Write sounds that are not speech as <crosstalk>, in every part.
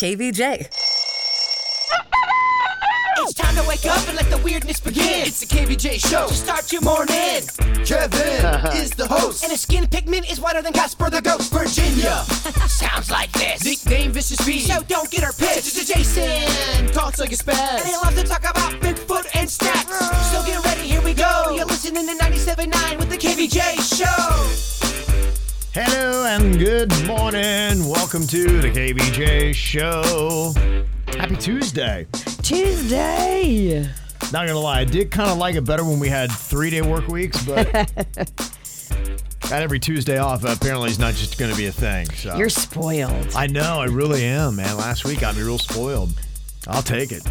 KVJ. It's time to wake up and let the weirdness begin. It's the KVJ show. To start your morning. <laughs> Kevin is the host. And his skin pigment is whiter than Casper the Ghost. Virginia <laughs> sounds like this. Nickname Vicious V. So don't get her pissed. It's Jason talks like a spaz. And he loves to talk about Bigfoot and snacks. So get ready, here we go. You're listening to 97.9 with the KVJ show. Hello and good morning. Welcome to the KBJ show. Happy Tuesday. Tuesday. Not gonna lie, I did kind of like it better when we had three day work weeks, but got every Tuesday off. Apparently, is not just gonna be a thing. So You're spoiled. I know, I really am, man. Last week got me real spoiled. I'll take it.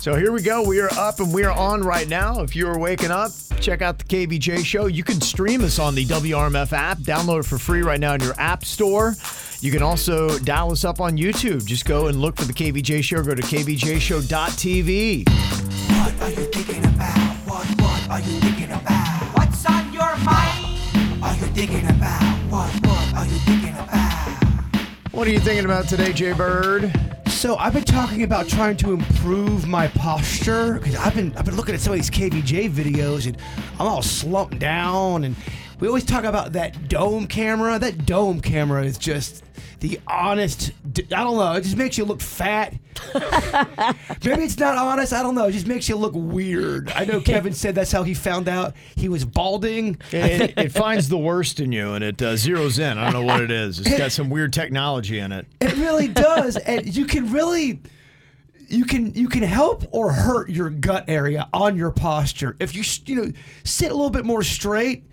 So here we go. We are up and we are on right now. If you are waking up, check out the KVJ show. You can stream us on the WRMF app. Download it for free right now in your app store. You can also dial us up on YouTube. Just go and look for the KVJ show. Go to kvjshow.tv. What are you thinking about? What, what are you thinking about? What's on your mind? Are you thinking about? What, what are you thinking about? What are you thinking about today, Jay Bird? So I've been talking about trying to improve my posture because I've been I've been looking at some of these KVJ videos and I'm all slumped down and we always talk about that dome camera. That dome camera is just the honest. d- I don't know. It just makes you look fat. Maybe it's not honest. I don't know. It just makes you look weird. I know Kevin said that's how he found out he was balding. It, it finds the worst in you and it uh, zeroes in. I don't know what it is. It's got some weird technology in it. It really does, and you can really, you can you can help or hurt your gut area on your posture if you s- you know sit a little bit more straight.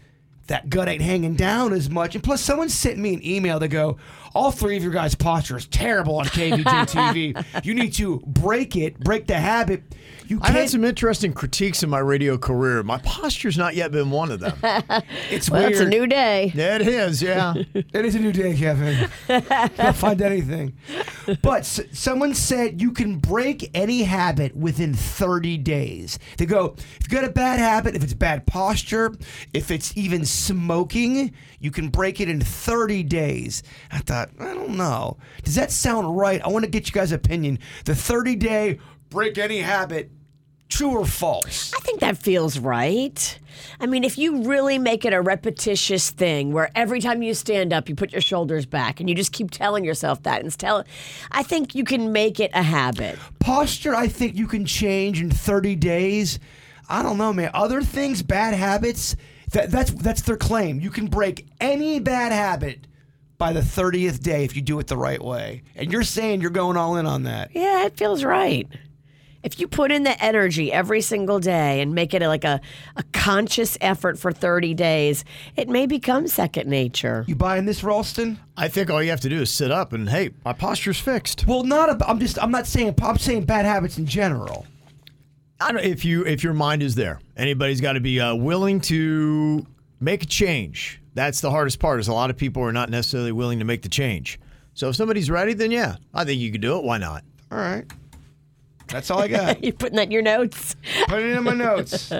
That gut ain't hanging down as much, and plus, someone sent me an email to go. All three of your guys' posture is terrible on KVJ TV. You need to break it, break the habit. You I've can't. had some interesting critiques in my radio career. My posture's not yet been one of them. it's Well, weird. it's a new day. it is, yeah. It is a new day, Kevin. I'll find anything. But s- someone said you can break any habit within 30 days. They go, if you got a bad habit, if it's bad posture, if it's even smoking, you can break it in 30 days. I thought, I don't know. Does that sound right? I want to get you guys' opinion. The 30 day break any habit, true or false? I think that feels right. I mean, if you really make it a repetitious thing where every time you stand up, you put your shoulders back and you just keep telling yourself that and tell I think you can make it a habit. posture I think you can change in 30 days. I don't know, man. Other things, bad habits, that, that's that's their claim. You can break any bad habit by the 30th day if you do it the right way. And you're saying you're going all in on that. Yeah, it feels right. If you put in the energy every single day and make it like a, a conscious effort for 30 days, it may become second nature. You buying this, Ralston? I think all you have to do is sit up and hey, my posture's fixed. Well, not. ab- I'm just. I'm not saying. I'm saying bad habits in general. I don't if you if your mind is there. Anybody's got to be uh, willing to make a change. That's the hardest part. Is a lot of people are not necessarily willing to make the change. So if somebody's ready, then yeah, I think you could do it. Why not? All right. That's all I got. You putting that in your notes? Put it in my notes.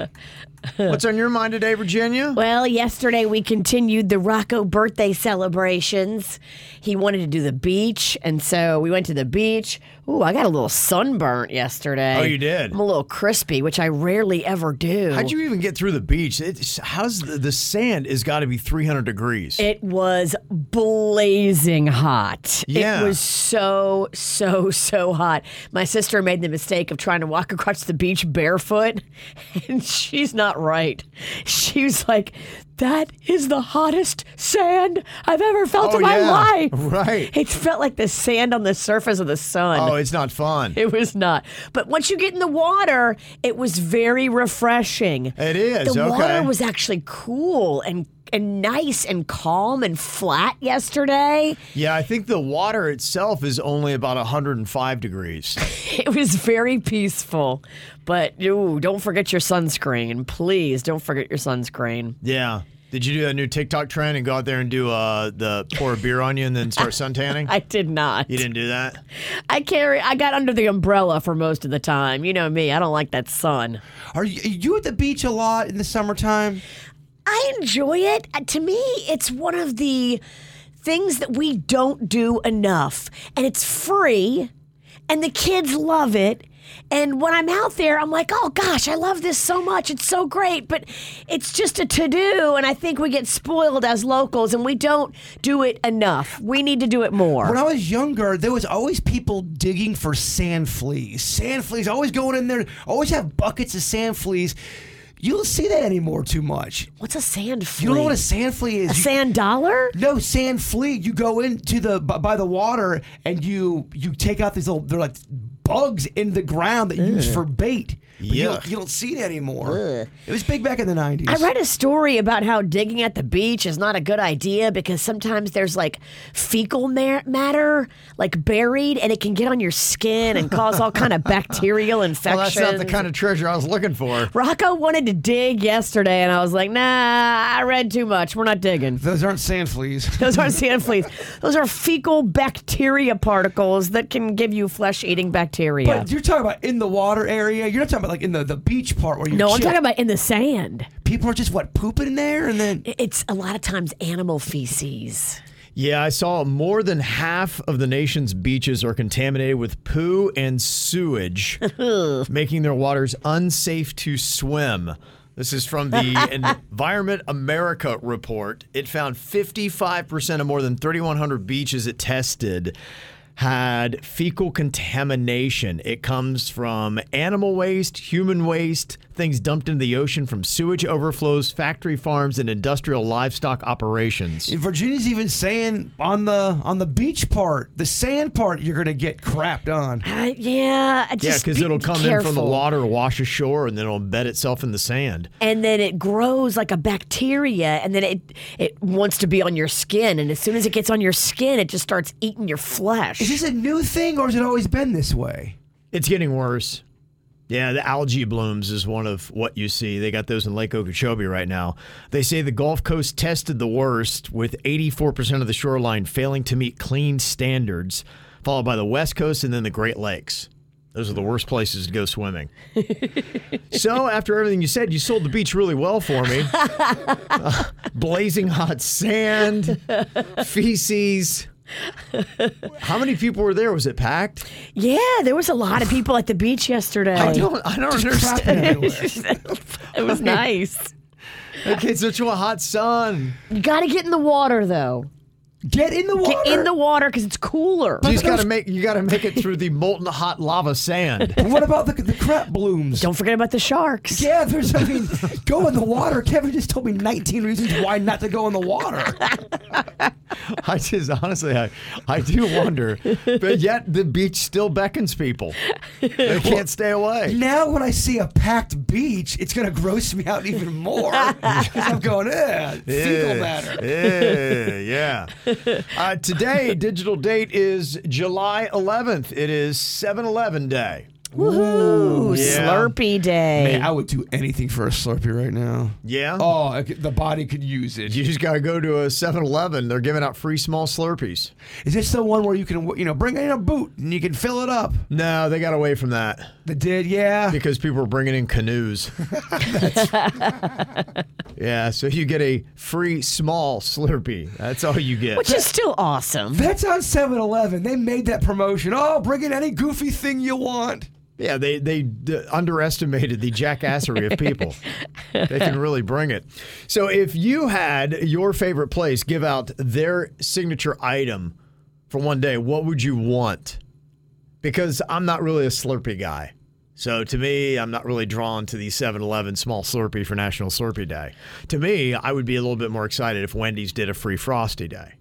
What's on your mind today, Virginia? Well, yesterday we continued the Rocco birthday celebrations. He wanted to do the beach, and so we went to the beach. Ooh, I got a little sunburnt yesterday. Oh, you did? I'm a little crispy, which I rarely ever do. How'd you even get through the beach? It's, how's the, the sand has got to be 300 degrees? It was blazing hot. Yeah. It was so, so, so hot. My sister made the mistake of trying to walk across the beach barefoot, <laughs> and she's not right. She was like, that is the hottest sand I've ever felt Oh, in my yeah. life. Right. It felt like the sand on the surface of the sun. oh, it's not fun. <laughs> It was not. But once you get in the water, it was very refreshing. It is, The okay. water was actually cool and and nice and calm and flat yesterday. Yeah, I think the water itself is only about 105 degrees. It was very peaceful. But ooh, don't forget your sunscreen. Please don't forget your sunscreen. yeah. Did you do that new TikTok trend and go out there and do uh, the pour a beer on you and then start suntanning? <laughs> I did not. you didn't do that? I carry I got under the umbrella for most of the time. You know me, I don't like that sun. Are you, are you at the beach a lot in the summertime? I enjoy it. Uh, To me, it's one of the things that we don't do enough. And it's free, and the kids love it. And when I'm out there, I'm like, oh gosh, I love this so much. It's so great. But it's just a to do. And I think we get spoiled as locals and we don't do it enough. We need to do it more. When I was younger, there was always people digging for sand fleas. Sand fleas always going in there, always have buckets of sand fleas. You don't see that anymore too much. What's a sand flea? You don't know what a sand flea is. A You- sand dollar? no sand flea. You go into the b- by the water and you you take out these little they're like bugs in the ground that you use for bait. But you, don't, Yuck. you don't see it anymore. It was big back in the nineties. I read a story about how digging at the beach is not a good idea because sometimes there's like fecal ma- matter like buried and it can get on your skin and cause all kind of <laughs> bacterial Well, infections. that's not the kind of treasure I was looking for. Rocco wanted to dig yesterday and I was like, "Nah, I read too much. We're not digging." <laughs> Those aren't sand fleas. Those aren't sand fleas. Those are fecal bacteria particles that can give you flesh-eating bacteria. But you're talking about in the water area. You're not talking about like in the, the beach part where you're no, I'm chill. talking about in the sand. people are just what pooping in there and then It's a lot of times animal feces. Yeah, I saw more than half of the nation's beaches are contaminated with poo and sewage, making their waters unsafe to swim. This is from the Environment America report. It found 55% of more than 3,100 beaches it tested had fecal contamination. It comes from animal waste, human waste, things dumped into the ocean from sewage overflows, factory farms, and industrial livestock operations. Virginia's even saying on the on the beach part, the sand part, you're gonna get crapped on. Uh, yeah, I Yeah, just because be it'll come in from the careful. water, wash ashore, and then it'll embed itself in the sand. and then it grows like a bacteria, and then it it wants to be on your skin, and as soon as it gets on your skin, it just starts eating your flesh. Is this a new thing or has it always been this way? It's getting worse. Yeah, the algae blooms is one of what you see. They got those in Lake Okeechobee right now. They say the Gulf Coast tested the worst, with 84% of the shoreline failing to meet clean standards, followed by the West Coast and then the Great Lakes. Those are the worst places to go swimming. so, after everything you said, you sold the beach really well for me. blazing hot sand, feces. How many people were there? Was it packed? yeah, there was a lot of people at the beach yesterday. I don't. I don't Crap understand. everywhere. <laughs> It was nice. <laughs> Okay, such a hot sun. You got to get in the water though. Get in the water. Get in the water because it's cooler. You just gotta make. You gotta make it through the molten hot lava sand. <laughs> And what about the the crap blooms? Don't forget about the sharks. yeah, there's I mean, go in the water. Kevin just told me 19 reasons why not to go in the water. I just honestly, I, I do wonder. But yet the beach still beckons people. They can't stay away. Now when I see a packed beach, it's gonna gross me out even more. 'Cause I'm going, eh, fecal matter. Yeah, yeah. Uh, today, digital date is July 11th. It is 7-Eleven Day. Woohoo! Yeah. Slurpee day. Hey, I would do anything for a Slurpee right now. Yeah. Oh, I could- the body could use it. You just gotta go to a 7-Eleven. They're giving out free small Slurpees. Is this the one where you can, you know, bring in a boot and you can fill it up? No, they got away from that. They did, yeah. because people were bringing in <laughs> canoes. yeah, so you get a free small Slurpee. That's all you get. which is still awesome. That's on 7 Eleven. They made that promotion. Oh, bring in any goofy thing you want. yeah, they they d- underestimated the jackassery of people. they can really bring it. So if you had your favorite place give out their signature item for one day, what would you want? Because I'm not really a Slurpee guy. So to me, I'm not really drawn to the 7-Eleven small Slurpee for National Slurpee Day. To me, I would be a little bit more excited if Wendy's did a free Frosty Day.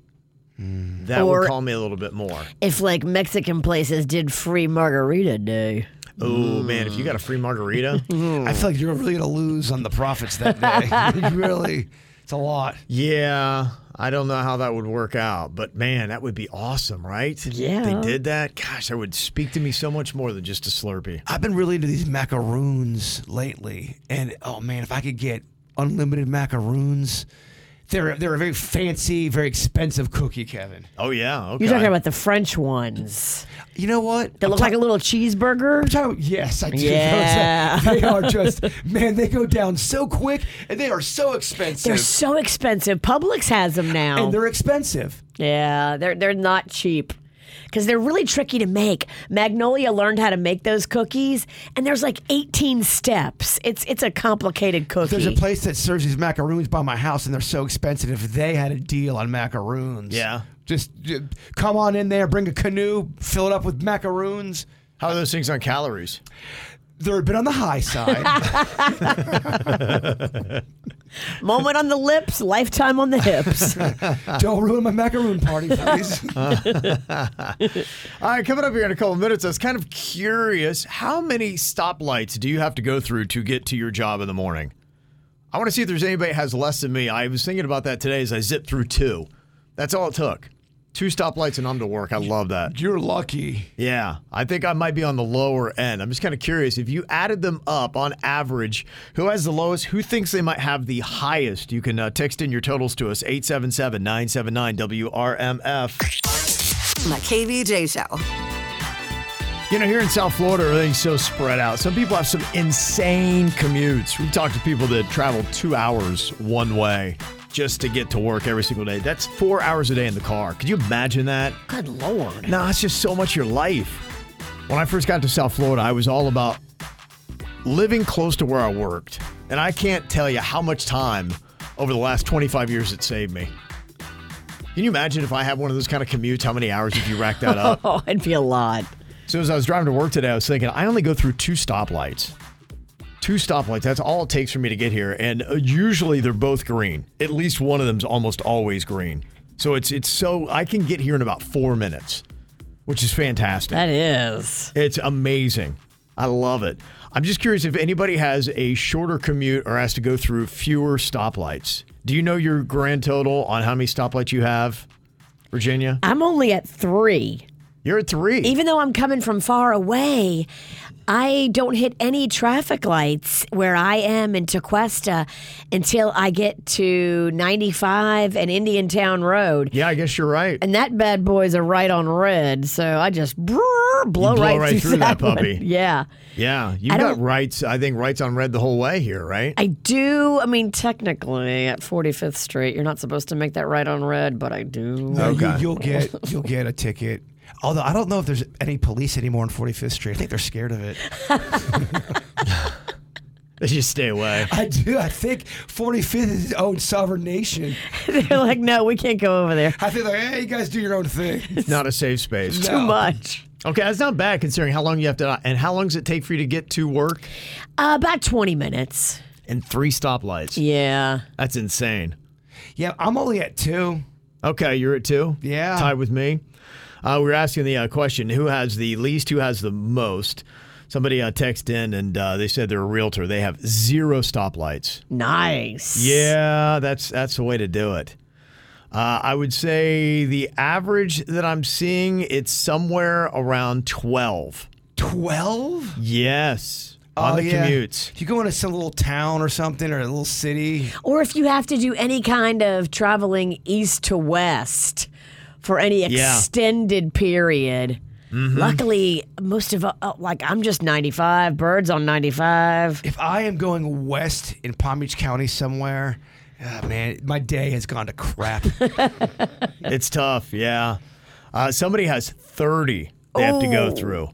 That Or- would call me a little bit more. If like Mexican places did free margarita day. Oh man, if you got a free margarita, Hmm. <laughs> I feel like you're really going to lose on the profits that day. really. It's a lot. Yeah, I don't know how that would work out, but man, that would be awesome, right? Yeah. If they did that. Gosh, that would speak to me so much more than just a Slurpee. I've been really into these macaroons lately, and oh man, if I could get unlimited macaroons, they're they're a very fancy, very expensive cookie, Kevin. Oh yeah, okay. You're talking about the French ones You know what? that I'm look ta- like a little cheeseburger. I'm talking- yes, I do. Yeah. they are just man. They go down so quick, and they are so expensive. They're oh. so expensive. Publix has them now. and they're expensive. yeah, they're they're not cheap. Because they're really tricky to make. Magnolia learned how to make those cookies, and there's like 18 steps. It's it's a complicated cookie. There's a place that serves these macaroons by my house, and they're so expensive. If they had a deal on macaroons, Yeah. just, just come on in there, bring a canoe, fill it up with macaroons. How are those things on calories? They're a bit on the high side. Moment on the lips, lifetime on the hips. <laughs> Don't ruin my macaroon party, please. All right, coming up here in a couple of minutes, I was kind of curious how many stoplights do you have to go through to get to your job in the morning? I want to see if there's anybody that has less than me. I was thinking about that today as I zipped through two. That's all it took. Two stoplights and I'm to work. I love that. You're lucky. Yeah, I think I might be on the lower end. I'm just kind of curious if you added them up on average, who has the lowest? Who thinks they might have the highest? You can uh, text in your totals to us 877 979 WRMF. My KVJ show. You know, here in South Florida, everything's so spread out. Some people have some insane commutes. We talked to people that travel two hours one way just to get to work every single day. That's four hours a day in the car. Could you imagine that? Good lord. No, it's just so much your life. When I first got to South Florida, I was all about living close to where I worked. And I can't tell you how much time over the last 25 years it saved me. Can you imagine if I had one of those kind of commutes, how many hours if you rack that up? Oh, it'd be a lot. As soon as I was driving to work today, I was thinking, I only go through two stoplights. Two stoplights. That's all it takes for me to get here. And uh, usually they're both green. At least one of them's almost always green. So it's it's so I can get here in about four minutes, which is fantastic. That is. It's amazing. I love it. I'm just curious if anybody has a shorter commute or has to go through fewer stoplights. Do you know your grand total on how many stoplights you have, Virginia? I'm only at three. You're at three. Even though I'm coming from far away, I don't hit any traffic lights where I am in Tequesta until I get to 95 and Indian Town Road. yeah, I guess you're right. And that bad boy's a right on red, so I just brrr, blow blow, right, right through that one. puppy. <laughs> Yeah. Yeah, you I got don't- rights. I think rights on red the whole way here, right? I do. I mean, technically, at 45th Street, you're not supposed to make that right on red, but I do. No, you, Okay. you'll get you'll get a ticket. Although I don't know if there's any police anymore on 45th Street. I think they're scared of it. They just stay away. <laughs> I do. I think 45th is its own sovereign nation. <laughs> They're like, no, we can't go over there. I think like, hey, you guys do your own thing. <laughs> It's not a safe space. Too much. Okay, that's not bad considering how long you have to. And how long does it take for you to get to work? Uh, about 20 minutes. And three stoplights. Yeah. That's insane. Yeah, I'm only at two. Okay, you're at two. Yeah. tied with me. Uh, we were asking the uh, question: Who has the least? Who has the most? Somebody uh, texted in and uh, they said they're a realtor. They have zero stoplights. Nice. Yeah, that's that's the way to do it. Uh, I would say the average that I'm seeing it's somewhere around twelve. 12? Yes, Oh, on the <laughs> commutes. If you go into some little town or something or a little city, Or if you have to do any kind of traveling east to west for any Yeah. extended period. Luckily, most of uh, uh, like I'm just 95, birds on 95. if I am going west in Palm Beach County somewhere, ah, man, my day has gone <laughs> to crap. It's tough. Yeah, uh, somebody has thirty they have to go Oh. through.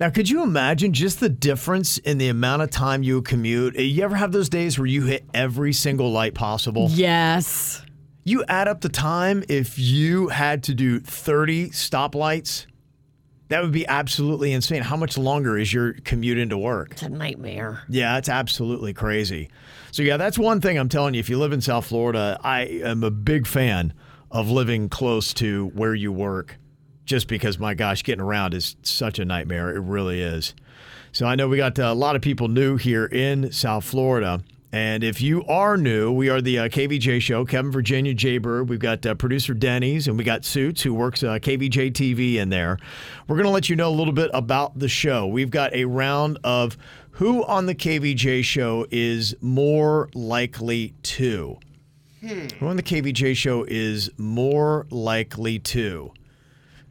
Now, could you imagine just the difference in the amount of time you commute? You ever have those days where you hit every single light possible? Yes. You add up the time if you had to do 30 stoplights, that would be absolutely insane. How much longer is your commute into work? It's a nightmare. Yeah, it's absolutely crazy. So, yeah, that's one thing I'm telling you. If you live in South Florida, I am a big fan of living close to where you work just because, my gosh, getting around is such a nightmare. It really is. So, I know we got uh, a lot of people new here in South Florida. And if you are new, we are the uh, KVJ Show. Kevin, Virginia, Jay Bird. We've got uh, producer Denny's, and we got Suits, who works uh, KVJ TV in there. We're going to let you know a little bit about the show. We've got a round of who on the KVJ Show is more likely to. Who on the KVJ Show is more likely to?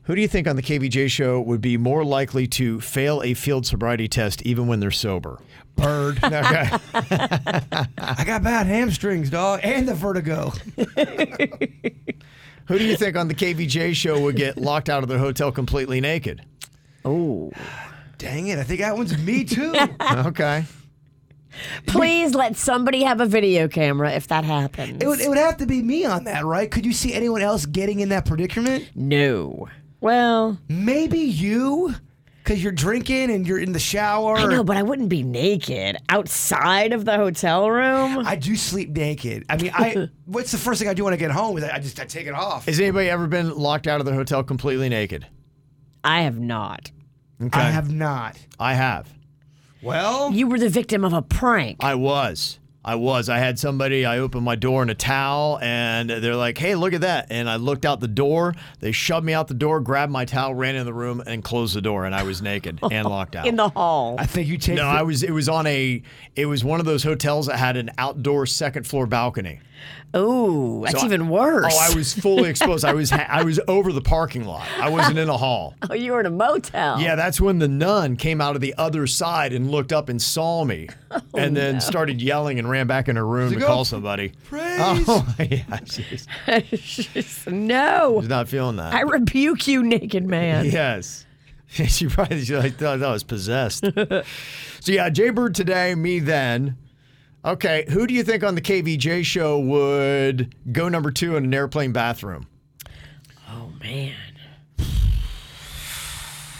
Who do you think on the KVJ show would be more likely to fail a field sobriety test even when they're sober? Bird. <laughs> Okay. <laughs> I got bad hamstrings, dog, and the vertigo. Who do you think on the KVJ show would get locked out of their hotel completely naked? <laughs> Dang it! I think that one's <laughs> me too. Okay. Please let somebody have a video camera if that happens. It would, it would have to be me on that, right? Could you see anyone else getting in that predicament? no. Well, Maybe you, because you're drinking and you're in the shower. I know, but I wouldn't be naked outside of the hotel room. I do sleep naked. I mean, <laughs> I. what's the first thing I do when I get home? Is I I just I take it off. Has anybody ever been locked out of their hotel completely naked? I have not. Okay. I have not. I have. Well, You were the victim of a prank. I was. I was. I had somebody, I opened my door in a towel, and they're like, hey, look at that. And I looked out the door. They shoved me out the door, grabbed my towel, ran in the room, and closed the door. And I was <laughs> naked and locked out. in the hall. I think you take. no, the- I was. It was on a. It was one of those hotels that had an outdoor second floor balcony. Oh, that's So I- even worse. Oh, I was fully exposed. I was. Ha- I was over the parking lot. I wasn't in a hall. <laughs> Oh, you were in a motel. <laughs> Yeah, that's when the nun came out of the other side and looked up and saw me, Oh, and then started yelling and ran back in her room to go, call somebody. Praise. <laughs> Oh yeah, she's, Just- no, she's not feeling that. I rebuke you, <laughs> naked man. Yes. <laughs> She probably she like thought I was <laughs> possessed. so yeah, Jay Bird today, me then. Okay, who do you think on the KVJ show would go number two in an airplane bathroom? Oh man,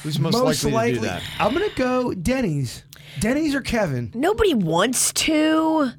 Who's most, most likely, likely. to do that? I'm gonna go Denny's. Denny's or Kevin? nobody wants to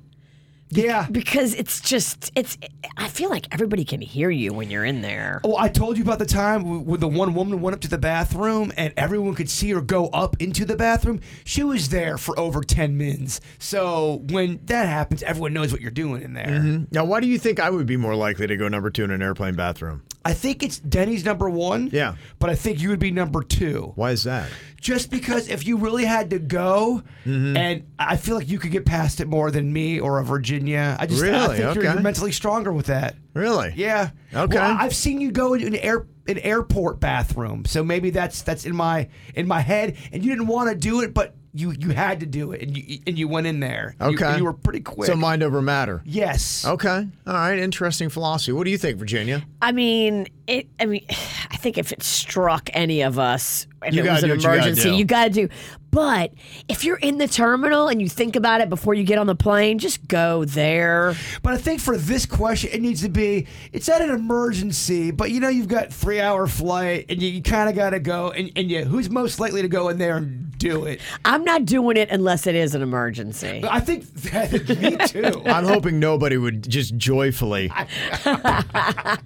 Yeah. because it's just it's. I feel like everybody can hear you when you're in there. Oh, I told you about the time w- when the one woman went up to the bathroom and everyone could see her go up into the bathroom. She was there for over 10 minutes. So when that happens, everyone knows what you're doing in there. Now, why do you think I would be more likely to go number two in an airplane bathroom? I think it's Denny's number one. Yeah. But I think you would be number two. Why is that? Just because if you really had to go, Mm-hmm. and I feel like you could get past it more than me or a Virginia. I just I Really? think you're, Okay. you're mentally stronger with that. Really? Yeah. Okay. Well, I- I've seen you go into an air an airport bathroom, so maybe that's that's in my in my head, and you didn't want to do it, but you you had to do it, and you and you went in there. You- Okay. and You, were pretty quick. So mind over matter. yes. Okay. All right. Interesting philosophy. What do you think, Virginia? I mean, it. I mean, <sighs> I think if it struck any of us and You it was gotta an do what you gotta emergency, do. you got to do. But if you're in the terminal and you think about it before you get on the plane, just go there. But I think for this question, it needs to be it's at an emergency, but you know you've got three hour flight, and you, you kind of got to go, and and you, who's most likely to go in there and do it? I'm not doing it unless it is an emergency. Uh, I think <laughs> that, me <laughs> too. I'm hoping nobody would just joyfully. I,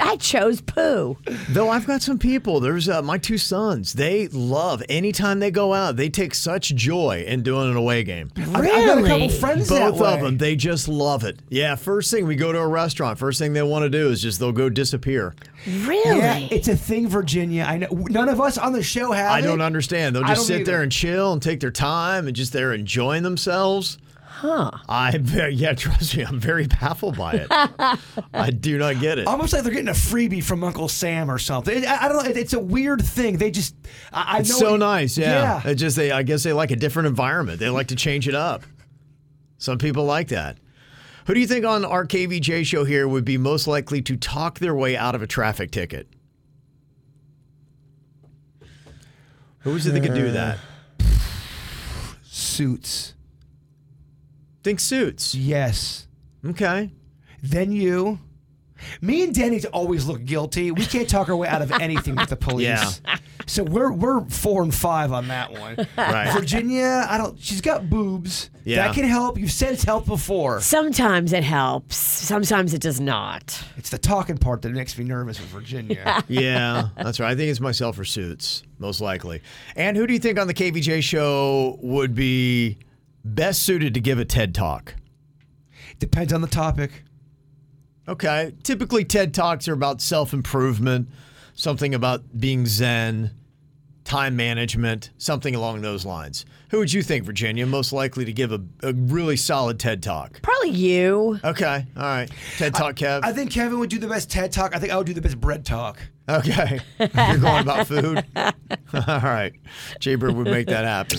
I chose poo. Though I've got some people, there's uh, my two sons. They love anytime they go out. They take such joy in doing an away game. I've, I've got a couple Really? friends that Both of way. them, they just love it. Yeah, first thing we go to a restaurant, first thing they want to do is just they'll go disappear. Really? Yeah, it's a thing, Virginia. I know none of us on the show have. I it. don't understand. They'll I just don't sit there either. and chill and take their time and just they're enjoying themselves. Huh. I <laughs> yeah, trust me, I'm very baffled by <laughs> it. I do not get it. Almost like they're getting a freebie from Uncle Sam or something. I, I don't know. It- It's a weird thing. They just. I, I It's know so it- nice, yeah. yeah. It just they I guess they like a different environment. They like to change it up. Some people like that. Who do you think on our KVJ show here would be most likely to talk their way out of a traffic ticket? Who is it that could do that? Suits. Think suits. Yes. Okay. Then you. Me and Denny's always look guilty. We can't talk our <laughs> way out of anything with the police. Yeah. So we're we're four and five on that one. Right. Virginia, I don't. She's got boobs. Yeah. That can help. You've said it's helped before. Sometimes it helps, sometimes it does not. It's the talking part that makes me nervous with Virginia. Yeah, that's right. I think it's myself or suits, most likely. And who do you think on the KVJ show would be best suited to give a TED talk? Depends on the topic. Okay. Typically, TED Talks are about self improvement, something about being zen, time management, something along those lines. Who would you think, Virginia, most likely to give a, a really solid TED Talk? Probably you. Okay. All right. TED Talk, Kev. I think Kevin would do the best TED talk. I think I would do the best bread talk. <laughs> okay. You're going about food? <laughs> All right. Jay Bird would make that happen.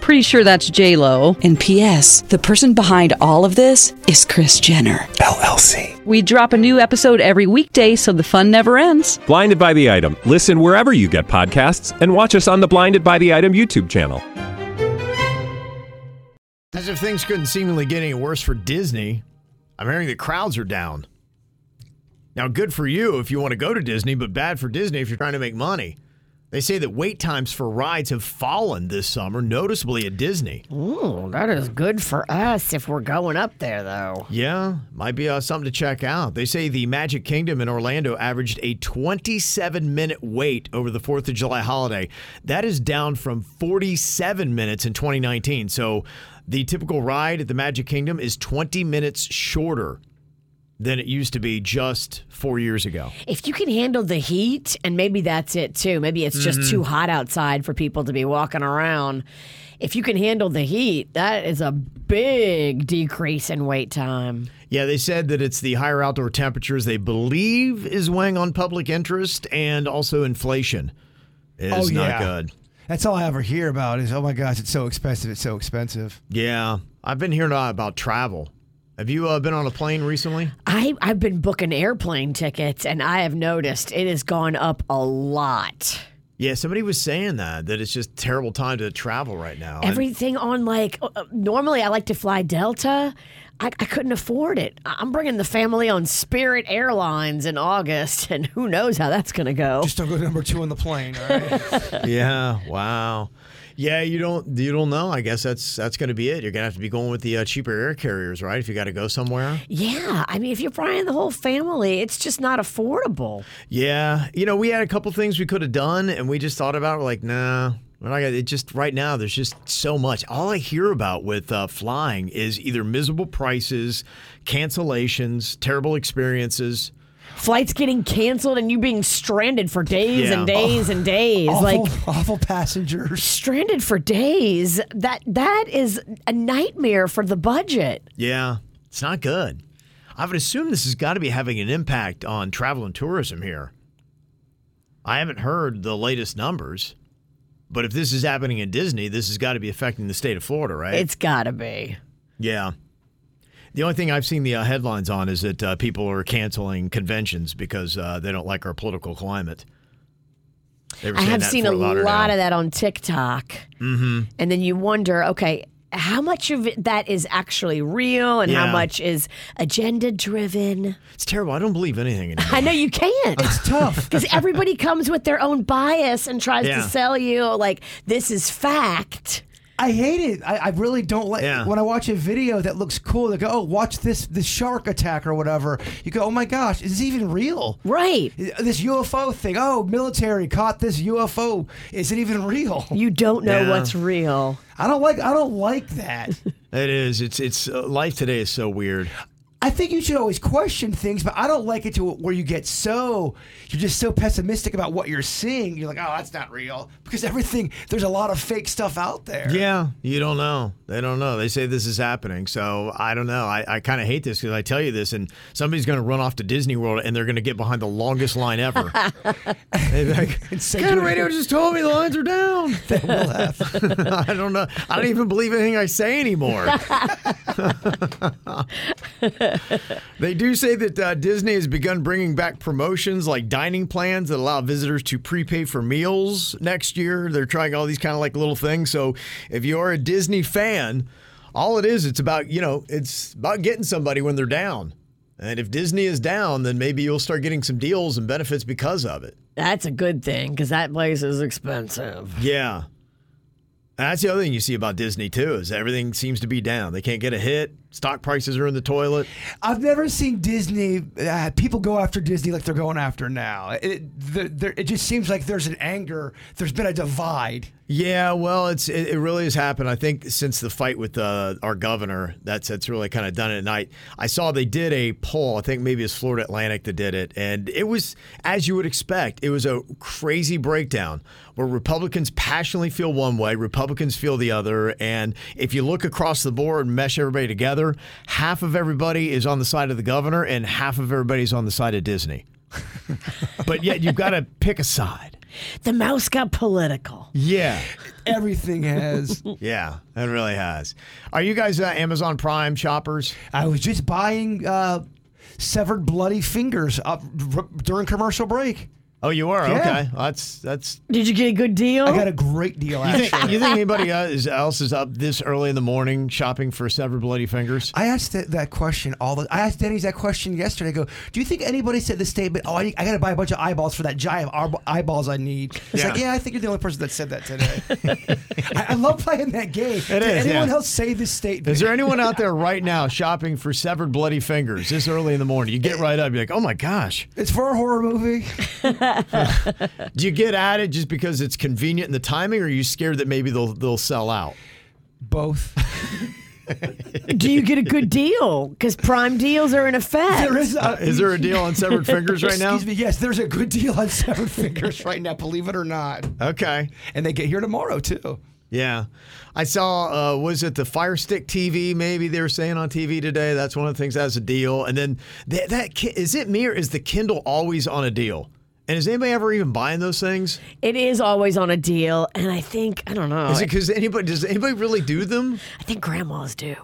Pretty sure that's J Lo. And P.S. The person behind all of this is Chris Jenner. LLC. We drop a new episode every weekday, so the fun never ends. Blinded by the item. Listen wherever you get podcasts, and watch us on the Blinded by the Item YouTube channel. As if things couldn't seemingly get any worse for Disney, I'm hearing that crowds are down. Now, good for you if you want to go to Disney, but bad for Disney if you're trying to make money. They say that wait times for rides have fallen this summer, noticeably at Disney. Ooh, that is good for us if we're going up there, though. Yeah, might be uh, something to check out. They say the Magic Kingdom in Orlando averaged a 27 minute wait over the 4th of July holiday. That is down from 47 minutes in 2019. So the typical ride at the Magic Kingdom is 20 minutes shorter than it used to be just four years ago. If you can handle the heat, and maybe that's it too. Maybe it's just too hot outside for people to be walking around. If you can handle the heat, that is a big decrease in wait time. Yeah, they said that it's the higher outdoor temperatures they believe is weighing on public interest and also inflation is Oh, not yeah. good. That's all I ever hear about is, oh my gosh, it's so expensive. It's so expensive. Yeah, I've been hearing a lot about travel. Have you uh, been on a plane recently? I, I've been booking airplane tickets, and I have noticed it has gone up a lot. Yeah, somebody was saying that that it's just terrible time to travel right now. And Everything on like uh, uh, normally I like to fly Delta. I, I couldn't afford it. I- I'm bringing the family on Spirit Airlines in August, <laughs> and who knows how that's going to go. Just don't go to number two on the plane. All <laughs> right? yeah, wow. Yeah, you don't you don't know. I guess that's that's going to be it. You're going to have to be going with the uh, cheaper air carriers, right? If you got to go somewhere. Yeah, I mean, if you're flying the whole family, it's just not affordable. Yeah, you know, we had a couple things we could have done, and we just thought about. It. We're like, nah, we're not gonna. It just right now, there's just so much. All I hear about with uh, flying is either miserable prices, cancellations, terrible experiences. Flights getting canceled and you being stranded for days Yeah. and days and days. awful, Like awful passengers. stranded for days. That that is a nightmare for the budget. Yeah, it's not good. I would assume this has got to be having an impact on travel and tourism here. I haven't heard the latest numbers, but if this is happening in Disney, this has got to be affecting the state of Florida, right? It's got to be. Yeah. The only thing I've seen the uh, headlines on is that uh, people are canceling conventions because uh, they don't like our political climate. They were I saying have that in seen a Fort Lauderdale. lot of that on TikTok. Mm-hmm. And then you wonder, okay, how much of it, that is actually real and Yeah. how much is agenda driven? It's terrible. I don't believe anything anymore. <laughs> I know you can't. It's <laughs> tough. Because everybody comes with their own bias and tries Yeah. to sell you like this is fact. I hate it. I, I really don't like Yeah. when I watch a video that looks cool. They go, "Oh, watch this this shark attack or whatever." You go, "Oh my gosh, is this even real?" Right. This UFO thing. Oh, military caught this UFO. Is it even real? <laughs> You don't know Yeah. what's real. I don't like. I don't like <laughs> that. it is. It's it's uh, life today is so weird. I think you should always question things, but I don't like it to where you get so you're just so pessimistic about what you're seeing. You're like, "Oh, that's not real," because everything there's a lot of fake stuff out there. Yeah, you don't know. They don't know. They say this is happening. So I don't know. I, I kind of hate this because I tell you this, and somebody's going to run off to Disney World and they're going to get behind the longest line ever. They'd be like, God, radio just told me the lines are down. <laughs> I don't know. I don't even believe anything I say anymore. <laughs> they do say that uh, Disney has begun bringing back promotions like dining plans that allow visitors to prepay for meals next year. They're trying all these kind of like little things. So if you're a Disney fan, all it is, it's about, you know, it's about getting somebody when they're down. And if Disney is down, then maybe you'll start getting some deals and benefits because of it. That's a good thing because that place is expensive. Yeah. That's the other thing you see about Disney too is everything seems to be down. They can't get a hit. Stock prices are in the toilet. I've never seen Disney uh, people go after Disney like they're going after now. It, there, there, it just seems like there's an anger. There's been a divide. Yeah, well, it's it, it really has happened. I think since the fight with uh, our governor, that's that's really kind of done it. And I I saw they did a poll. I think maybe it's Florida Atlantic that did it, and it was as you would expect. It was a crazy breakdown where Republicans passionately feel one way, Republicans feel the other, and if you look across the board and mesh everybody together, half of everybody is on the side of the governor, and half of everybody's on the side of Disney. <laughs> but yet you've got to pick a side. The mouse got political. Yeah. <laughs> Everything has. Yeah, it really has. Are you guys uh, Amazon Prime shoppers? I was just buying uh, severed bloody fingers up r- during commercial break. Oh, you are. Yeah. Okay, well, that's that's. Did you get a good deal? I got a great deal. Oh. You Actually, think, you <laughs> think anybody else else is up this early in the morning shopping for severed bloody fingers? I asked that, that question all the. I asked Denny's that question yesterday. I go, do you think anybody said the statement? Oh, I, I got to buy a bunch of eyeballs for that giant ar- eyeballs I need. It's like, Yeah. yeah, I think you're the only person that said that today. <laughs> I, I love playing that game. Did is, anyone yeah. else say this statement? Is there anyone <laughs> out there right now shopping for severed bloody fingers this early in the morning? You get right up, you're like, oh my gosh. it's for a horror movie. Do you get at it just because it's convenient in the timing, or are you scared that maybe they'll they'll sell out? <laughs> Both. Do you get a good deal? Because prime deals are in effect. There is. A, Is there a deal on severed fingers <laughs> right now? Excuse me. Yes, there's a good deal on severed <laughs> fingers right now. Believe it or not, Okay. and they get here tomorrow too. Yeah. I saw, uh, was it the Fire Stick TV? Maybe they were saying on TV today. That's one of the things that's a deal. And then that, that ki- is it me or is the Kindle always on a deal? And is anybody ever even buying those things? It is always on a deal, and I think Oh, I don't know. Is it because anybody does anybody really do them? I think grandmas do.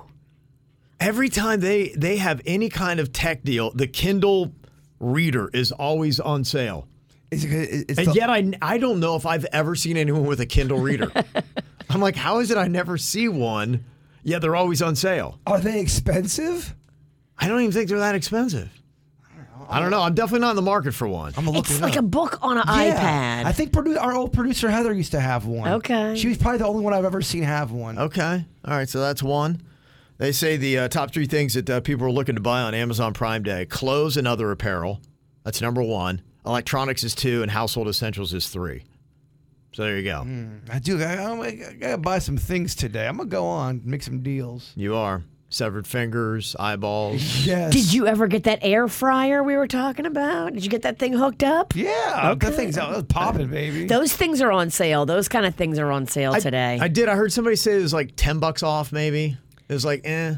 Every time they they have any kind of tech deal, the Kindle reader is always on sale. Is it, it's And the- yet I I don't know if I've ever seen anyone with a Kindle reader. I'm like, how is it I never see one? Yeah, they're always on sale. are they expensive? I don't even think they're that expensive. I don't know. I'm definitely not in the market for one. I'm gonna look It's it like up. a book on an Yeah. iPad. I think produ- our old producer Heather used to have one. Okay. She was probably the only one I've ever seen have one. Okay. All right. So that's one. They say the uh, top three things that uh, people are looking to buy on Amazon Prime Day clothes and other apparel. That's number one. Electronics is two, and household essentials is three. So there you go. I do. I, I, I gotta buy some things today. I'm gonna go on make some deals. You are severed fingers, <laughs> eyeballs. Yes. Did you ever get that air fryer we were talking about? Did you get that thing hooked up? Yeah. Okay. That thing's out- popping, baby. Those things are on sale. Those kind of things are on sale I- today. I, did. I heard somebody say it was like 10 bucks off, maybe. It was like, eh.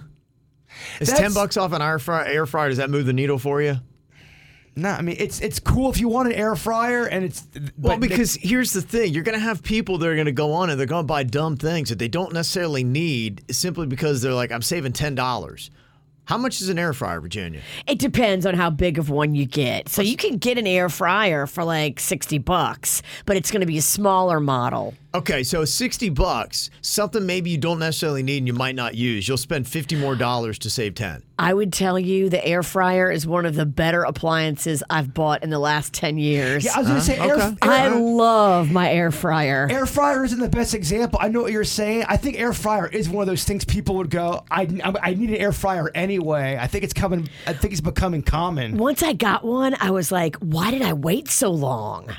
Is That's- 10 bucks off an air fryer, air fryer? Does that move the needle for you? no, I mean it's it's cool if you want an air fryer and it's Well, but because here's the thing: you're going to have people that are going to go on and they're going to buy dumb things that they don't necessarily need, simply because they're like, "I'm saving ten dollars." How much is an air fryer, Virginia? it depends on how big of one you get. So you can get an air fryer for like 60 bucks, but it's going to be a smaller model. Okay, so sixty bucks, something maybe you don't necessarily need and you might not use. You'll spend fifty more dollars to save ten. I would tell you the air fryer is one of the better appliances I've bought in the last 10 years. yeah, I was gonna say air, okay. air, I love my air fryer. air fryer isn't the best example. I know what you're saying. I think air fryer is one of those things people would go. I I, I need an air fryer anyway. I think it's coming. I think it's becoming common. Once I got one, I was like, why did I wait so long?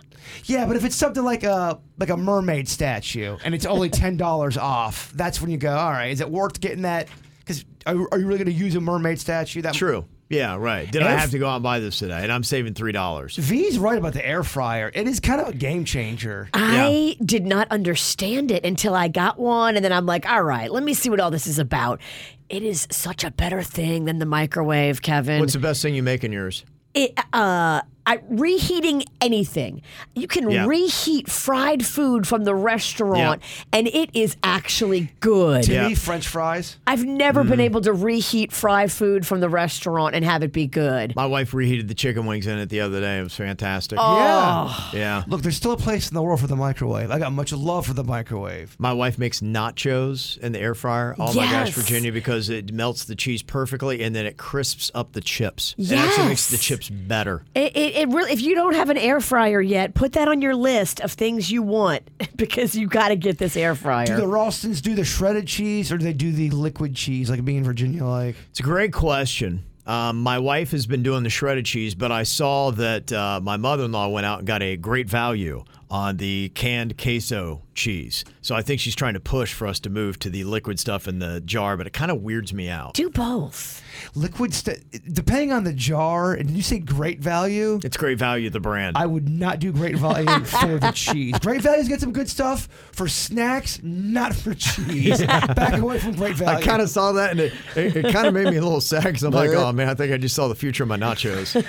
Yeah, but if it's something like a like a mermaid statue and <laughs> it's only ten dollars off, that's when you go. All right, is it worth getting that? Because are, are you really going to use a mermaid statue? That True. Yeah, right. Did I Air have f- to go out and buy this today? And I'm saving three dollars. V's right about the air fryer. It is kind of a game changer. I did not understand it until I got one. And then I'm like, all right, let me see what all this is about. It is such a better thing than the microwave, Kevin. What's the best thing you make in yours? it, uh, I, reheating anything. You can Yeah. reheat fried food from the restaurant, and it is actually good. To Yeah. Mm-hmm. me, French fries. I've never been able to reheat fried food from the restaurant and have it be good. My wife reheated the chicken wings in it the other day. It was fantastic. Oh. Yeah. Yeah. Look, there's still a place in the world for the microwave. I got much love for the microwave. My wife makes nachos in the air fryer. Oh my gosh, Yes. Virginia, because it melts the cheese perfectly and then it crisps up the chips. It actually makes the Yes. chips better. It, it It, it really, if you don't have an air fryer yet, put that on your list of things you want <laughs> because you got to get this air Do the fryer. Ralstons do the shredded cheese or do they do the liquid cheese like being in Virginia like? It's a great question. Um, my wife has been doing the shredded cheese, but I saw that uh, my mother in law went out and got a great value on the canned queso cheese. So I think she's trying to push for us to move to the liquid stuff in the jar, but it kind of weirds me out. Do both. Liquid st- depending on the jar, and you say great value. It's great value, the brand. I would not do <laughs> great value for the cheese. Great value's got some good stuff for snacks, not for cheese. Back away from great value. I kind of saw that and it, it, it kind of made me a little sad because I'm like, oh man, I think I just saw the future of my nachos. great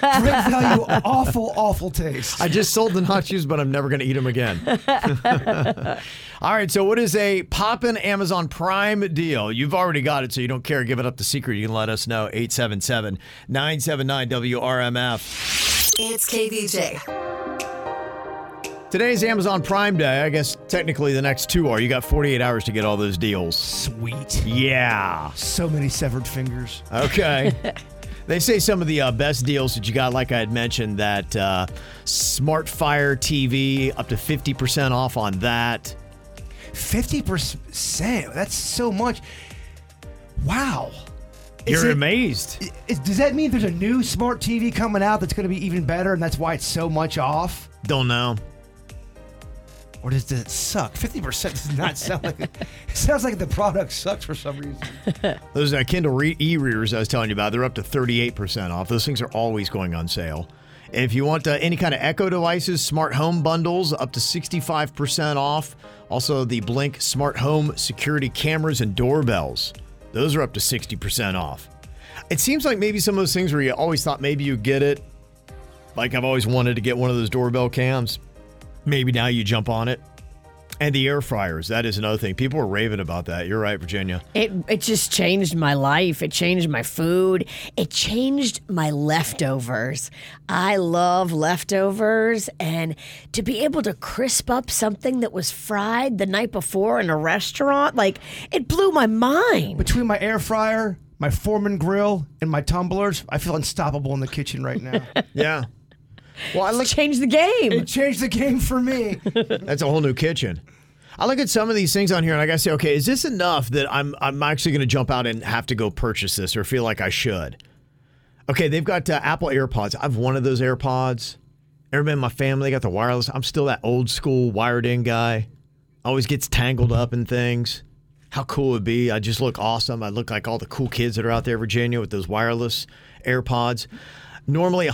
value, awful, awful taste. I just sold the nachos, but I'm never going to eat them again. <laughs> All right, so what is a poppin' Amazon Prime deal? You've already got it, so you don't care. Give it up the secret. You can let us know 877 979 WRMF. It's KVJ. Today's Amazon Prime Day. I guess technically the next two are. You got 48 hours to get all those deals. Sweet. Yeah. So many severed fingers. Okay. they say some of the uh, best deals that you got, like I had mentioned, that uh, Smart Fire TV, up to 50% off on that. Fifty percent. That's so much. Wow. Is You're it- amazed. Is, does that mean there's a new smart TV coming out that's going to be even better, and that's why it's so much off? Don't know. Or does, does it suck? Fifty percent does not sound <laughs> like it. it sounds like the product sucks for some reason. Those uh, Kindle re- e-readers I was telling you about, they're up to 38% off. Those things are always going on sale. If you want uh, any kind of Echo devices, smart home bundles up to 65% off. Also, the Blink smart home security cameras and doorbells. Those are up to 60% off. It seems like maybe some of those things where you always thought maybe you get it. Like I've always wanted to get one of those doorbell cams. Maybe now you jump on it. And the air fryers, that is another thing. People were raving about that. You're right, Virginia. It it just changed my life. It changed my food. It changed my leftovers. I love leftovers and to be able to crisp up something that was fried the night before in a restaurant, like it blew my mind. Between my air fryer, my Foreman grill, and my tumblers, I feel unstoppable in the kitchen <laughs> right now. Yeah. Well, <laughs> I look, Changed the game. it changed the game for me. that's a whole new kitchen. I look at some of these things on here and I gotta say, okay, is this enough that I'm I'm actually gonna jump out and have to go purchase this or feel like I should? Okay, they've got uh, Apple AirPods. I've one of those AirPods. Everybody in my family they got the wireless. I'm still that old school wired in guy. Always gets tangled up in things. How cool it would be. I just look awesome. I look like all the cool kids that are out there, in Virginia, with those wireless AirPods. Normally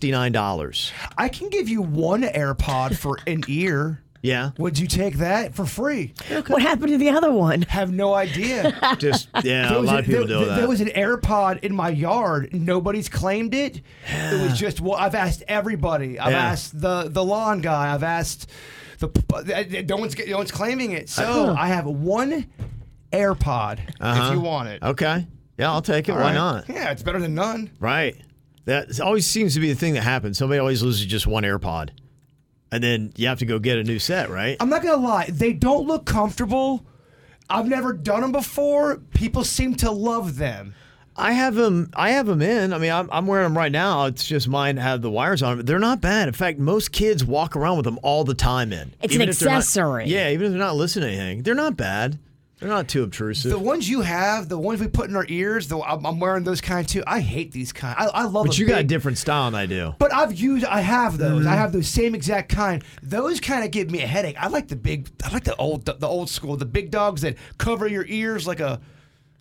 $169. I can give you one AirPod for an ear. Yeah. Would you take that for free? What happened to the other one? Have <laughs> no idea. <laughs> Just yeah, There a was lot of people there, do there- that. there was an AirPod in my yard. Nobody's claimed it. It was just. Well, I've asked everybody. I've Yeah. asked the the lawn guy. I've asked the. uh, uh, No one's get- no one's claiming it. Oh, So I have one AirPod. Uh-huh. If you want it, okay, yeah, I'll take it. All Why right? not? Yeah, it's better than none. Right. That always seems to be the thing that happens. Somebody always loses just one AirPod, and then you have to go get a new set, right? I'm not gonna lie. They don't look comfortable. I've never done them before. People seem to love them. I have them. I have them in. I mean, I'm, I'm wearing them right now. It's just mine have the wires on them. They're not bad. In fact, most kids walk around with them all the time. In It's an if they're not- accessory. yeah, even if they're not listening to anything, they're not bad. They're not too obtrusive. The ones you have, the ones we put in our ears, the, I'm, I'm wearing those kind too. I hate these kind. I, I love. but a you got a big- different style than I do. But I've used, I have those. I have those same exact kind. Those kind of give me a headache. I like the big, I like the old, the old school, the big dogs that cover your ears like a,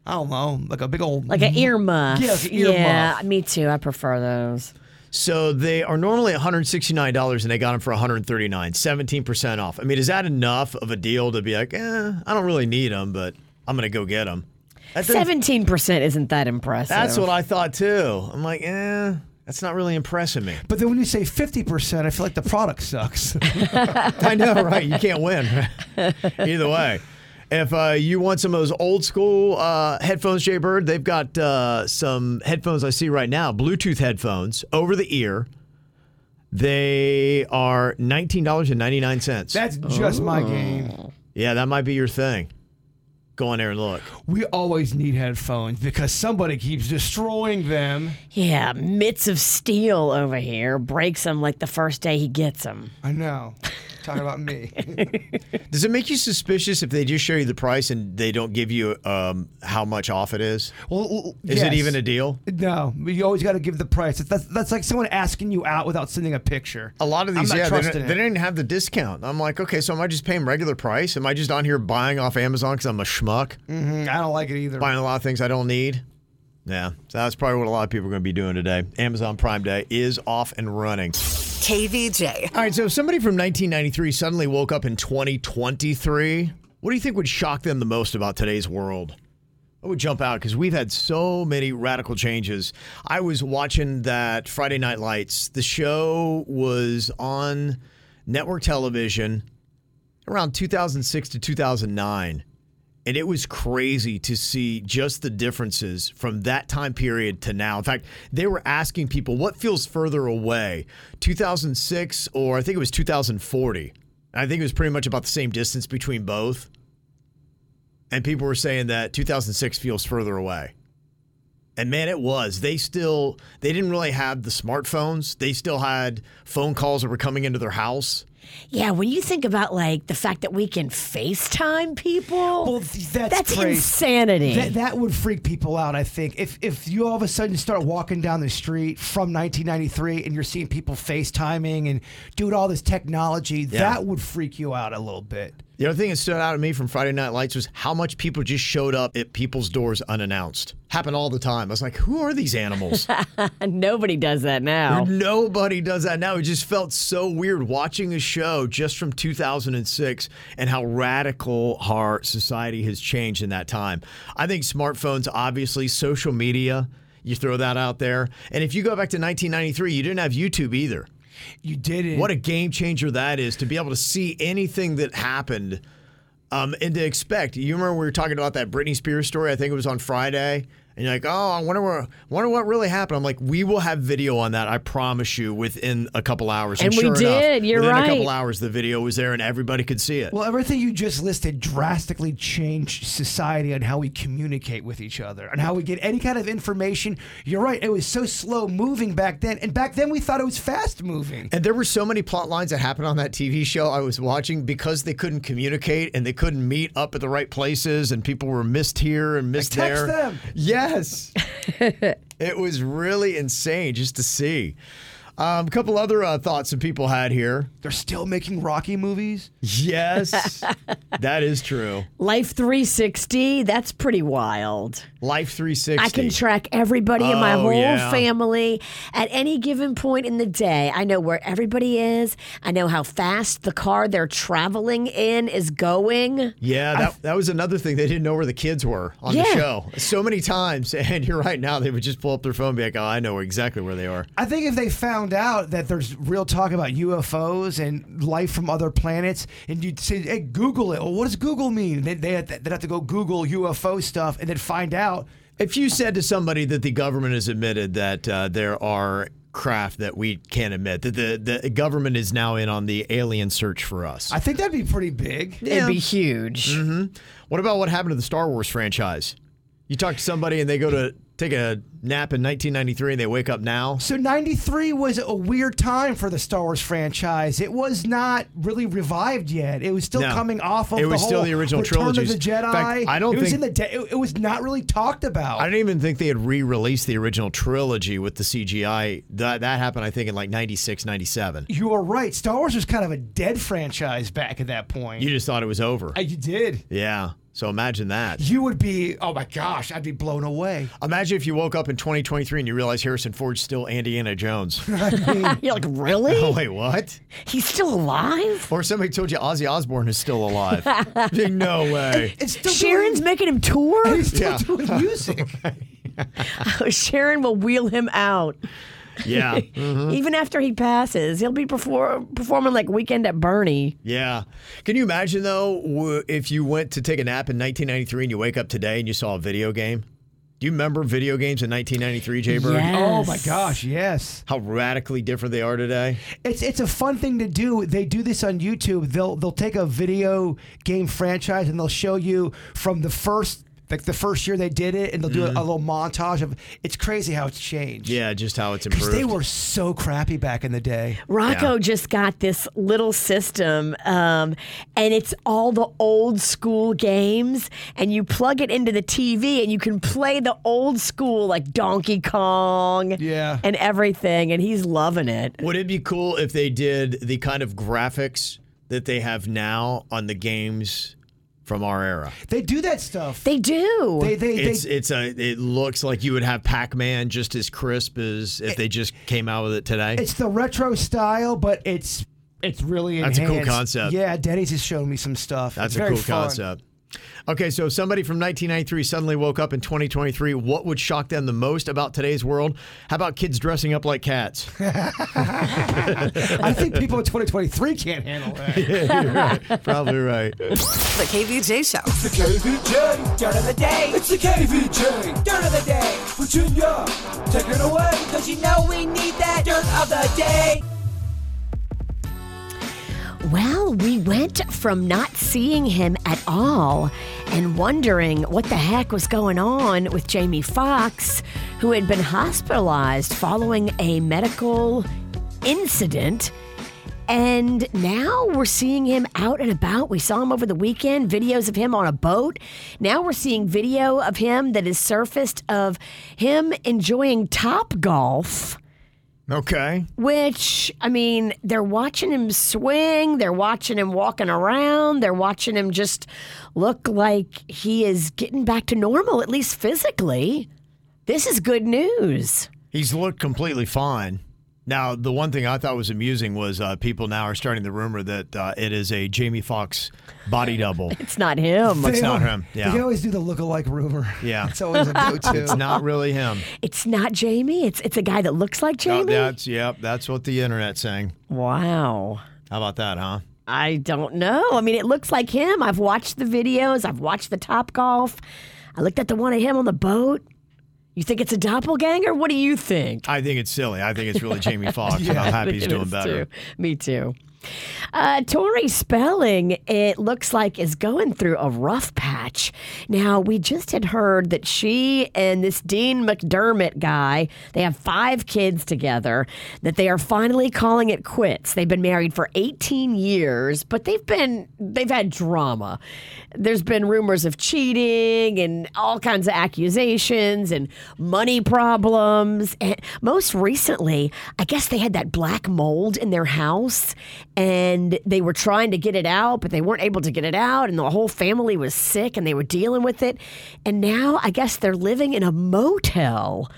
I don't know, like a big old, Like an earmuff. Yeah, like an Mm-hmm. earmuff. Yeah, me too. I prefer those. So they are normally $169 and they got them for $139, 17% off. I mean, is that enough of a deal to be like, eh, I don't really need them, but I'm going to go get them? Seventeen percent isn't that impressive. That's what I thought too. I'm like, eh, that's not really impressing me. <laughs> But then when you say fifty percent, I feel like the product sucks. <laughs> I know, right? You can't win. Either way. If uh, you want some of those old school uh, headphones, Jay Bird, they've got uh, some headphones I see right now, Bluetooth headphones over the ear. They are nineteen dollars and ninety nine cents. That's just my game. Yeah, that might be your thing. go on there and look. We always need headphones because somebody keeps destroying them. Yeah, mitts of steel over here breaks him like the first day he gets him. I know. Talking about me. Does it make you suspicious if they just show you the price and they don't give you um, how much off it is? <laughs> Well, well, Is yes. it even a deal? No, you always got to give the price. That's, that's like someone asking you out without sending a picture. A lot of I'm these, not yeah, they, trusting don't- it. they didn't have the discount. I'm like, okay, so am I just paying regular price? Am I just on here buying off Amazon because I'm a schmuck, Mm, I don't like it either. buying a lot of things I don't need? Yeah, so that's probably what a lot of people are going to be doing today. Amazon Prime Day is off and running. KVJ. All right, so if somebody from 1993 suddenly woke up in 2023, what do you think would shock them the most about today's world? I would jump out because we've had so many radical changes. I was watching that Friday Night Lights. The show was on network television around 2006 to 2009. And it was crazy to see just the differences from that time period to now. In fact, they were asking people what feels further away, 2006 or I think it was 2040. I think it was pretty much about the same distance between both. And people were saying that 2006 feels further away. And man, it was. They still they didn't really have the smartphones. They still had phone calls that were coming into their house. Yeah, when you think about like the fact that we can FaceTime people, Well, th- that's that's crazy. insanity. That, that would freak people out, I think. If if you all of a sudden start walking down the street from 1993 and you're seeing people FaceTiming and doing all this technology, that would freak you out a little bit. The other thing that stood out to me from Friday Night Lights was how much people just showed up at people's doors unannounced. Happened all the time. I was like, who are these animals? and nobody does that now. Nobody does that now. It just felt so weird watching a show just from 2006 and how radical our society has changed in that time. I think smartphones, obviously, social media, you throw that out there. And if you go back to 1993, you didn't have YouTube either. You did it. What a game changer that is to be able to see anything that happened um, and to expect. You remember we were talking about that Britney Spears story? I think it was on Friday. And you're like, oh, I wonder, where, wonder what really happened. I'm like, we will have video on that, I promise you, within a couple hours. And we sure enough, did, you're within a couple right. hours, the video was there and everybody could see it. well, everything you just listed drastically changed society and how we communicate with each other and how we get any kind of information. You're right. It was so slow moving back then. And back then we thought it was fast moving. And there were so many plot lines that happened on that TV show I was watching because they couldn't communicate and they couldn't meet up at the right places and people were missed here and missed Like, text there. them. <laughs> Yes. it was really insane just to see. A couple other uh, thoughts that people had here. They're still making Rocky movies. <laughs> Yes, that is true. Life 360, that's pretty wild. Life 360. I can track everybody in my Oh, whole yeah. family at any given point in the day. I know where everybody is. I know how fast the car they're traveling in is going. Yeah, that, that was another thing. They didn't know where the kids were on the Yeah. show so many times. <laughs> And you're right now, they would just pull up their phone and be like, oh, I know exactly where they are. I think if they found out that there's real talk about UFOs and life from other planets, and you'd say, hey, Google it. Well, what does Google mean? They, they, they'd have to go Google UFO stuff and then find out. If you said to somebody that the government has admitted that uh, there are craft that we can't admit, that the, the government is now in on the alien search for us. I think that'd be pretty big. It'd be huge. what about what happened to the Star Wars franchise? You talk to somebody and they go to take a nap in 1993 and they wake up now. So 93 was a weird time for the Star Wars franchise. It was not really revived yet. It was still No. coming off of It the was whole still the original Return of trilogies. the Jedi. In fact, I don't it was think- in the de- it, it was not really talked about. I don't even think they had re-released the original trilogy with the CGI. That, that happened, I think, in like 96, 97. you are right. Star Wars was kind of a dead franchise back at that point. You just thought it was over. Uh, you did. yeah. So imagine that. you would be oh my gosh i'd be blown away Imagine if you woke up in 2023 and you realize Harrison Ford's still Indiana <laughs> Jones. <laughs> You're like, really? oh, wait, what? He's still alive? Or somebody told you Ozzy Osbourne is still <laughs> alive. Like, no way. it's still Sharon's making him tour? doing, he's still Yeah. doing <laughs> music <laughs> Sharon will wheel him out. Yeah. Even after he passes, he'll be perform- performing like Weekend at Bernie. Yeah. Can you imagine, though, w- if you went to take a nap in 1993 and you wake up today and you saw a video game? Do you remember video games in 1993, Jay Bird? Yes. Oh my gosh, yes. How radically different they are today. It's it's a fun thing to do. They do this on YouTube. They'll they'll take a video game franchise and they'll show you from the first like the first year they did it and they'll do a, a little montage of it's crazy how it's changed. Mm-hmm. Yeah, just how it's Because improved. they were so crappy back in the day. Rocco Yeah. just got this little system, um, and it's all the old school games, and you plug it into the TV, and you can play the old school like Donkey Kong, Yeah. and everything. And he's loving it. Would it be cool if they did the kind of graphics that they have now on the games from our era? They do that stuff. They do. They they, they, It's it's a it looks like you would have Pac-Man just as crisp as if they just came out with it today. it's the retro style, but it's it's really That's a cool enhanced. concept. Yeah, Denny's has shown me some stuff. That's It's a very cool fun. concept. Okay, so if somebody from 1993 suddenly woke up in 2023, what would shock them the most about today's world? How about kids dressing up like cats? I think people in 2023 can't handle that. Probably right. The KVJ Show. The KVJ, dirt of the day. It's the KVJ, dirt of the day. Virginia, take it away. Cause you know we need that dirt of the day. Well, we went from not seeing him at all and wondering what the heck was going on with Jamie Foxx, who had been hospitalized following a medical incident. And now we're seeing him out and about. We saw him over the weekend, videos of him on a boat. Now we're seeing video of him that is surfaced of him enjoying Top Golf. Okay. Which, I mean, they're watching him swing, they're watching him walking around, they're watching him just look like he is getting back to normal, at least physically. This is good news. He's looked completely fine. Now, the one thing I thought was amusing was uh, people now are starting the rumor that uh, it is a Jamie Fox body double. It's not him. It's They not al- him. Yeah. They always do the <laughs> look-alike rumor. Yeah. It's always a go-to. It's not really him. It's not Jamie. It's it's a guy that looks like No, Jamie. that's yep. That's what the internet's saying. wow. How about that, huh? I don't know. I mean, it looks like him. I've watched the videos. I've watched the Top Golf. I looked at the one of him on the boat. You think it's a doppelganger? What do you think? I think it's silly. I think it's really Jamie Fox. and I'm happy he's <laughs> It doing is better. too. Me too. Uh, Tori Spelling, it looks like, is going through a rough patch. Now, we just had heard that she and this Dean McDermott guy, they have five kids together, that they are finally calling it quits. They've been married for 18 years, but they've been, they've had drama. There's been rumors of cheating and all kinds of accusations and money problems. And most recently, I guess they had that black mold in their house and they were trying to get it out, but they weren't able to get it out. And the whole family was sick and they were dealing with it. And now I guess they're living in a motel.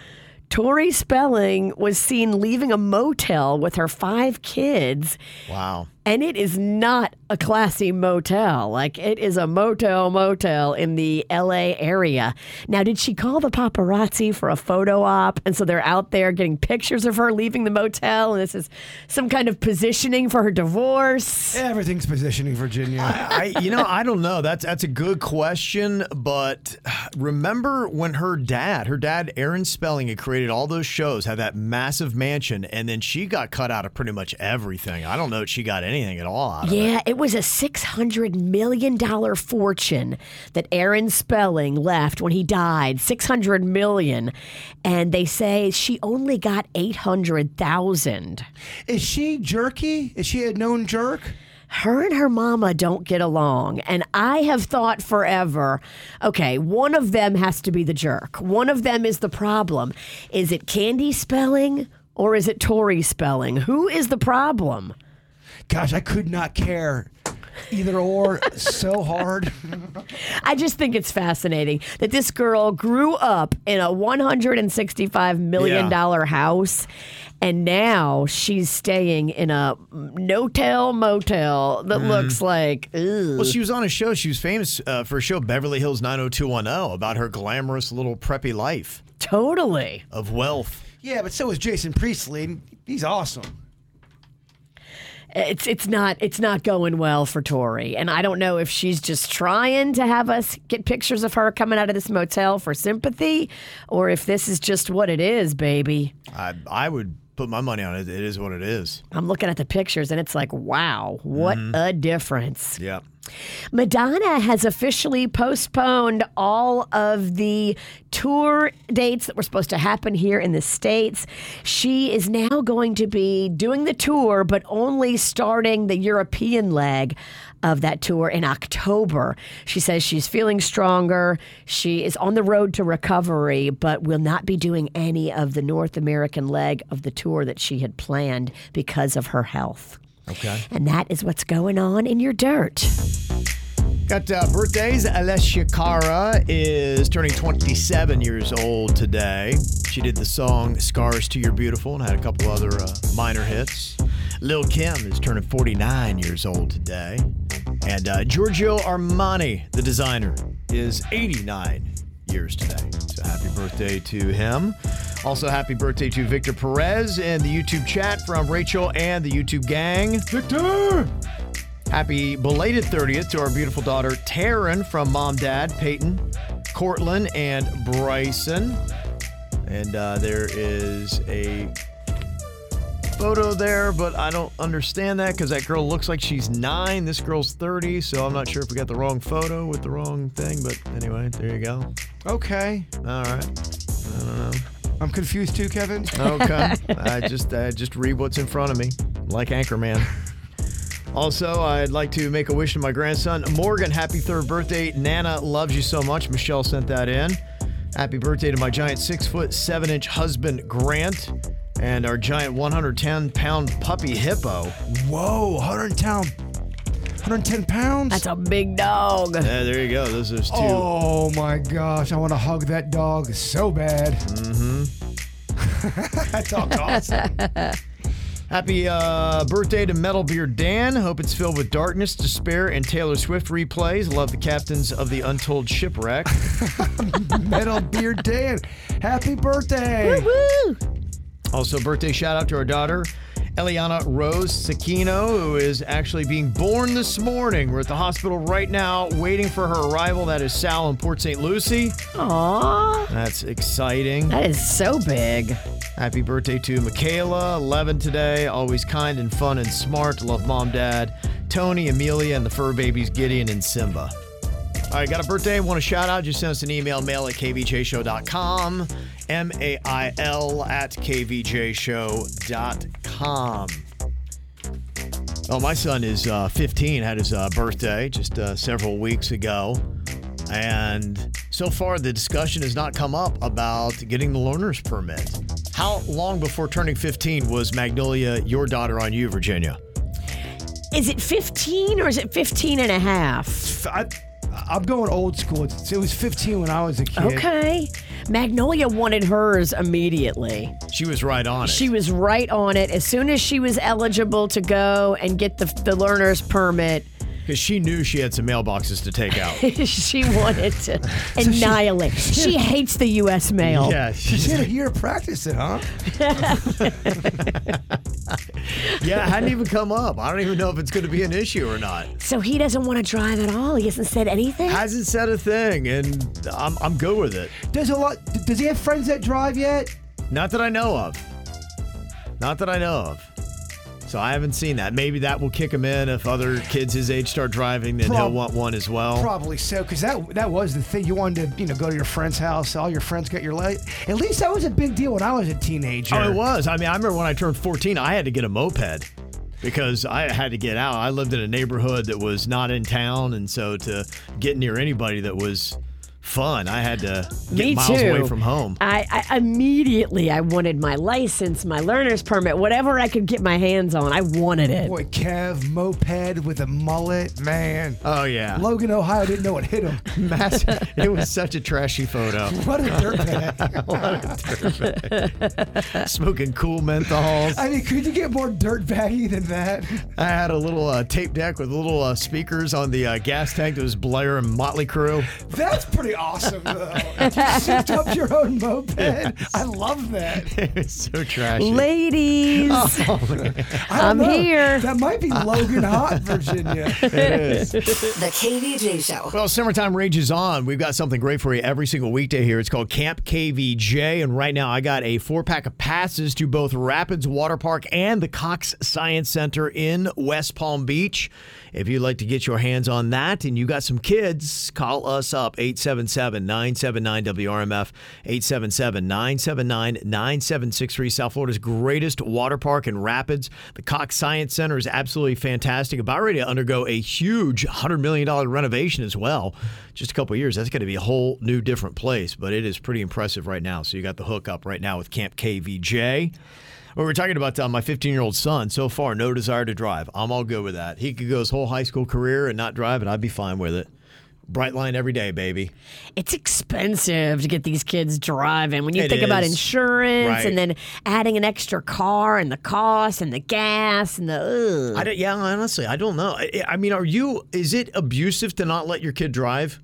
Tori Spelling was seen leaving a motel with her five kids Wow. and it is not a classy motel. Like it is a motel motel in the LA area. Now, did she call the paparazzi for a photo op? And so they're out there getting pictures of her leaving the motel, and this is some kind of positioning for her divorce. Everything's positioning Virginia. I, you know, I don't know. That's that's a good question, but remember when her dad, her dad Aaron Spelling, had created all those shows, had that massive mansion, and then she got cut out of pretty much everything. I don't know that she got anything at all out of it. Yeah, it was a $600 million fortune that Aaron Spelling left when he died. $600 million. And they say she only got 800000 Is she jerky? Is she a known jerk? her and her mama don't get along. And I have thought forever, okay, one of them has to be the jerk. One of them is the problem. Is it Candy spelling or is it Tori spelling? Who is the problem? Gosh, I could not care either or so hard. I just think it's fascinating that this girl grew up in a $165 million house and now she's staying in a no-tell motel that looks like, ugh. Well, she was on a show. She was famous uh, for a show, Beverly Hills 90210, about her glamorous little preppy life totally. of wealth. Yeah, but so is Jason Priestley. and He's awesome. it's it's not it's not going well for Tori, and I don't know if she's just trying to have us get pictures of her coming out of this motel for sympathy, or if this is just what it is, baby. I, I would put my money on it. It is what it is. I'm looking at the pictures, and it's like, wow, what a difference. Yeah. Madonna has officially postponed all of the tour dates that were supposed to happen here in the States. She is now going to be doing the tour, but only starting the European leg of that tour in October. She says she's feeling stronger. She is on the road to recovery, but will not be doing any of the North American leg of the tour that she had planned because of her health. Okay. And that is what's going on in your dirt. Got uh, birthdays. Alessia Cara is turning 27 years old today. She did the song Scars to Your Beautiful and had a couple other uh, minor hits. Lil Kim is turning 49 years old today. And uh, Giorgio Armani, the designer, is 89 years today. So happy birthday to him. Also, happy birthday to Victor Perez in the YouTube chat from Rachel and the YouTube gang. Victor! Happy belated 30th to our beautiful daughter Taryn from mom, dad, Peyton, Cortland, and Bryson. And uh, there is a photo there, but I don't understand that because that girl looks like she's nine. This girl's 30, so I'm not sure if we got the wrong photo with the wrong thing, but anyway, there you go. Okay. All right. I'm confused too, Kevin. Okay. I just I just read what's in front of me, like Anchorman. Also, I'd like to make a wish to my grandson Morgan. Happy third birthday! Nana loves you so much. Michelle sent that in. Happy birthday to my giant six foot seven inch husband Grant, and our giant 110 pound puppy Hippo. Whoa, 110, 110 pounds? That's a big dog. Yeah, there you go. Those are two. oh my gosh, I want to hug that dog so bad. That's all cost. Happy uh, birthday to Metal Beer Dan. Hope it's filled with darkness, despair, and Taylor Swift replays. Love the captains of the Untold Shipwreck. Metal Beard Dan, happy birthday. Woo! Also, birthday shout out to our daughter, Eliana Rose Sakino, who is actually being born this morning. We're at the hospital right now, waiting for her arrival. That is Sal in Port St. Lucie. Aw, That's exciting. that is so big. Happy birthday to Michaela, 11 today. Always kind and fun and smart. Love mom, dad, Tony, Amelia, and the fur babies, Gideon and Simba. All right, got a birthday. Want a shout out? Just send us an email, mail at kvjshow.com, M A I L at kvjshow.com. Oh, my son is uh, 15, had his uh, birthday just uh, several weeks ago. And so far, the discussion has not come up about getting the learner's permit. How long before turning 15 was Magnolia your daughter on you, Virginia? Is it 15 or is it 15 and a half? I, I'm going old school. It's- It was 15 when I was a kid. Okay. Magnolia wanted hers immediately. She was right on it. She was right on it. As soon as she was eligible to go and get the, the learner's permit, <laughs> Because she knew she had some mailboxes to take <laughs> out. she wanted <laughs> to annihilate. She, <laughs> hates the U.S. Oh. mail. yeah, You she's- did a year of practice it, huh? yeah, it hadn't even come up. I don't even know if it's going to be an issue or not. So he doesn't want to drive at all. He hasn't said anything. Hasn't said a thing, and I'm, I'm good with it. Does a lot. Does he have friends that drive yet? Not that I know of. Not that I know of. So I haven't seen that. Maybe that will kick him in if other kids his age start driving, then he'll Prob- want one as well. Probably so, because that that was the thing. You wanted to, you know, go to your friend's house. All your friends got your. Li- At least that was a big deal when I was a teenager. Oh, it was. I mean, I remember when I turned 14, I had to get a moped because I had to get out. I lived in a neighborhood that was not in town, and so to get near anybody that was fun, I had to get Me miles too. away from home. I, I immediately I wanted my license, my learner's permit, whatever I could get my hands on. I wanted it. Boy, Kev, moped with a mullet, man. Uh, Oh yeah, Logan, Ohio didn't know what <laughs> hit him. Mass- it was such a trashy photo. What a dirtbag. Smoking cool menthols. I mean, could you get more dirtbaggy than that? I had a little uh, tape deck with little uh, speakers on the uh, gas tank that was Blair and Motley Crue. <laughs> That's pretty really awesome, though. you souped up your own moped. I love that. it's so trashy. Ladies, I don't I'm know. here. That might be Uh, Logan <laughs> Hot, Virginia. The KVJ Show. Well, summertime rages on. We've got something great for you every single weekday here. It's called Camp KVJ. And right now, I got a four pack of passes to both Rapids Water Park and the Cox Science Center in West Palm Beach. If you'd like to get your hands on that and you got some kids, call us up 877 979 WRMF, 877 979 9763. South Florida's greatest water park in Rapids. The Cox Science Center is absolutely fantastic. About ready to undergo a huge $100 million renovation as well. Just a couple of years, that's going to be a whole new different place, but it is pretty impressive right now. So you got the hook up right now with Camp KVJ. We were talking about uh, my 15 year old son. So far, no desire to drive. I'm all good with that. He could go his whole high school career and not drive, and I'd be fine with it. Bright line every day, baby. it's expensive to get these kids driving. When you It think about is. insurance Right. and then adding an extra car and the cost and the gas and the. I Ugh. don't, yeah, honestly, I don't know. I, I mean, are you? Is it abusive to not let your kid drive?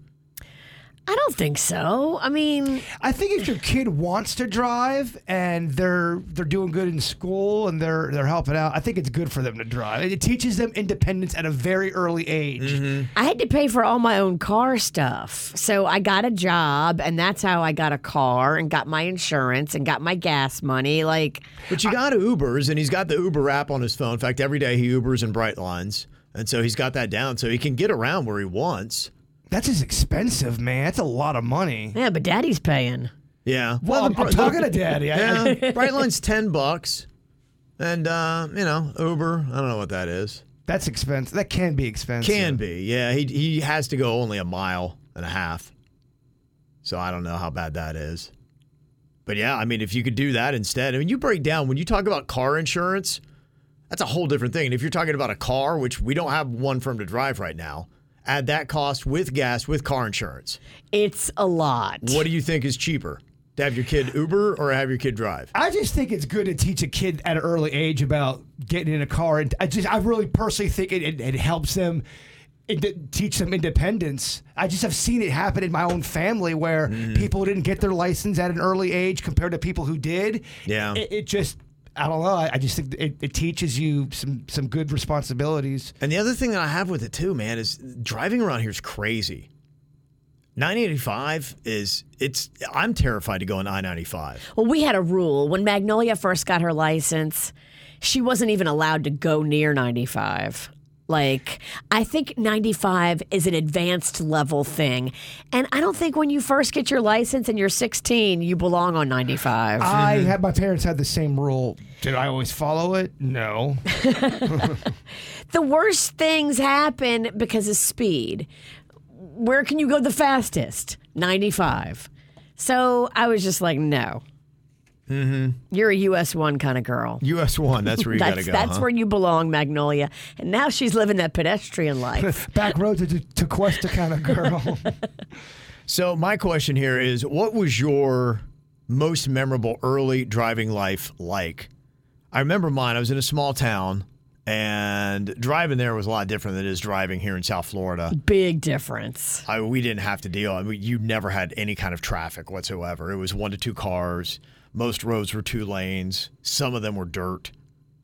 I don't think so. I mean, I think if your kid wants to drive and they're they're doing good in school and they're they're helping out, I think it's good for them to drive. It teaches them independence at a very early age. Mm-hmm. I had to pay for all my own car stuff. So I got a job, and that's how I got a car and got my insurance and got my gas money. Like, But you got Ubers, and he's got the Uber app on his phone. In fact, every day he Ubers in Bright Lines, and so he's got that down, so he can get around where he wants. That's just expensive, man. That's a lot of money. yeah, but daddy's paying. Yeah. Well, I'm, the- I'm talking to daddy. I, I, <laughs> Yeah, Bright Line's ten bucks, and uh, you know Uber. I don't know what that is. that's expensive. That can be expensive. Can be. Yeah, he he has to go only a mile and a half. So I don't know how bad that is. But yeah, I mean, if you could do that instead, I mean, you break down when you talk about car insurance, that's a whole different thing. And if you're talking about a car, which we don't have one for him to drive right now, add that cost with gas with car insurance. It's a lot. What do you think is cheaper? To have your kid Uber or have your kid drive? I just think it's good to teach a kid at an early age about getting in a car, and I just I really personally think it, it, it helps them. It did teach them independence. I just have seen it happen in my own family where people didn't get their license at an early age compared to people who did. Yeah. it, it just I don't know. I I just think it, it teaches you some some good responsibilities. And the other thing that I have with it too, man, is driving around here is crazy. 985 is it's I'm terrified to go on I-95. Well, we had a rule when Magnolia first got her license, she wasn't even allowed to go near 95. Like, I think 95 is an advanced level thing. And I don't think when you first get your license and you're 16, you belong on 95. I had my parents had the same rule. Did I always follow it? No. the worst things happen because of speed. Where can you go the fastest? 95. So I was just like, no. Mm-hmm. You're a US 1 kind of girl. US one, that's where you that's gotta go. that's huh? where you belong, Magnolia. And now she's living that pedestrian <laughs> life. <laughs> Back road to to Cuesta kind of <laughs> girl. so my question here is what was your most memorable early driving life like? I remember mine, I was in a small town and driving there was a lot different than it is driving here in South Florida. Big difference. I, we didn't have to deal. I mean, you never had any kind of traffic whatsoever. It was one to two cars. Most roads were two lanes. Some of them were dirt.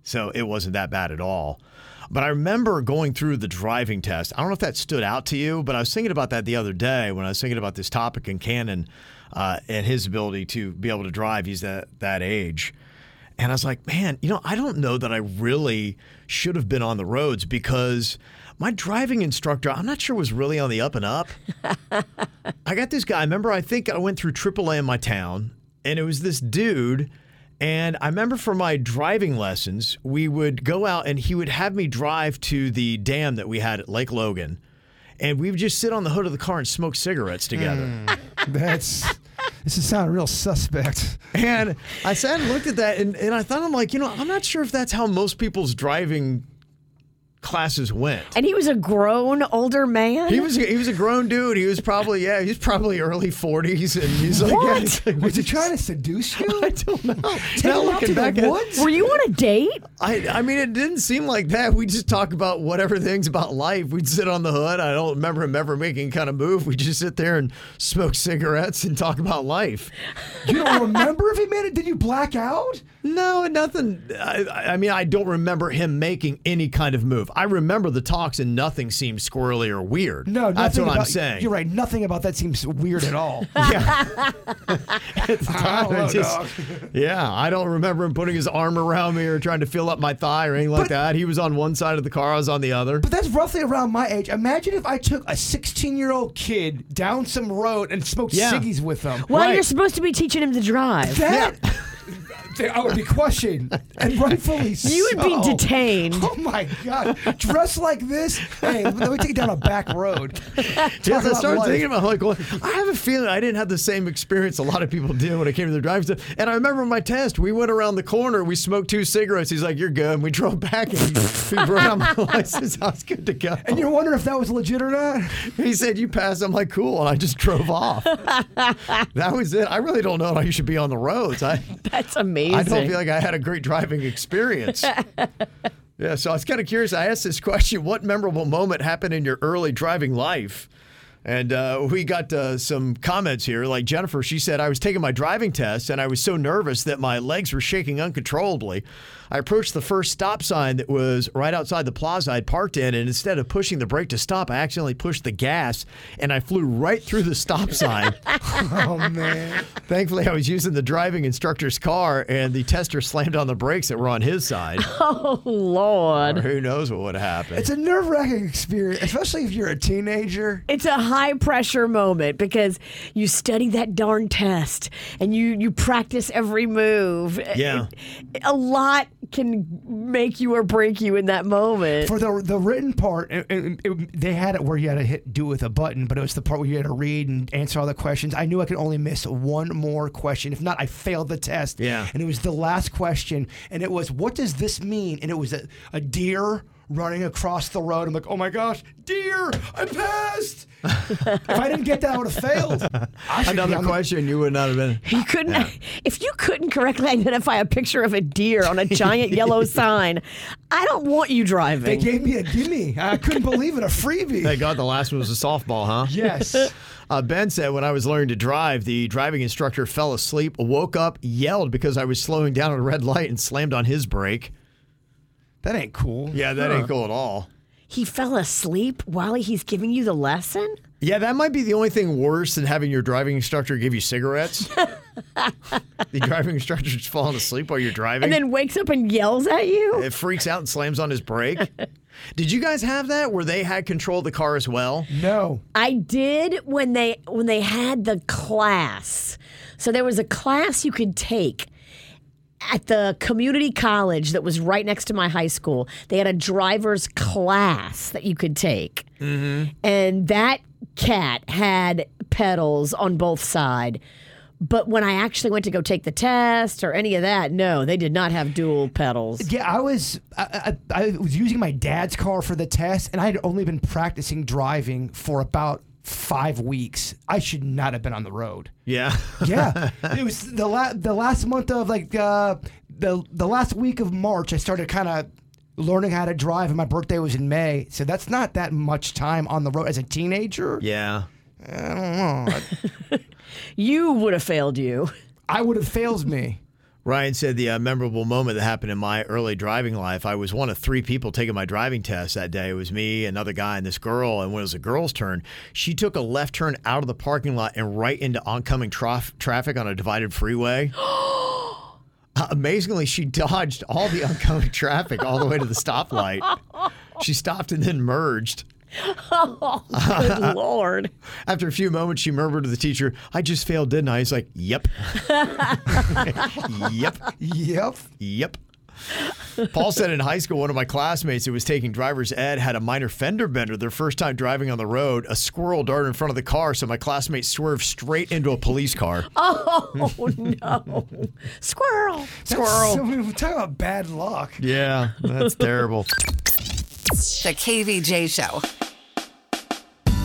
So it wasn't that bad at all. But I remember going through the driving test. I don't know if that stood out to you, but I was thinking about that the other day when I was thinking about this topic and Cannon uh, and his ability to be able to drive. He's that, that age. And I was like, man, you know, I don't know that I really should have been on the roads because my driving instructor, I'm not sure was really on the up and up. I got this guy. Remember, I think I went through AAA in my town, and it was this dude. And I remember for my driving lessons, we would go out and he would have me drive to the dam that we had at Lake Logan. And we would just sit on the hood of the car and smoke cigarettes together. That's this is sounding real suspect. And I sat and looked at that, and, and I thought, I'm like, you know, I'm not sure if that's how most people's driving classes went. And he was a grown older man. He was he was a grown dude. He was probably yeah. He's probably early forties, and he's like, yeah, What? he's <laughs> like, Was he trying to seduce you? <laughs> I don't know. <laughs> Take Now him out looking to back the at, woods? Were you on a date? I I mean, it didn't seem like that. We just talk about whatever things about life. We'd sit on the hood. I don't remember him ever making kind of move. We just sit there and smoke cigarettes and talk about life. You don't remember if he made it? Did you black out? No, nothing. I, I- I mean, I don't remember him making any kind of move. I remember the talks, and nothing seemed squirrely or weird. No, that's nothing what I'm about- saying. <laughs> You're right. Nothing about that seems weird at all. Yeah. At the time, I Hello, just- dog. yeah, I don't remember him putting his arm around me or trying to fill up my thigh or anything like But- that. He was on one side of the car, I was on the other. But that's roughly around my age. Imagine if I took a 16 year old kid down some road and smoked Yeah. ciggies with them. Well, Right. you're supposed to be teaching him <laughs> to drive. <laughs> That <laughs> th- I would be questioned, <laughs> and rightfully so. You would be detained. Oh my God! Dressed like this? Hey, let me take you down a back road. <laughs> Yes, I about started life. thinking about like, well, I have a feeling I didn't have the same experience a lot of people did when it came to the driving stuff. And I remember my test. We went around the corner, we smoked two cigarettes. He's like, "You're good." And we drove back, and <laughs> he, he brought out my license. I was good to go. And you're wondering if that was legit or not. He said, "You passed." I'm like, "Cool," and I just drove off. <laughs> that was it. I really don't know how you should be on the roads. <laughs> I That's amazing. I don't feel like I had a great driving experience. yeah, so I was kind of curious. I asked this question: What memorable moment happened in your early driving life? And uh, we got uh, some comments here. Like Jennifer, she said, I was taking my driving test and I was so nervous that my legs were shaking uncontrollably. I approached the first stop sign that was right outside the plaza I'd parked in. And instead of pushing the brake to stop, I accidentally pushed the gas and I flew right through the stop sign. Oh man! Thankfully, I was using the driving instructor's car, and the tester slammed on the brakes that were on his <laughs> side. Oh, Lord. Who knows what would happen? It's a nerve wracking experience, especially if you're a teenager. It's a high pressure moment because you study that darn test and you you practice every move. Yeah. It- a lot can make you or break you in that moment. For the the written part, it, it- it- they had it where you had to hit do with a button, but it was the part where you had to read and answer all the questions. I knew I could only miss one more question. If not, I failed the test. Yeah. And it was the last question, and it was, "What does this mean?" And it was a, a deer running across the road. I'm like, "Oh my gosh, deer! <laughs> I passed!" if I didn't get that, I would have failed. I should be <laughs> Another on the- question you would not have been. you couldn't <laughs> if you couldn't correctly identify a picture of a deer on a giant yellow sign, I don't want you They driving. gave me a gimme. I couldn't believe it. A freebie. Thank God the last one was a softball, huh? yes. Uh, ben said, when I was learning to drive, the driving instructor fell asleep, woke up, yelled because I was slowing down at a red light, and slammed on his brake. That ain't cool. Yeah, that ain't cool at all. he fell asleep while he's giving you the lesson? Yeah, that might be the only thing worse than having your driving instructor give you <laughs> cigarettes. the driving instructor's falling asleep while you're driving. And then wakes up and yells at you? It freaks out and slams on his brake. Did you guys have that where they had control of the car as well? No. I did when they when they had the class. So there was a class you could take at the community college that was right next to my high school. They had a driver's class that you could take. And that cat had pedals on both side. But when I actually went to go take the test or any of that, no, they did not have dual pedals. Yeah, I was I, I, I was using my dad's car for the test, and I had only been practicing driving for about five weeks. I should not have been on the road. Yeah. <laughs> Yeah, it was the la- the last month of like uh, the the last week of March. I started kind of learning how to drive, and my birthday was in May, so that's not that much time on the road as a teenager. Yeah. You would have failed you. I would have failed me. Ryan said the uh, memorable moment that happened in my early driving life. I was one of three people taking my driving test that day. It was me, another guy, and this girl. And when it was a girl's turn, she took a left turn out of the parking lot and right into oncoming trof- traffic on a divided freeway. Uh, amazingly, she dodged all the oncoming traffic all the way to the stoplight. She stopped and then merged. Good Lord. After a few moments, she murmured to the teacher, I just failed, didn't I? He's like, Yep. <laughs> yep. <laughs> Yep. Yep. Paul said in high school, one of my classmates who was taking driver's ed had a minor fender bender their first time driving on the road. A squirrel darted in front of the car, so my classmate swerved straight into a police car. Oh no. Squirrel. Squirrel. So, we we're talking about bad luck. Yeah, that's terrible. The KVJ Show.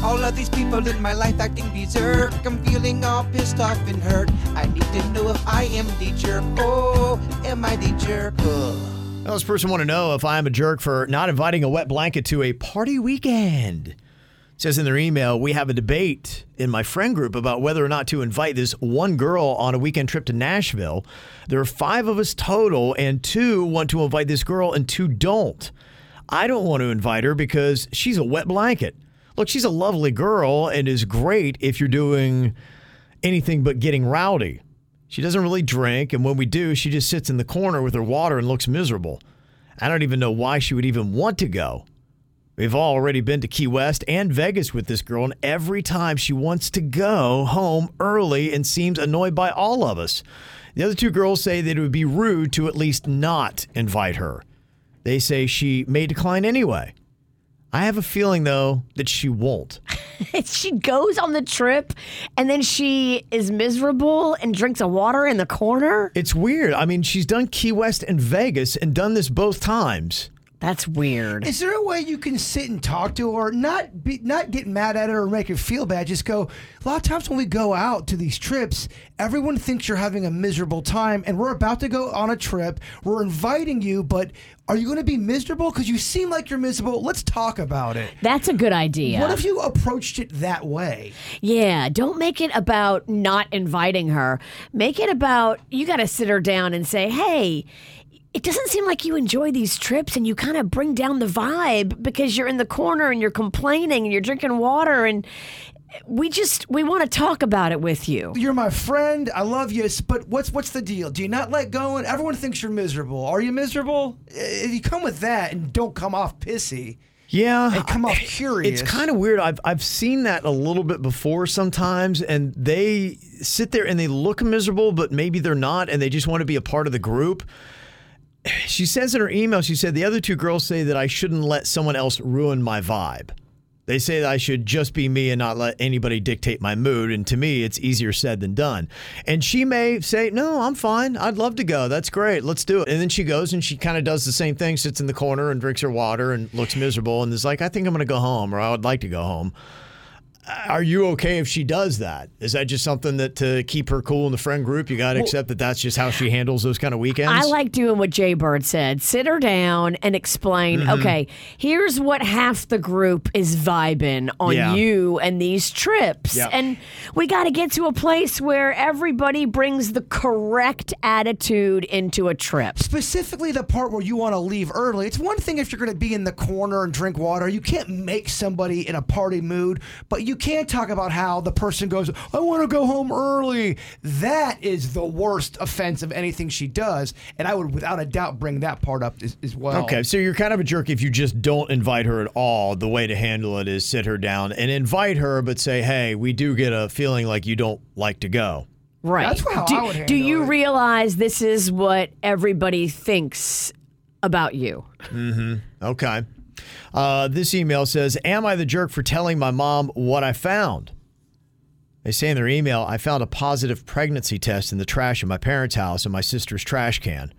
All of these people in my life acting these jerk. I'm feeling all pissed off and hurt. I need to know if I am the jerk. Oh, am I the jerk? Ugh. Now, this person want to know if I'm a jerk for not inviting a wet blanket to a party weekend. It says in their email, we have a debate in my friend group about whether or not to invite this one girl on a weekend trip to Nashville. There are five of us total, and two want to invite this girl and two don't. I don't want to invite her because she's a wet blanket. Look, she's a lovely girl and is great if you're doing anything but getting rowdy. She doesn't really drink, and when we do, she just sits in the corner with her water and looks miserable. I don't even know why she would even want to go. We've already been to Key West and Vegas with this girl, and every time she wants to go home early and seems annoyed by all of us. The other two girls say that it would be rude to at least not invite her. They say she may decline anyway. I have a feeling, though, that she won't. <laughs> she goes on the trip and then she is miserable and drinks a water in the corner. It's weird. I mean, she's done Key West and Vegas and done this both times. That's weird. Is there a way you can sit and talk to her, not be, not get mad at her or make her feel bad? Just go. A lot of times when we go out to these trips, everyone thinks you're having a miserable time, and we're about to go on a trip. We're inviting you, but are you going to be miserable? Because you seem like you're miserable. Let's talk about it. That's a good idea. What if you approached it that way? Yeah, don't make it about not inviting her. Make it about you got to sit her down and say, hey, it doesn't seem like you enjoy these trips and you kind of bring down the vibe because you're in the corner and you're complaining and you're drinking water and we just we want to talk about it with you. You're my friend. I love you, s- but what's what's the deal? Do you not let go? And everyone thinks you're miserable. Are you miserable? Uh, If you come with that and don't come off pissy, Yeah. and come off curious. It's kind of weird. I've I've seen that a little bit before sometimes, and they sit there and they look miserable, but maybe they're not, and they just want to be a part of the group. She says in her email, she said the other two girls say that I shouldn't let someone else ruin my vibe. They say that I should just be me and not let anybody dictate my mood. And to me, it's easier said than done. And she may say, No, I'm fine. I'd love to go. That's great. Let's do it. And then she goes and she kind of does the same thing, sits in the corner and drinks her water and looks miserable and is like, I think I'm going to go home or I would like to go home. Are you okay if she does that? Is that just something that to keep her cool in the friend group, you got to accept that that's just how she handles those kind of weekends? I like doing what Jay Bird said. Sit her down and explain, Mm-hmm. okay, here's what half the group is vibing on Yeah. you and these trips. Yeah. And we got to get to a place where everybody brings the correct attitude into a trip. specifically the part where you want to leave early. It's one thing if you're going to be in the corner and drink water. You can't make somebody in a party mood, but you can talk about how the person goes, I want to go home early. That is the worst offense of anything she does. And I would, without a doubt, bring that part up as, as well. Okay, so you're kind of a jerk if you just don't invite her at all. The way to handle it is sit her down and invite her, but say, hey, we do get a feeling like you don't like to go. Right. That's how do, I would do handle you it. realize this is what everybody thinks about you? Okay. Uh, this email says, Am I the jerk for telling my mom what I found? They say in their email, I found a positive pregnancy test in the trash in my parents' house and my sister's trash can.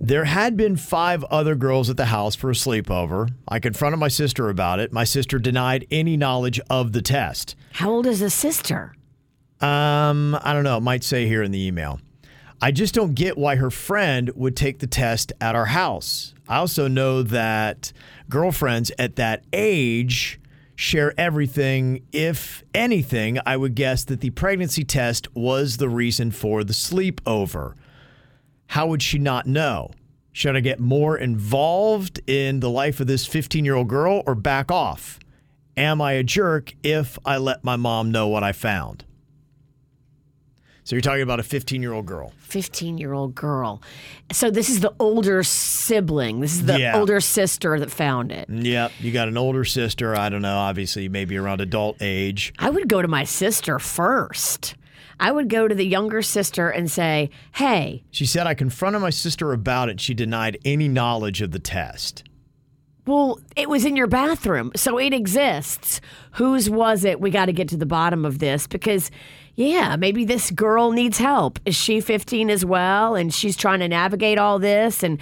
There had been five other girls at the house for a sleepover. I confronted my sister about it. My sister denied any knowledge of the test. How old is the sister? Um, I don't know. It might say here in the email. I just don't get why her friend would take the test at our house. I also know that girlfriends at that age share everything. If anything, I would guess that the pregnancy test was the reason for the sleepover. How would she not know? Should I get more involved in the life of this 15 year old girl or back off? Am I a jerk if I let my mom know what I found? So you're talking about a 15 year old girl. 15 year old girl. So this is the older sibling. This is the Yeah. older sister that found it. Yep. You got an older sister. I don't know. Obviously, maybe around adult age. I would go to my sister first. I would go to the younger sister and say, hey, She said, I confronted my sister about it. She denied any knowledge of the test. well, it was in your bathroom, so it exists. Whose was it? We got to get to the bottom of this because, yeah, maybe this girl needs help. Is she 15 as well? And she's trying to navigate all this and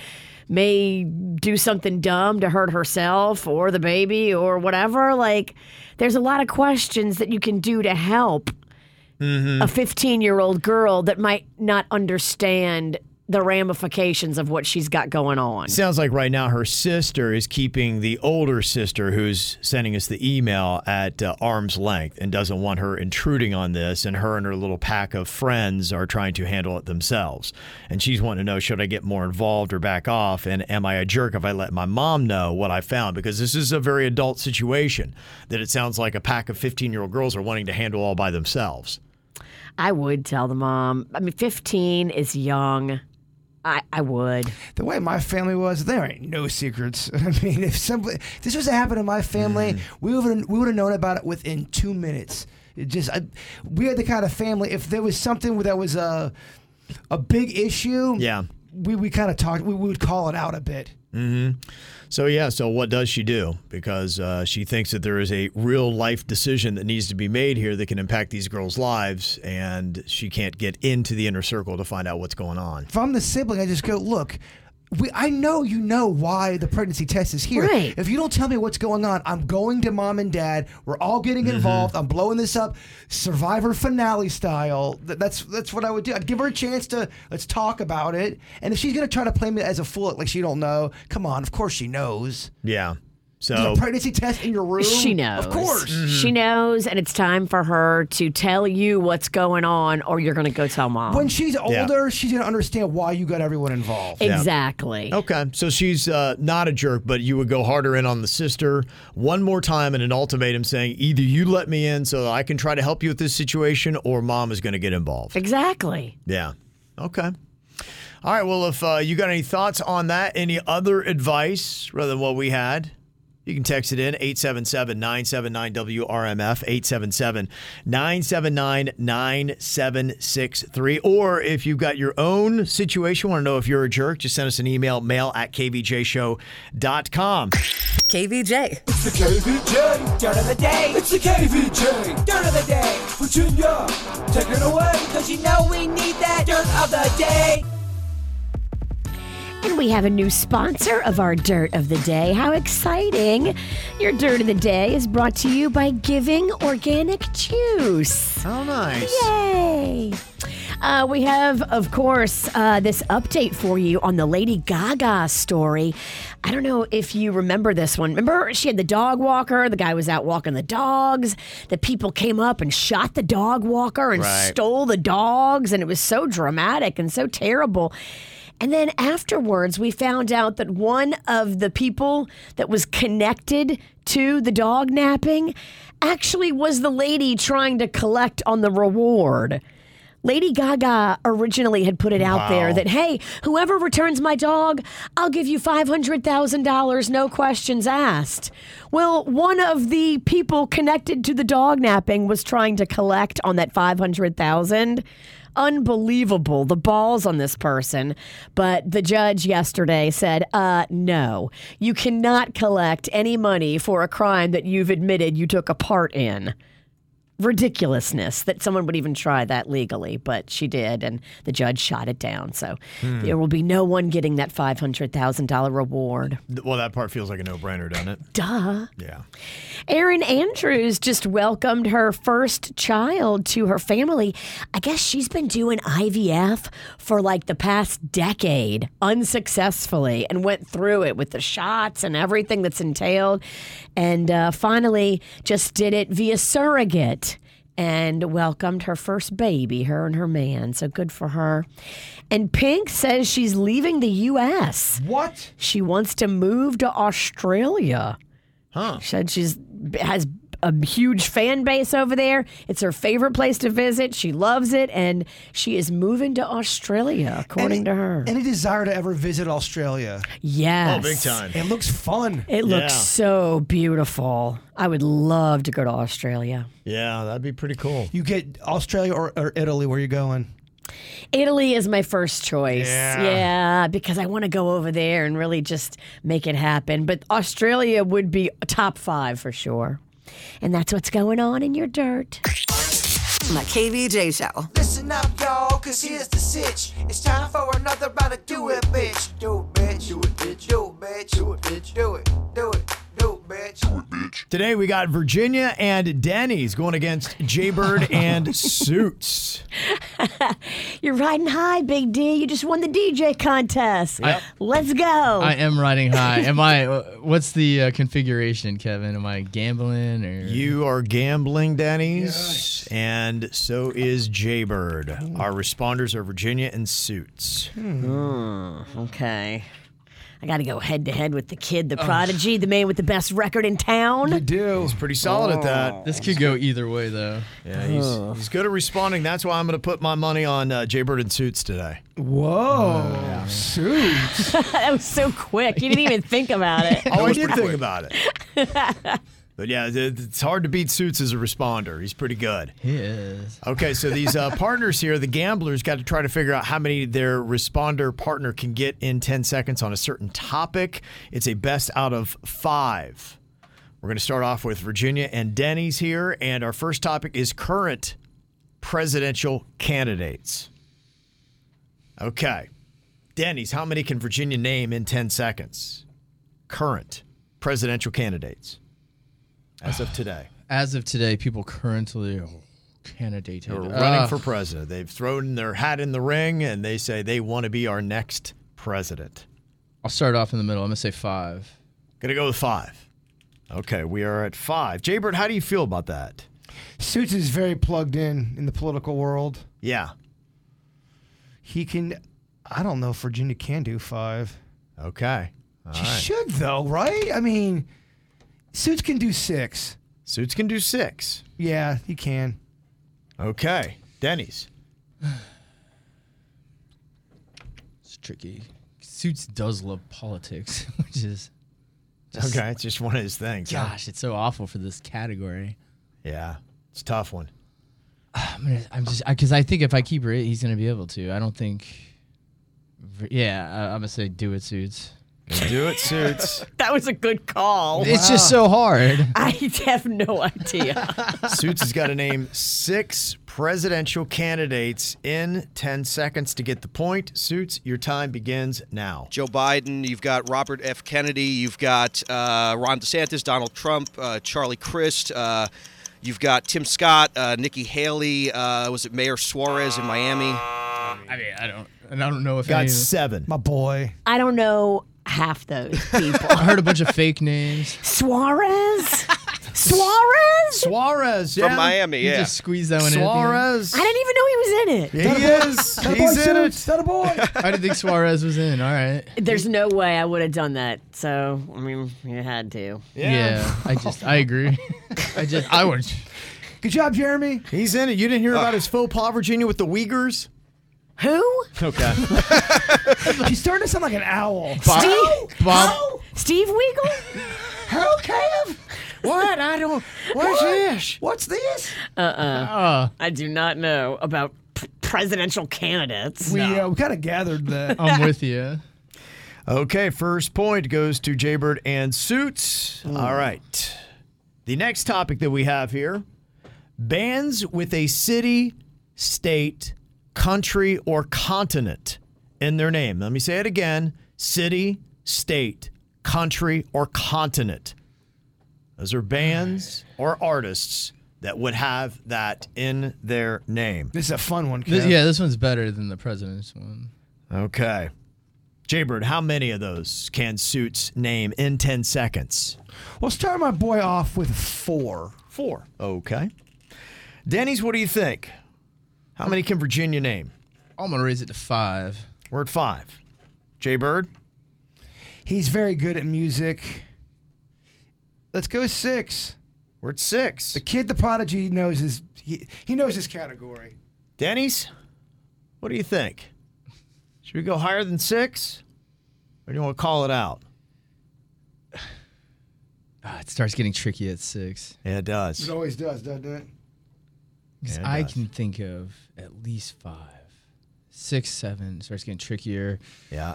may do something dumb to hurt herself or the baby or whatever. Like, there's a lot of questions that you can do to help a 15 year old girl that might not understand the ramifications of what she's got going on. Sounds like right now her sister is keeping the older sister who's sending us the email at uh, arm's length and doesn't want her intruding on this. And her and her little pack of friends are trying to handle it themselves. And she's wanting to know should I get more involved or back off? And am I a jerk if I let my mom know what I found? Because this is a very adult situation that it sounds like a pack of 15 year old girls are wanting to handle all by themselves. I would tell the mom. I mean, 15 is young. I, I would. The way my family was, there ain't no secrets. <laughs> I mean, if somebody this was to happen in my family, we would we would have known about it within two minutes. It just I, we had the kind of family. If there was something that was a a big issue, Yeah. we, we kind of talked. We, we would call it out a bit. hmm So yeah, so what does she do? Because uh, she thinks that there is a real life decision that needs to be made here that can impact these girls' lives, and she can't get into the inner circle to find out what's going on. If I'm the sibling, I just go look. We, I know you know why the pregnancy test is here. Right. If you don't tell me what's going on, I'm going to mom and dad. We're all getting involved. I'm blowing this up, Survivor finale style. Th- That's that's what I would do. I'd give her a chance to let's talk about it. And if she's gonna try to play me as a fool, like she don't know, come on. Of course she knows. Yeah. So There's a pregnancy test in your room. She knows. Of course. Mm-hmm. She knows, and it's time for her to tell you what's going on, or you're going to go tell mom. When she's older, she's gonna understand why you got everyone involved. Yeah. Exactly. Okay, so she's uh, not a jerk, but you would go harder in on the sister one more time in an ultimatum saying either you let me in so I can try to help you with this situation, or mom is going to get involved. Exactly. Yeah. Okay. All right. Well, if uh, you got any thoughts on that, any other advice rather than what we had, you can text it in 877 979 WRMF, 877 979 9763. Or if you've got your own situation, want to know if you're a jerk, just send us an email, mail at kvjshow.com. KVJ. It's the KVJ dirt of the day. It's the KVJ dirt of the day. Virginia, take it away. Cause you know we need that dirt of the day. And we have a new sponsor of our Dirt of the Day. How exciting! Your Dirt of the Day is brought to you by Giving Organic Juice. How nice. Yay! Uh, we have, of course, uh, this update for you on the Lady Gaga story. I don't know if you remember this one. Remember, she had the dog walker, the guy was out walking the dogs, the people came up and shot the dog walker and Right. stole the dogs, and it was so dramatic and so terrible. And then afterwards, we found out that one of the people that was connected to the dog napping actually was the lady trying to collect on the reward. Lady Gaga originally had put it out there Wow. that, hey, whoever returns my dog, I'll give you $500,000, no questions asked. Well, one of the people connected to the dog napping was trying to collect on that 500,000. Unbelievable, the balls on this person. But the judge yesterday said, uh, no, you cannot collect any money for a crime that you've admitted you took a part in ridiculousness that someone would even try that legally, but she did, and the judge shot it down. So Hmm. there will be no one getting that five hundred thousand dollar reward. Well, that part feels like a no brainer, doesn't it? Duh. Yeah. Erin Andrews just welcomed her first child to her family. I guess she's been doing IVF for like the past decade unsuccessfully and went through it with the shots and everything that's entailed. And uh, finally, just did it via surrogate and welcomed her first baby, her and her man. So good for her. And Pink says she's leaving the U.S. What? She wants to move to Australia. Huh. She said she's has a huge fan base over there. It's her favorite place to visit. She loves it, and she is moving to Australia, according to her. Any desire to ever visit Australia? Yes. Oh, big time. It looks fun. It looks so beautiful. I would love to go to Australia. Yeah, that'd be pretty cool. You get Australia or, or Italy, where you going? Italy is my first choice. Yeah. Yeah, because I want to go over there and really just make it happen. But Australia would be top five for sure. And that's what's going on in your dirt. The KVJ Show. Listen up, y'all, cause here's the sitch. It's time for another round of do it, bitch. Do it, bitch. Do it, bitch. Do it, bitch. Do it, bitch. Do it, do it, do it, bitch. Do it, bitch. Today we got Virginia and Denny's going against Jaybird <laughs> and Suits. You're riding high, Big D. You just won the DJ contest. Yep. Let's go. I am riding high. Am I? What's the uh, configuration, Kevin? Am I gambling or? You are gambling, Denny's, and so is Jaybird. Mm. Our responders are Virginia and Suits. Hmm, okay. I got to go head to head with the kid, Oh. the prodigy, the man with the best record in town. You do. He's pretty solid at that. Oh. This could go either way, though. Yeah, he's, he's good at responding. That's why I'm going to put my money on uh, Jaybird and Suits today. Whoa, Suits. that was so quick. You didn't even think about <laughs> it. <laughs> Oh, I did think about it. But yeah, th- th- it's hard to beat Suits as a responder. He's pretty good. He is. Okay, so <laughs> these uh, partners here, the gamblers, got to try to figure out how many their responder partner can get in 10 seconds on a certain topic. It's a best out of five. We're going to start off with Virginia and Denny's here. And our first topic is current presidential candidates. Okay. Denny's, how many can Virginia name in 10 seconds? Current presidential candidates as of today. As of today, people currently candidate <sighs> They're running for president. They've thrown their hat in the ring and they say they want to be our next president. I'll start off in the middle. I'm gonna say five. Gonna go with five. Okay, we are at five. Jaybird, how do you feel about that? Suits is very plugged in in the political world. Yeah. He can. I don't know if Virginia can do five. Okay. she should though, right? I mean, Suits can do six. Suits can do six. Yeah, he can. Okay. Denny's. It's tricky. Suits does love politics, which is just- okay, it's just one of his things. huh? Gosh, it's so awful for this category. Yeah, it's a tough one. I'm, gonna, I'm just because I, think if I keep it, he's gonna be able to. I don't think. Yeah, I, I'm gonna say do it, suits. Do it, suits. That was a good call. It's just so hard. I have no idea. Suits has got to name six presidential candidates in 10 seconds to get the point. Suits, your time begins now. Joe Biden, you've got Robert F. Kennedy, you've got uh, Ron DeSantis, Donald Trump, uh, Charlie Crist, uh, you've got Tim Scott, uh, Nikki Haley, uh, was it Mayor Suarez in Miami? I mean, I don't, and I don't know if Got any- seven. My boy. I don't know half those people. <laughs> I heard a bunch of fake <laughs> names. <laughs> Suarez? Suarez? Suarez From Miami, You yeah. just squeeze that one in. at the end. Suarez. I didn't even know he was in it. He is. That a boy, He's in Suits. it. That a boy. <laughs> I didn't think Suarez was in. All right. There's no way I would have done that. So, I mean, you had to. Yeah. I just, I agree. <laughs> I just, I would. Good job, Jeremy. He's in it. You didn't hear about his faux pas, Virginia, with the Uyghurs? Who? Okay. She's starting to sound like an owl. Steve? Bob, Steve Weagle? How, Kev? what? I don't. What's this? What's this? uh, I do not know about p- presidential candidates. We uh, we kind of gathered <laughs> that. I'm with you. Okay, first point goes to Jaybird and Suits. All right. The next topic that we have here bands with a city, state, country, or continent in their name. Let me say it again city, state, country, or continent. Those are bands or artists that would have that in their name. This is a fun one, Kev. This, yeah, this one's better than the president's one. Okay. Jaybird, how many of those can Suits name in 10 seconds? We'll start my boy off with four. Four. Okay. Denny's, what do you think? How many can Virginia name? I'm gonna raise it to five. We're at five. Jay Bird? He's very good at music. Let's go six. We're at six. The kid, the prodigy, knows his he, he knows his category. Denny's, what do you think? Should we go higher than six? Or do you want to call it out? <sighs> Ah, it starts getting tricky at six. Yeah, it does. It always does, doesn't it? 'Cause Yeah, it I does. can think of at least five. Six, seven starts getting trickier. Yeah.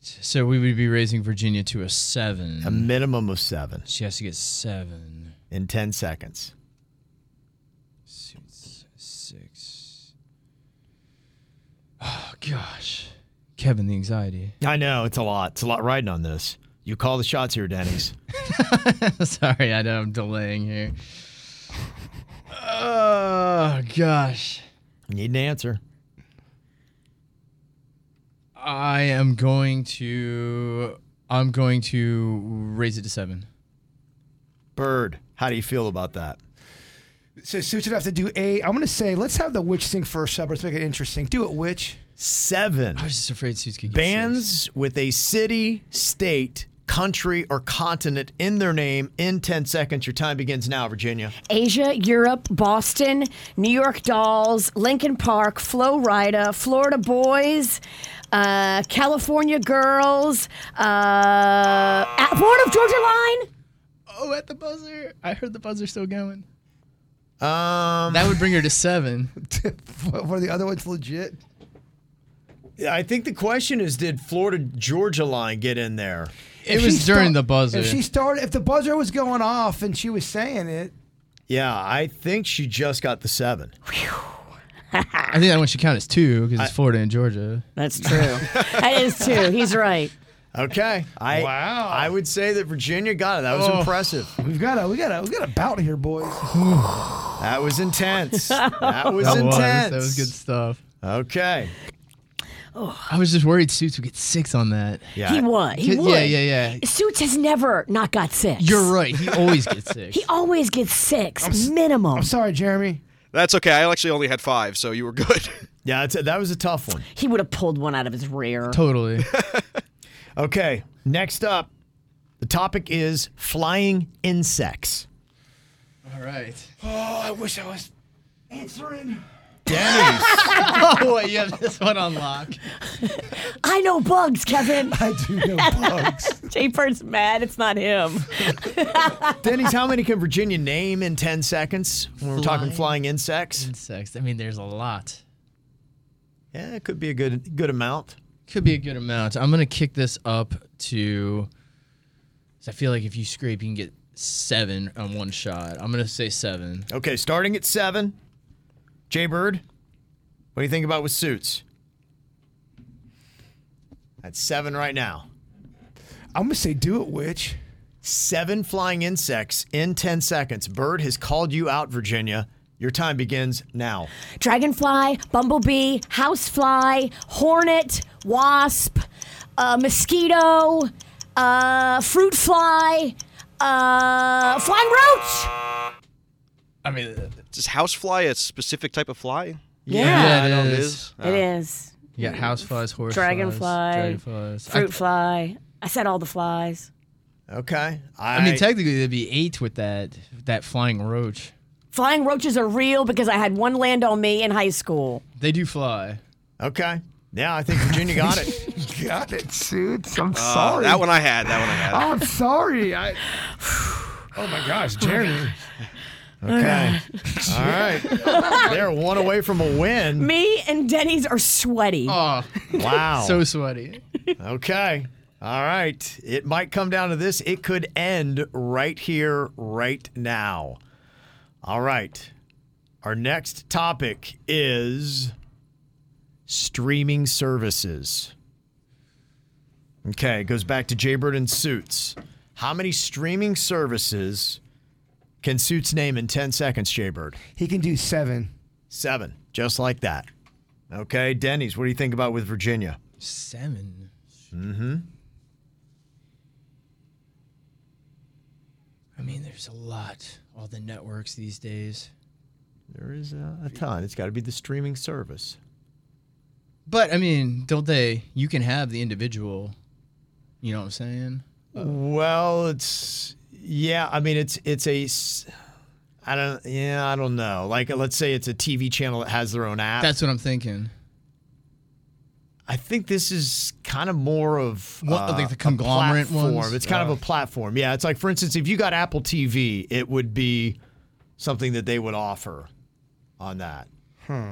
So we would be raising Virginia to a seven. A minimum of seven she has to get seven. in 10 seconds. Oh, gosh. Kevin, the anxiety. I know it's a lot. It's a lot riding on this. You call the shots here, Denny's. <laughs> Sorry, I know I'm delaying here. Oh gosh. Need an answer. I am going to I'm going to raise it to seven. Bird, how do you feel about that? So Suits would have to do eight. I'm going to say, let's have the witch sing first, Sub. Let's make it interesting. Do it, witch. <laughs> Seven. I was just afraid Suits could Bands with a city, state, country, or continent in their name in 10 seconds. Your time begins now, Virginia. Asia, Europe, Boston, New York Dolls, Lincoln Park, Flo Rida, Florida Boys, uh, California Girls, uh, at Port of Georgia Line. Oh, at the buzzer. I heard the buzzer still going. Um, that would bring her to <laughs> seven. One of the other ones legit. I think the question is did Florida Georgia line get in there? It If was she sta- during the buzzer. If she started, if the buzzer was going off and she was saying it, Yeah, I think she just got the seven. I think that one should count as two because it's Florida and Georgia. That's true. <laughs> that is two. He's right. Okay. I, wow. I would say that Virginia got it. That was Oh. impressive. we've got a we got a we got a bout here, boys. That was intense. That was That was- intense. that was good stuff. Okay. I was just worried Suits would get six on that. He would. He would. Yeah, yeah, yeah. Suits has never not got six. You're right. He always gets six. <laughs> He always gets 6 minimum. I'm sorry, Jeremy. That's okay. I actually only had five, so you were good. Yeah, it's that was a tough one. He would have pulled one out of his rear. <laughs> Totally. okay. Next up, the topic is flying insects. All right. Oh, I wish I was answering. Denny's. oh, wait, you have this one on lock. I know bugs, Kevin. <laughs> I do know <laughs> bugs. Jay Bird's mad. It's not him. Denny's, how many can Virginia name in 10 seconds when we're talking Flying flying insects? Insects. I mean, there's a lot. Yeah, it could be a good good amount. Could be a good amount. I'm gonna kick this up to. 'cause I feel like if you scrape, you can get seven on one shot. I'm gonna say seven. Okay, starting at seven. Jay Bird, what do you think about with suits? That's seven right now. I'm gonna say do it, witch. Seven flying insects in 10 seconds. Bird has called you out, Virginia. Your time begins now. Dragonfly, bumblebee, housefly, hornet, wasp, uh, mosquito, uh, fruit fly, uh, flying roach. I mean, is housefly a specific type of fly? Yeah. Yeah, I it know it is. is. It is. You got houseflies, horse Dragonfly, dragonflies. fruit fly. I said all the flies. Okay. I, I mean, technically, there'd be eight with that that flying roach. Flying roaches are real because I had one land on me in high school. They do fly. Okay. Yeah, I think Virginia got it. got it, suits. I'm Uh, sorry. That one I had. That one I had. I'm sorry. I. Oh my gosh, Jeremy. Okay. All right. They're one away from a win. Me and Denny's are sweaty. Oh, Wow. so sweaty. Okay. All right. It might come down to this. It could end right here, right now. All right. Our next topic is streaming services. Okay. It goes back to Jaybird and Suits. How many streaming services can Suits name in 10 seconds, Jaybird? He can do seven. Seven, just like that. Okay. Denny's, what do you think about with Virginia? Salmon. Mm hmm. I mean, there's a lot. All the networks these days. There is a, a ton. It's got to be the streaming service. But I mean, don't they? You can have the individual. You know what I'm saying? well, it's yeah. I mean, it's it's a. s- I don't. Yeah, I don't know. Like, let's say it's a TV channel that has their own app. That's what I'm thinking. I think this is kind of more of uh, What, like the a conglomerate platform. ones? Oh. It's kind of a platform. Yeah, it's like for instance, if you got Apple TV, it would be something that they would offer on that. Hmm.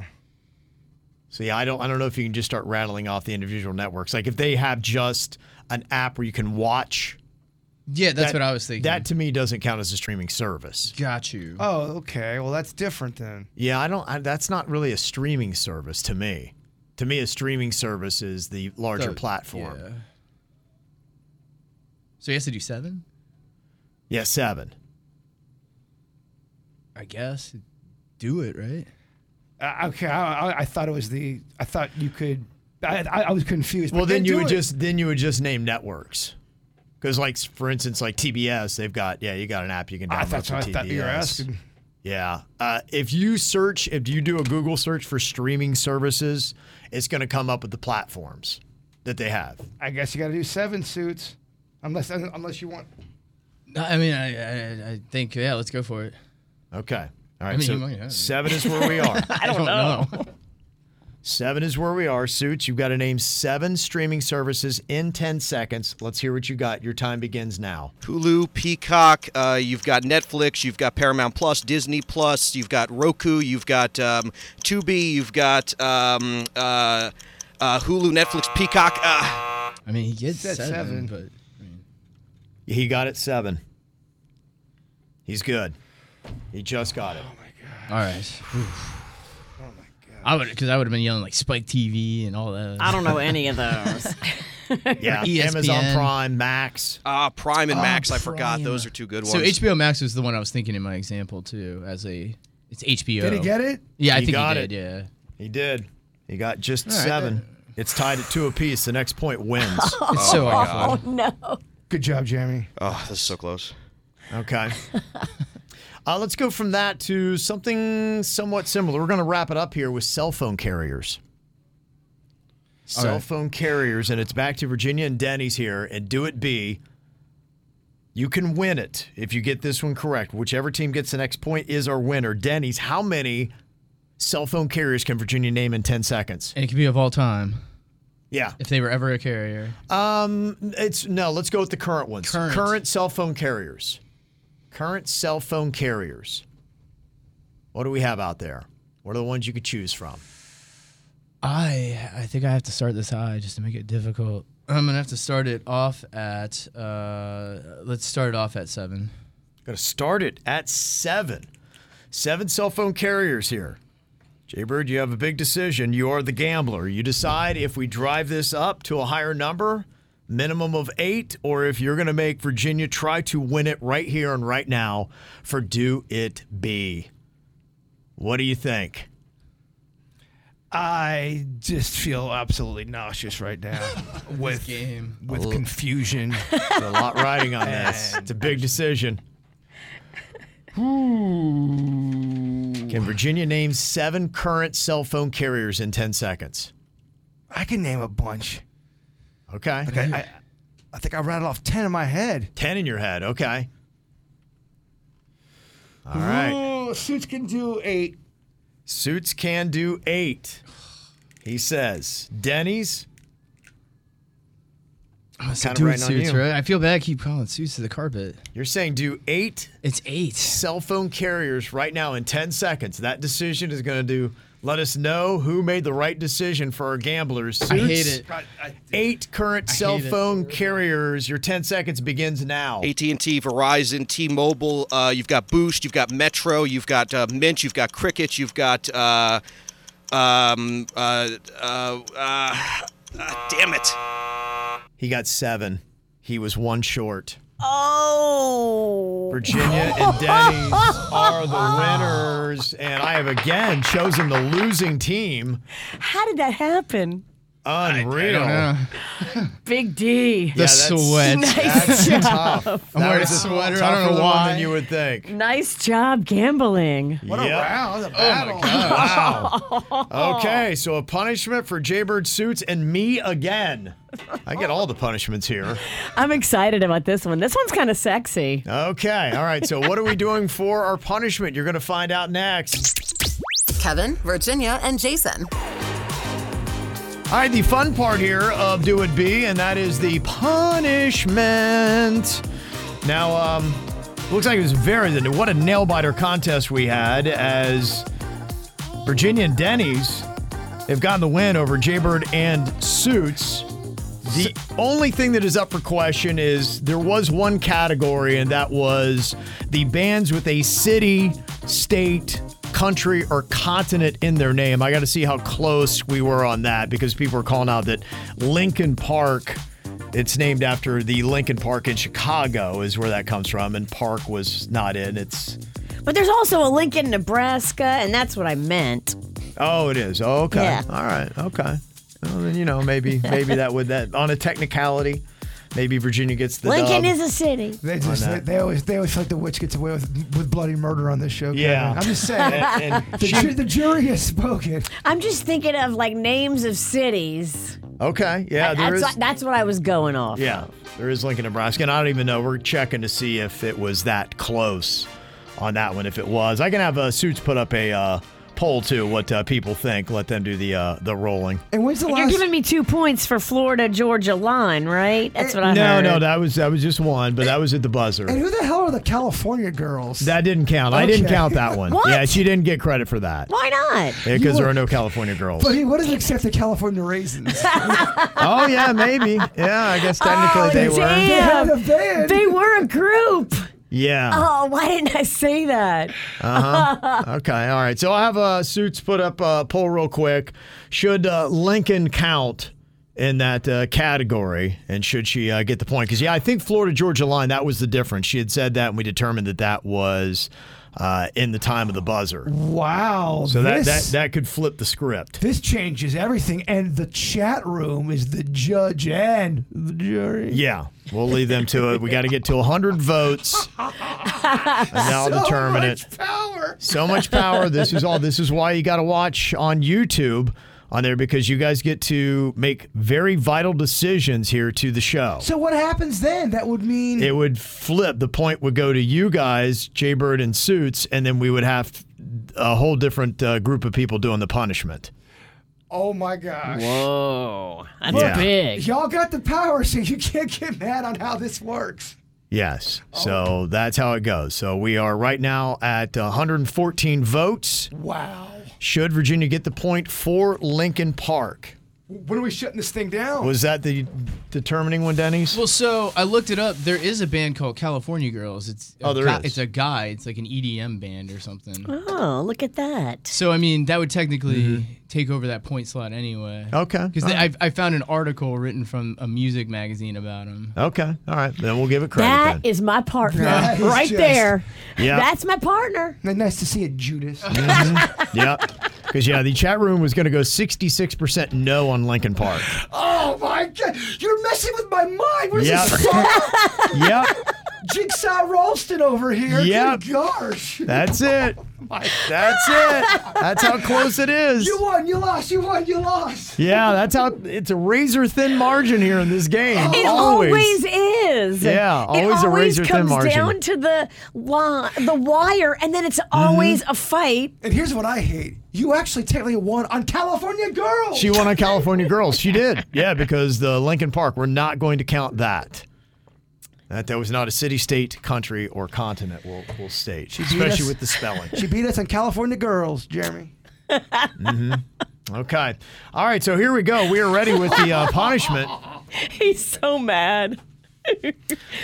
So yeah, I don't I don't know if you can just start rattling off the individual networks. Like if they have just an app where you can watch. Yeah, that's what I was thinking. That to me doesn't count as a streaming service. Got you. Uh, Oh, okay. Well, that's different then. Yeah, I don't. I, that's not really a streaming service to me. To me, a streaming service is the larger So, platform. yeah. So he has to do seven, yeah, seven. I guess. Do it right. Uh, okay, I, I, I thought it was the. I thought you could. I, I, I was confused. but Well, then you do would it. just then you would just name networks, because like for instance, like TBS, they've got yeah, you got an app you can download. I thought for I thought you were TBS. asking. Yeah, uh, if you search, if you do a Google search for streaming services, it's going to come up with the platforms that they have. I guess you got to do seven suits, unless unless you want. No, I mean, I, I, I think yeah, let's go for it. Okay. All right. I mean, so he might have it. seven is where we are. <laughs> I don't know. <laughs> Seven is where we are. Suits, you've got to name seven streaming services in 10 seconds. Let's hear what you got. Your time begins now. Hulu, Peacock, uh, you've got Netflix, you've got Paramount Plus, Disney Plus, you've got Roku, you've got um, Tubi, you've got um, uh, uh, Hulu, Netflix, Peacock. Uh, I mean, he gets Said seven, seven. but He got it seven. He's good. He just got it. Oh, my all <sighs> right. I would, because I would have been yelling like Spike TV and all that. I don't know any of those. Yeah. E Amazon Prime, Max. Ah, Prime and Ah, Max, I forgot. Prime. Those are two good ones. So HBO Max was the one I was thinking in my example too. As a, it's HBO. Did he get it? Yeah, I He think got he it. did. Yeah. He did. He got just All right, seven. It's tied at two apiece. The next point <laughs> wins. It's so Oh, my awful. <laughs> no. Good job, Jeremy. Oh, this is so close. Okay. Uh, let's go from that to something somewhat similar. We're going to wrap it up here with cell phone carriers. All Cell right. phone carriers, and it's back to Virginia and Denny's here. And do it B. You can win it if you get this one correct. Whichever team gets the next point is our winner. Denny's, how many cell phone carriers can Virginia name in 10 seconds? And it could be of all time. Yeah. If they were ever a carrier. Um, it's no. Let's go with the current ones. Current. cell phone carriers. Current cell phone carriers. What do we have out there? What are the ones you could choose from? I I think I have to start this high just to make it difficult. I'm gonna have to start it off at uh let's start it off at seven. Got to start it at seven. Seven cell phone carriers here. Jaybird, you have a big decision. You are the gambler. You decide if we drive this up to a higher number, minimum of eight, or if you're going to make Virginia try to win it right here and right now for Do It Be. What do you think? I just feel absolutely nauseous right <laughs> now with game. with A l- confusion. <laughs> There's a lot riding on this. It's a big decision. Can Virginia name seven current cell phone carriers in 10 seconds? I can name a bunch. Okay. Like I, I, I think I rattled off ten in my head. 10 in your head. Okay. All right. Ooh, suits can do eight. Suits can do eight. He says. Denny's. I'm gonna say Kinda do it right on suits, you. right? I feel bad I keep calling suits to the carpet. You're saying do eight It's eight. cell phone carriers right now in 10 seconds. That decision is going to do. Let us know who made the right decision for our gamblers. I hate Suits, it. Eight current I cell hate it. phone carriers. Your 10 seconds begins now. AT&T, Verizon, T-Mobile. Uh, you've got Boost. You've got Metro. You've got uh, Mint. You've got Cricket. You've got. Uh, um. Uh. Uh. uh, uh damn it. He got seven. He was one short. Oh. Virginia <laughs> and Denny's are the winners, and I have again chosen the losing team. How did that happen? Unreal. Big D. The sweat. That's Nice job. tough. I'm That wearing was a sweater. I tougher don't know one why. than you would think. Nice job gambling. What Yep. Oh a round! That was a battle. <laughs> Wow. Okay, so a punishment for Jaybird Suits and me again. I get all the punishments here. I'm excited about this one. This one's kind of sexy. Okay, all right. So what are we doing for our punishment? You're going to find out next. Kevin, Virginia, and Jason. All right, the fun part here of Do It Be, and that is the punishment. Now, um, looks like it was very, what a nail biter contest we had as Virginia and Denny's have gotten the win over Jaybird and Suits. The only thing that is up for question is there was one category, and that was the bands with a city, state, country or continent in their name. I got to see how close we were on that because people are calling out that Lincoln Park. It's named after the Lincoln Park in Chicago, is where that comes from, and Park was not in. It's But there's also a Lincoln, Nebraska, and that's what I meant. Oh, it is. Oh, okay. Yeah. All right. Okay. Well, then you know maybe maybe that would that on a technicality, maybe Virginia gets the Lincoln dub. is a city. They Why just they, not? they always they always feel like the witch gets away with with bloody murder on this show. Kevin. Yeah. I'm just saying. <laughs> And- and the, she- ju- the jury has spoken. I'm just thinking of like names of cities. Okay. Yeah. there that's, is. what- that's what I was going off. yeah. There is Lincoln, Nebraska, and I don't even know. We're checking to see if it was that close on that one. If it was, I can have uh, suits put up a uh, poll too. What uh, people think. Let them do the uh, the rolling. And when's the You're last- giving me two points for Florida Georgia line, right? That's what I no, heard. no, that was that was just one, but that was at the buzzer. And who the hell are the California girls? That didn't count. I didn't Okay. count that one. What? Yeah, she didn't get credit for that. Why not? Yeah, because there are no California <laughs> girls. But he what does accept the <laughs> California raisins? oh yeah, maybe. Yeah, I guess Oh, technically they were. had a Oh, Damn, band. they were a group. Yeah. Oh, why didn't I say that? Uh-huh. okay. All right. So I have uh, suits put up a poll real quick. Should uh, Lincoln count in that uh, category, and should she uh, get the point? Because yeah, I think Florida Georgia line that was the difference. She had said that, and we determined that that was uh, in the time of the buzzer. Wow. So that, this, that that could flip the script. this changes everything. And the chat room is the judge and the jury. Yeah, we'll leave them to it. We got to get to 100 votes, and that'll determine it. Power. So much power. This is all. This is why you got to watch on YouTube on there because you guys get to make very vital decisions here to the show. So what happens then? That would mean It would flip. The point would go to you guys, Jay Bird and Suits, and then we would have a whole different uh, group of people doing the punishment. Oh my gosh. Whoa, that's Yeah. big. Y'all got the power, so you can't get mad on how this works. Yes. So that's how it goes. So we are right now at 114 votes. Wow. Should Virginia get the point for Lincoln Park? When are we shutting this thing down? Was that the determining one, Denny's? Well, so I looked it up. There is a band called California Girls. It's a Oh, there guy- is. It's a guy. It's like an EDM band or something. Oh, look at that. So I mean, that would technically take over that point slot anyway. Okay. Because All I, I found an article written from a music magazine about him. Okay. All right. Then we'll give it credit. That is then. my partner That is right just- there. Yeah. That's my partner. Nice to see it, Judas. yeah. Because, yeah, the chat room was going to go 66% no on Lincoln <laughs> Park. <laughs> oh my god, you're messing with my mind. What is Yep. this? <laughs> song? <laughs> yep. Jigsaw Ralston over here. Yep. Good gosh. That's it. That's it. That's how close it is. You won, you lost, you won, you lost. Yeah, that's how it's a razor thin margin here in this game. It always, is. Yeah, always it a always razor-thin comes margin. down to the line, the wire, and then it's Mm-hmm. always a fight. And here's what I hate. You actually technically won on California Girls. She won on California Girls. She did. Yeah, because the Lincoln Park, we're not going to count that. That that was not a city, state, country, or continent. We'll, we'll state, beat especially us. with the spelling. She beat us on California Girls, Jeremy. Okay. All right. So here we go. We are ready with the <laughs> uh, punishment. Oh, He's so mad. Okay.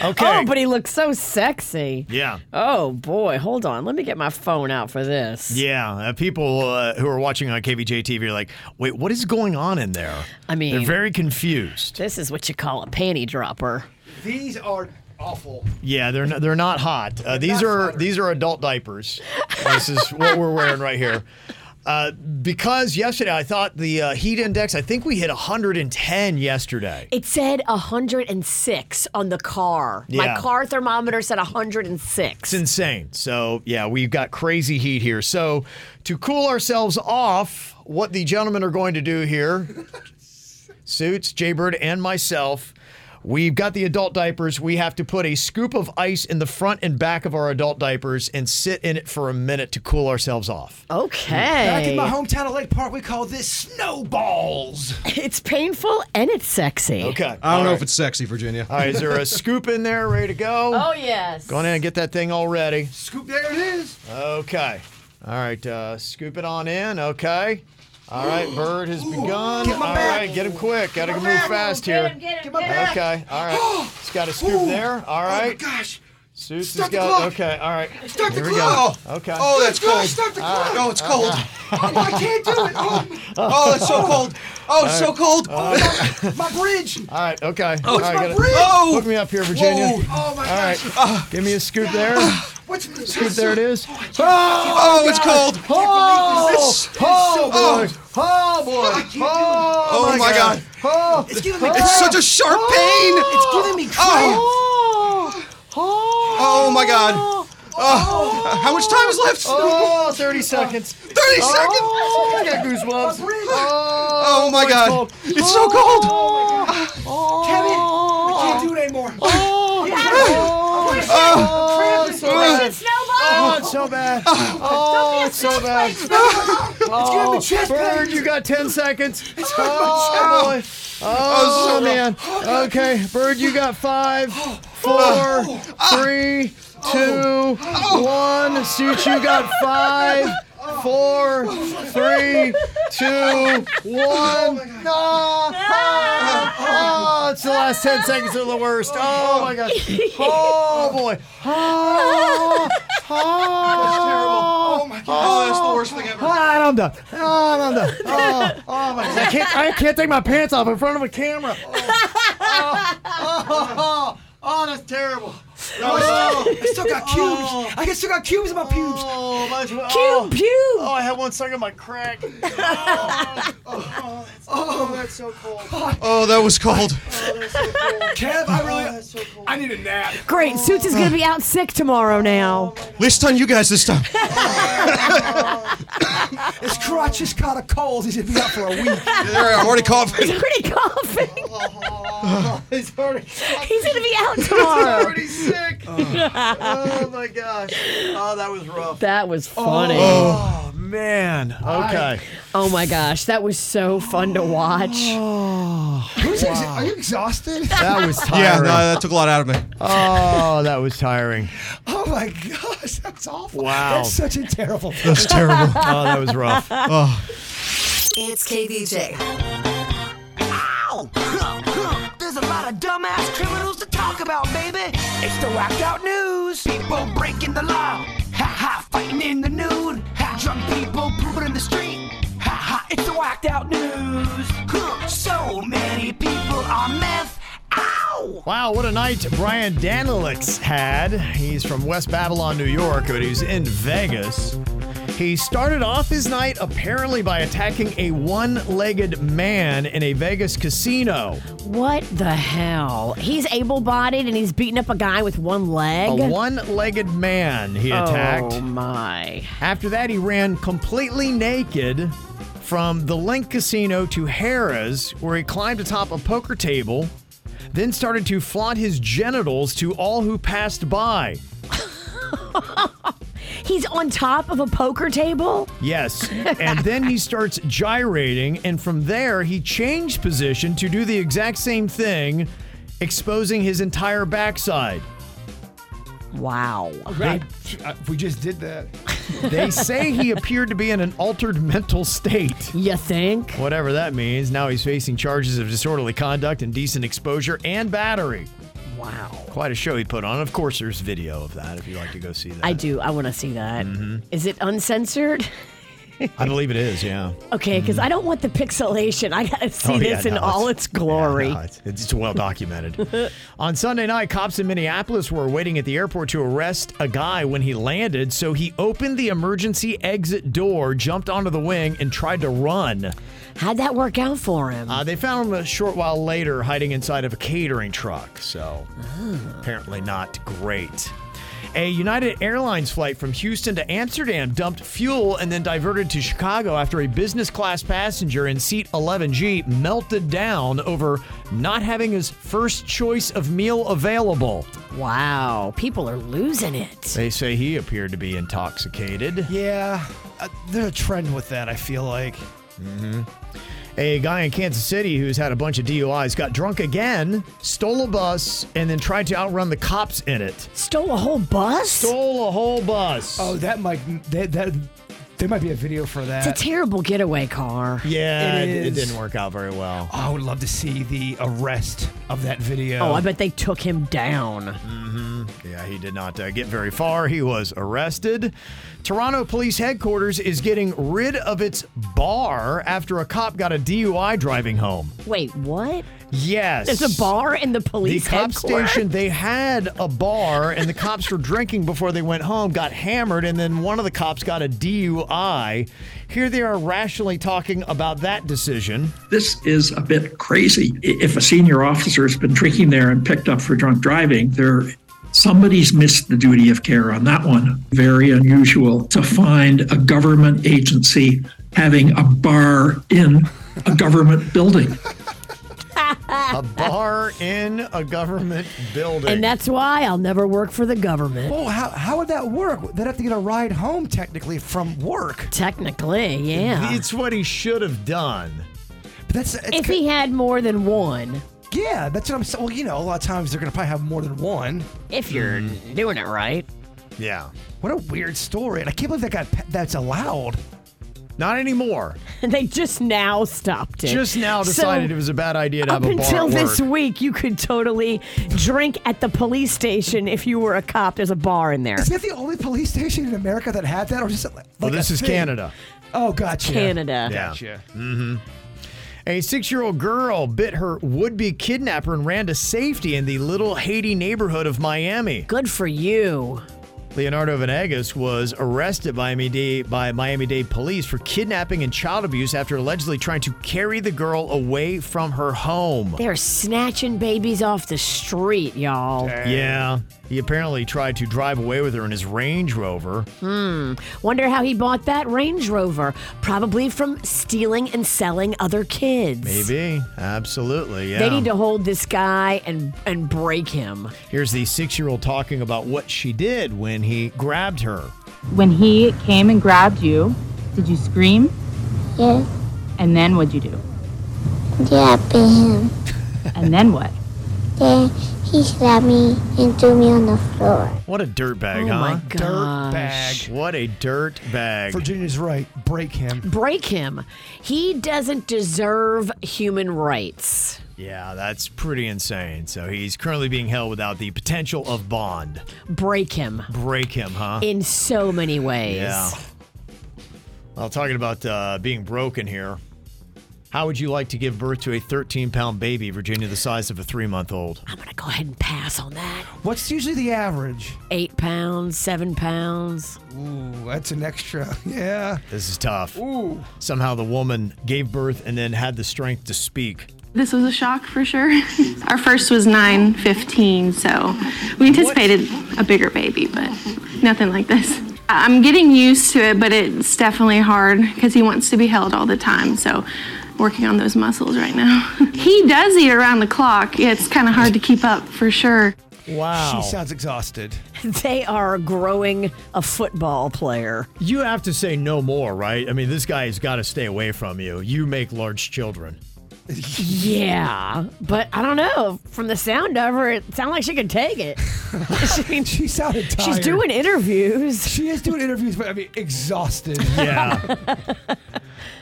Oh, but he looks so sexy. yeah. Oh boy, hold on. Let me get my phone out for this. Yeah. Uh, people uh, who are watching on KVJ TV are like, wait, what is going on in there? I mean- they're very confused. This is what you call a panty dropper. These are awful. Yeah, they're not, they're not hot. Uh, these are these are adult diapers. this is what we're wearing right here. Uh, because yesterday I thought the uh, heat index. I think we hit 110 yesterday. It said 106 on the car. Yeah. My car thermometer said It's 106. insane. So yeah, we've got crazy heat here. So to cool ourselves off, what the gentlemen are going to do here, suits, Jaybird, and myself. We've got the adult diapers. We have to put a scoop of ice in the front and back of our adult diapers and sit in it for a minute to cool ourselves off. Back in my Okay. hometown of Lake Park, we call this snowballs. It's painful and it's sexy. Okay. Oh. I don't All know right. if it's sexy, Virginia. Uh, All right, is there a scoop in there ready to go? Oh yes. Go on in and get that thing all ready. Scoop, there it is. Okay. All right, uh, scoop it on in. Okay. All right, Bird has begun. Get my all bag. right, get him quick. Gotta move bag. fast here. Get him, my get him. bag. Oh. Okay. All right. He's got a scoop Ooh. there. All Oh my right. gosh. Suits Start the has got. clock. Okay, all right. Start the Here clock. We go. Okay. Oh, that's cold. Start the clock. No, it's cold. I can't do it. Oh, oh, it's so cold. Oh, it's so cold. my, bridge. All right. Okay. Oh, it's All right, my gotta- bridge. Oh. Hook me up here, Virginia. Whoa. Oh, my All right. gosh. Ah. Give me a scoop there. What's Scoop. There it is. Oh, Oh, it's cold. Oh, It's- it's so oh, cold. boy. Oh, boy. I can't do it. Oh, Oh, my God. Oh, It's giving me It's cramp. such a sharp Oh. It's giving me cramp. Oh. Oh. my God. Oh. How much time is left? Oh, 30 seconds. 30 Oh, I got seconds? goosebumps. Oh, my it's God. cold. It's Oh. so cold. Oh. Kevin, I can't do it anymore. Oh, yeah. Oh, Cramp. so bad. It's Oh, it's so bad. Oh, it's so bad. It's giving me chest Bird, pains. you got 10 seconds. It's giving me Oh, boy. chest- Oh, Oh, so man. bad. Okay, Bird, you got five, four, Oh. three, two, one. Suit, you got five, Oh. four, three, two, one. No. Oh, it's the last 10 seconds are the worst. Oh, my <laughs> gosh. Oh, boy. Oh, oh, my Oh, that's the worst thing ever. Ah, and I'm done. Oh, and I'm done. Oh, oh my God. I can't, I can't take my pants off in front of a camera. Oh, oh, that's terrible. No, no. I still got cubes. I still got cubes in my pubes. Oh, my, Cube, oh. pube. Oh, I had one stuck in my crack. Oh, that's so cold. Oh, that was cold. Kev, I really. Oh, I need a nap. Great. Suits is going to be out sick tomorrow now. Oh Least on you guys this time. His crotch just caught a cold. He should be out for a week. There, I'm already coughing. <laughs> He's already coughing. Oh. He's already. He's going to be <laughs> out tomorrow. already sick. oh my gosh. Oh, that was rough. That was funny. Oh, <laughs> man. Okay. Oh my gosh, that was so fun to watch. Oh. Who's exa- are you exhausted? That was tiring. Yeah, no, that took a lot out of me. Oh, that was tiring. <laughs> Oh my gosh, that's awful. Wow. That's such a terrible. That's terrible. oh, that was rough. Oh. It's KVJ. Ow! Huh, huh. There's a lot of dumbass criminals to talk about, baby. It's the whacked out news. People breaking the law. Ha ha, fighting in the nude. Ha, drunk people pooping in the street. Ha ha, it's the whacked out news. Huh, So many people are meth. Wow, what a night Brian Danilix had. He's from West Babylon, New York, but he's in Vegas. He started off his night apparently by attacking a one legged man in a Vegas casino. What the hell? He's able bodied and he's beating up a guy with one leg. A one legged man he Oh, attacked. my. After that, he ran completely naked from the Link Casino to Harrah's, where he climbed atop a poker table, then started to flaunt his genitals to all who passed by. He's on top of a poker table? Yes. and then he starts gyrating, and from there, he changed position to do the exact same thing, exposing his entire backside. Wow. They, Uh, we just did that. they say he appeared to be in an altered mental state. You think? Whatever that means. Now he's facing charges of disorderly conduct, indecent exposure, and battery. Wow. Quite a show he put on. Of course, there's video of that if you'd like to go see that. I do. I want to see that. Is Mm-hmm. it uncensored? <laughs> I believe it is, yeah. Okay, because I don't want the pixelation. I got to see Mm-hmm. Oh, yeah, this no, in it's- all its glory. No, it's, it's well documented. <laughs> On Sunday night, cops in Minneapolis were waiting at the airport to arrest a guy when he landed, so he opened the emergency exit door, jumped onto the wing, and tried to run. How'd that work out for him? Uh, they found him a short while later hiding inside of a catering truck, so apparently not great. A United Airlines flight from Houston to Amsterdam dumped fuel and then diverted to Chicago after a business class passenger in seat 11G melted down over not having his first choice of meal available. Wow, people are losing it. They say he appeared to be intoxicated. Yeah, uh, there's a trend with that. I feel like. hmm A guy in Kansas City who's had a bunch of DUIs got drunk again, stole a bus, and then tried to outrun the cops in it. Stole a whole bus? Stole a whole bus. Oh, Oh, that might that that There might be a video for that. It's a terrible getaway car. Yeah, it, it is. didn't work out very well. Oh, I would love to see the arrest of that video. Oh, I bet they took him down. hmm Yeah, he did not uh, get very far. He was arrested. Toronto Police Headquarters is getting rid of its bar after a cop got a DUI driving home. Wait, what? Yes. There's a bar in the police the cop headquarters? station they had a bar and the cops were drinking before they went home got hammered and then one of the cops got a dui here they are rationally talking about that decision This is a bit crazy. I- If a senior officer has been drinking there and picked up for drunk driving, there somebody's missed the duty of care on that one. Very unusual to find a government agency having a bar in a government building. a <laughs> bar in a government building And that's why I'll never work for the government. Well, how, how would that work? They'd have to get a ride home technically from work. Technically, yeah. it's what he should have done But that's it's If ki- he had more than one, yeah, that's what I'm saying. Well, you know, a lot of times they're gonna probably have more than one. if you're Mm. doing it right. yeah What a weird story, and I can't believe that got pa- that's allowed. not anymore They just now stopped it. just now So, decided it was a bad idea to Up have a bar until at this work. week, you could totally drink at the police station if you were a cop. There's a <laughs> bar in there. Is that the only police station in America that had that, or just like? well like a this is thing? <laughs> canada Oh, gotcha. Canada. Yeah. Gotcha. Mm-hmm. A six year old girl bit her would be kidnapper and ran to safety in the Little Haiti neighborhood of Miami. Good for you. Leonardo Venegas was arrested by Miami-Dade, by Miami-Dade police for kidnapping and child abuse after allegedly trying to carry the girl away from her home. They're snatching babies off the street, y'all. Yeah, he apparently tried to drive away with her in his Range Rover. Hmm. Wonder how he bought that Range Rover. Probably from stealing and selling other kids. Maybe, absolutely. Yeah. They need to hold this guy and and break him. Here's the six-year-old talking about what she did when he grabbed her. When he came and grabbed you, did you scream? Yes. And then what'd you do? Yeah, bam. And then what? Then he slapped me and threw me on the floor. What a dirtbag, Oh huh? my Dirtbag. What a dirtbag. Virginia's right. Break him. Break him. He doesn't deserve human rights. Yeah, that's pretty insane. So he's currently being held without the potential of bond. Break him Break him, huh? in so many ways. yeah. Well, talking about uh, being broken here. How would you like to give birth to a 13 pound baby, Virginia, the size of a three month old? I'm gonna go ahead and pass on that. What's usually the average? Eight pounds, seven pounds. <laughs> Ooh, that's an extra. Yeah. This is tough. Ooh. Somehow the woman gave birth and then had the strength to speak. This was a shock for sure. <laughs> Our first was 9:15, so we anticipated a bigger baby, but nothing like this. I- I'm getting used to it, but it's definitely hard because he wants to be held all the time. So working on those muscles right now. <laughs> he does eat around the clock. It's kind of hard to keep up for sure. Wow. She sounds <laughs> exhausted. They are growing a football player. You have to say no more, right? I mean, this guy has got to stay away from you. You make large children. Yeah, but I don't know. From the sound of her, it sounded like she could take it. she, she sounded She's tired. doing interviews. She is doing interviews, but I mean, exhausted. Yeah.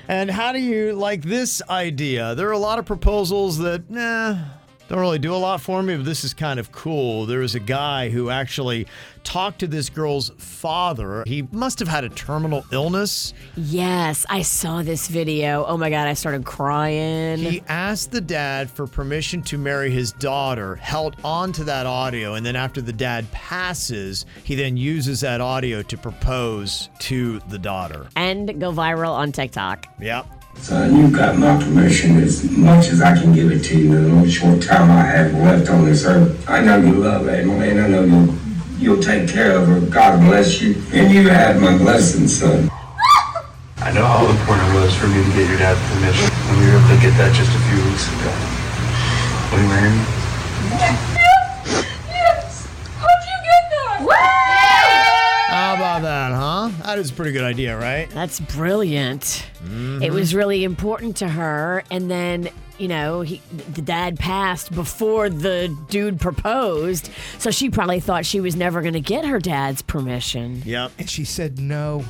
and how do you like this idea? There are a lot of proposals that, nah, don't really do a lot for me, but this is kind of cool. There was a guy who actually talked to this girl's father. He must have had a terminal illness. Yes, I saw this video. Oh my God, I started crying. He asked the dad for permission to marry his daughter, held on to that audio, and then after the dad passes, he then uses that audio to propose to the daughter. and go viral on TikTok. Yep. Son, you got my permission as much as I can give it to you in the little short time I have left on this earth. I know you love Emily, and I know you'll, you'll take care of her. God bless you. And you have my blessing, son. I know how important it was for me to get your dad's permission, and we were able to get that just a few weeks ago. Will you marry me? How about that, huh? That is a pretty good idea, right? That's brilliant. It Mm-hmm. was really important to her. And then, you know, he, the dad passed before the dude proposed. So she probably thought she was never going to get her dad's permission. Yep. And she said no.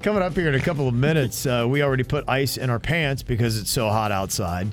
Coming up here in a couple of minutes, uh, we already put ice in our pants because it's so hot outside.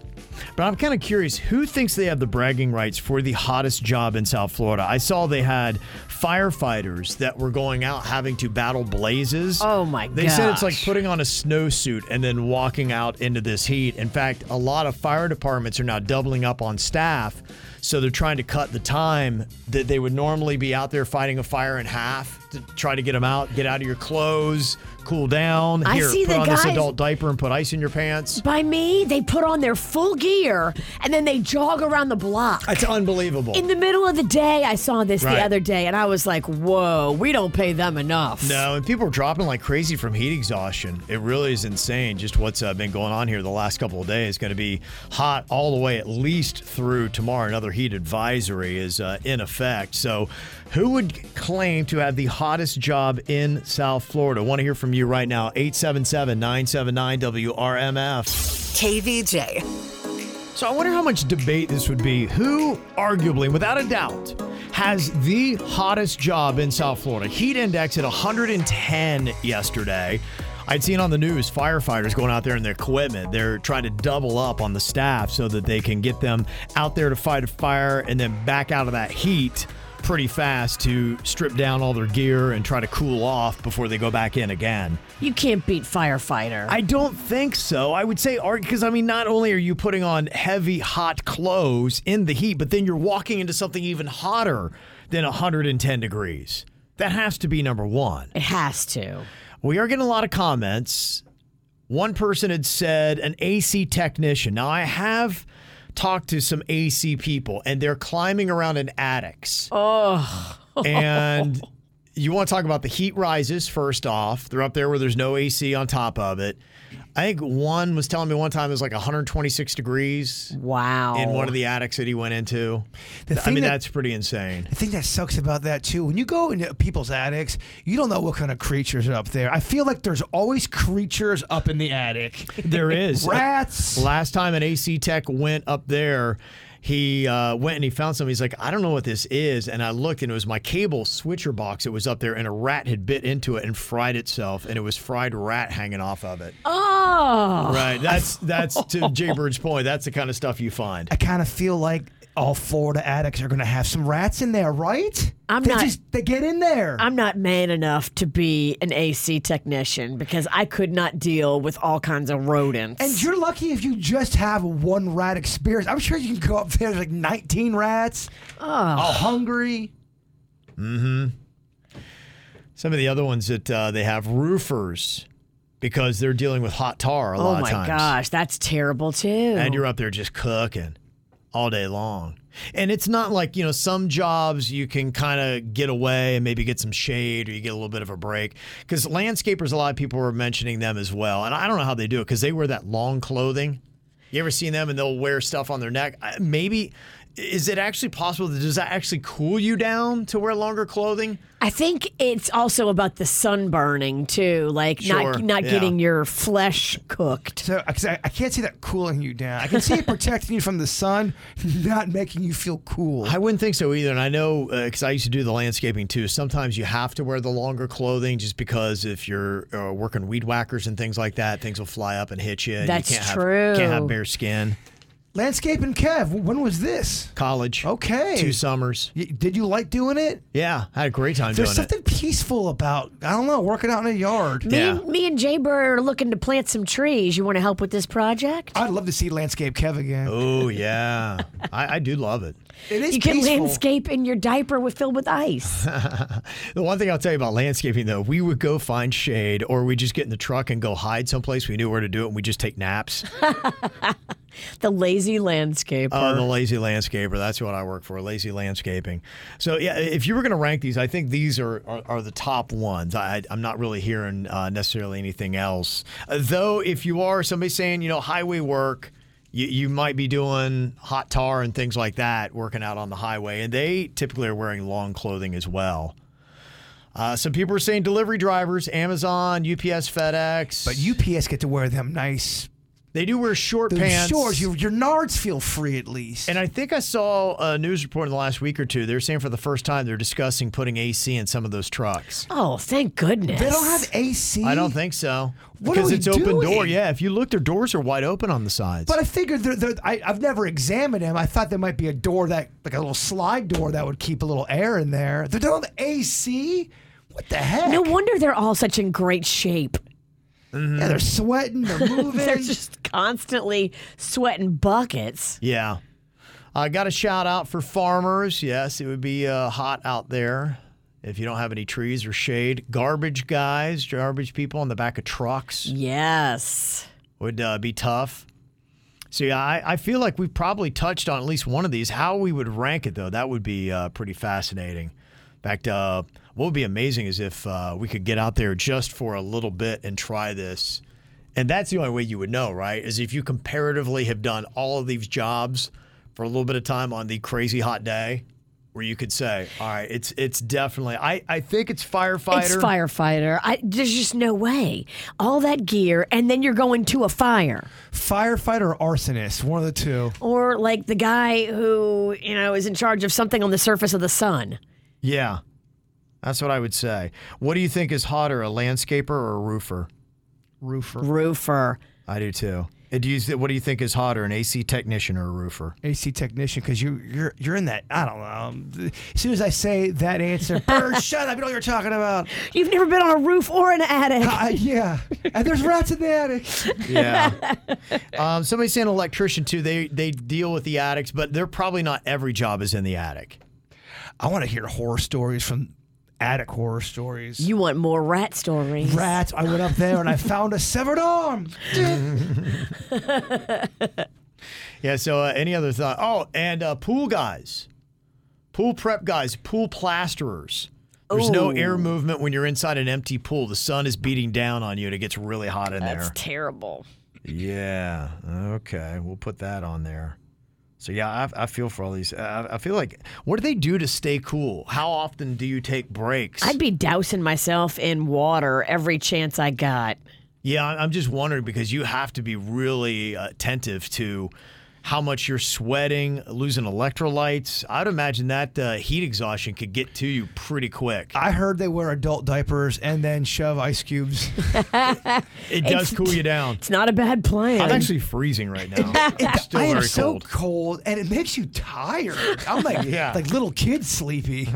But I'm kind of curious who thinks they have the bragging rights for the hottest job in South Florida? I saw they had firefighters that were going out having to battle blazes. Oh my They said it's like gosh. putting on a snowsuit and then walking out into this heat. In fact, a lot of fire departments are now doubling up on staff. So they're trying to cut the time that they would normally be out there fighting a fire in half to try to get them out, get out of your clothes, cool down. I Here, see put the on this guys- adult diaper and put ice in your pants. By me, they put on their full gear and then they jog around the block. It's unbelievable. In the middle of the day, I saw this Right. the other day and I was like, whoa, we don't pay them enough. No, and people are dropping like crazy from heat exhaustion. It really is insane just what's uh, been going on here the last couple of days. Going to be hot all the way at least through tomorrow. Another heat advisory is uh, in effect. So, who would claim to have the hottest job in South Florida? Want to hear from you right now. 877 979 WRMF. KVJ. So I wonder how much debate this would be. Who, arguably, without a doubt, has the hottest job in South Florida? Heat index at 110 yesterday. I'd seen on the news firefighters going out there in their equipment. They're trying to double up on the staff so that they can get them out there to fight a fire and then back out of that heat pretty fast to strip down all their gear and try to cool off before they go back in again. You can't beat firefighter. I don't think so. I would say art because I mean, not only are you putting on heavy, hot clothes in the heat, but then you're walking into something even hotter than 110 degrees. That has to be number one. It has to. We are getting a lot of comments. One person had said an AC technician. Now I have talked to some AC people, and they're climbing around in attics. Oh. <laughs> and you want to talk about the heat rises first off. They're up there where there's no AC on top of it. I think one was telling me one time it was like 126 degrees. Wow. In one of the attics that he went into. Oh. The I thing mean, that- that's pretty insane. The thing that sucks about that too, when you go into people's attics, you don't know what kind of creatures are up there. I feel like there's always creatures up in the <laughs> attic. There is. rats. Last time an AC tech went up there, he uh, went and he found something. He's like, I don't know what this is. And I looked and it was my cable switcher box. It was up there and a rat had bit into it and fried itself. And it was fried rat hanging off of it. Oh. Right. <laughs> That's that's to Jay Bird's point. That's the kind of stuff you find. I kind of feel like all Florida attics are going to have some rats in there, right? I'm they not- Just, they get in there. I'm not man enough to be an AC technician because I could not deal with all kinds of rodents. And you're lucky if you just have one rat experience. I'm sure you can go up there there's like 19 rats, all hungry. Mm-hmm. Some of the other ones that uh, they have roofers because they're dealing with hot tar a oh lot my of times. gosh, that's terrible too. And you're up there just cooking all day long. And it's not like, you know, some jobs you can kind of get away and maybe get some shade or you get a little bit of a break. Because landscapers, a lot of people were mentioning them as well. And I don't know how they do it because they wear that long clothing. You ever seen them and they'll wear stuff on their neck? I- Maybe, is it actually possible? that Does that actually cool you down to wear longer clothing? I think it's also about the sunburning too, like Sure, not not yeah. getting your flesh cooked. So, 'cause I, I can't see that cooling you down. I can see <laughs> it protecting you from the sun, not making you feel cool. I wouldn't think so either. And I know because I used to do the landscaping too. Sometimes you have to wear the longer clothing just because if you're uh, working weed whackers and things like that, things will fly up and hit you. and That's you can't true. Have, can't have bare skin. Landscape and Kev, when was this? College. Okay. Two summers. Y- did you like doing it? Yeah, I had a great time There's doing something peaceful about, I don't know, working out in a yard. Me, and, me and Jay Bird are looking to plant some trees. You want to help with this project? I'd love to see Landscape Kev again. it. Oh yeah, I, I do love it. It is you can peaceful. landscape in your diaper with filled <laughs> with ice. the one thing I'll tell you about landscaping, though, we would go find shade, or we just get in the truck and go hide someplace we knew where to do it, and we just take naps. the lazy landscaper. Oh, the lazy landscaper. That's what I work for, lazy landscaping. So, yeah, if you were going to rank these, I think these are, are, are the top ones. I, I'm not really hearing uh, necessarily anything else. Uh, though, if you are somebody saying, you know, highway work, you, you might be doing hot tar and things like that, working out on the highway. And they typically are wearing long clothing as well. Uh, some people are saying delivery drivers, Amazon, UPS, FedEx. But UPS get to wear them nice They do wear short Those pants. shorts, your, your nards feel free at least. And I think I saw a news report in the last week or two. They're saying for the first time they're discussing putting AC in some of those trucks. Oh, thank goodness. They don't have AC. I don't think so. What are because we it's open door. doing? Yeah, if you look, their doors are wide open on the sides. But I figured there, there, I, I've never examined them. I thought there might be a door that, like a little slide door, that would keep a little air in there. They don't have AC. What the heck? No wonder they're all such in great shape. Yeah, they're sweating. They're moving. <laughs> they're just constantly sweating buckets. Yeah. I got a shout out for farmers. Yes, it would be uh, hot out there if you don't have any trees or shade. Garbage guys, garbage people on the back of trucks. Yes. Would uh, be tough. See, I, I feel like we've probably touched on at least one of these. How we would rank it, though, that would be uh, pretty fascinating. In fact, uh, what would be amazing is if uh, we could get out there just for a little bit and try this. And that's the only way you would know, right? Is if you comparatively have done all of these jobs for a little bit of time on the crazy hot day, where you could say, all right, it's it's definitely, I, I think it's firefighter. It's firefighter. I, there's just no way. All that gear, and then you're going to a fire. Firefighter or arsonist, one of the two. Or like the guy who, you know, is in charge of something on the surface of the sun. Yeah, that's what I would say. What do you think is hotter, a landscaper or a roofer? Roofer. Roofer. I do too. And do you, what do you think is hotter, an AC technician or a roofer? AC technician, because you you're you're in that. I don't know. um, th- As soon as I say that answer, Bird, shut up! You know what you're talking about. You've never been on a roof or an attic. Uh, yeah, and there's rats in the attic. <laughs> Yeah. um, somebody's saying electrician too. They they deal with the attics, but they're probably not every job is in the attic. I want to hear horror stories from attic horror stories. <laughs> You want more rat stories? Rats! I went up there and I found a severed arm. Yeah. So uh, any other thought? Oh, and uh, pool guys, pool prep guys, pool plasterers. There's no Ooh. air movement when you're inside an empty pool. The sun is beating down on you, and it gets really hot in That's there. terrible. Yeah. Okay. We'll put that on there. So yeah, I, I feel for all these. I, I feel like what do they do to stay cool? How often do you take breaks? I'd be dousing myself in water every chance I got. yeah, I- I'm just wondering because you have to be really attentive to how much you're sweating, losing electrolytes. I'd imagine that uh, heat exhaustion could get to you pretty quick. I heard they wear adult diapers and then shove ice cubes. It does cool you down. It's not a bad plan. I'm actually freezing right now. <laughs> <laughs> It's still I am very so cold. cold. and it makes you tired. I'm like Yeah. like little kid sleepy.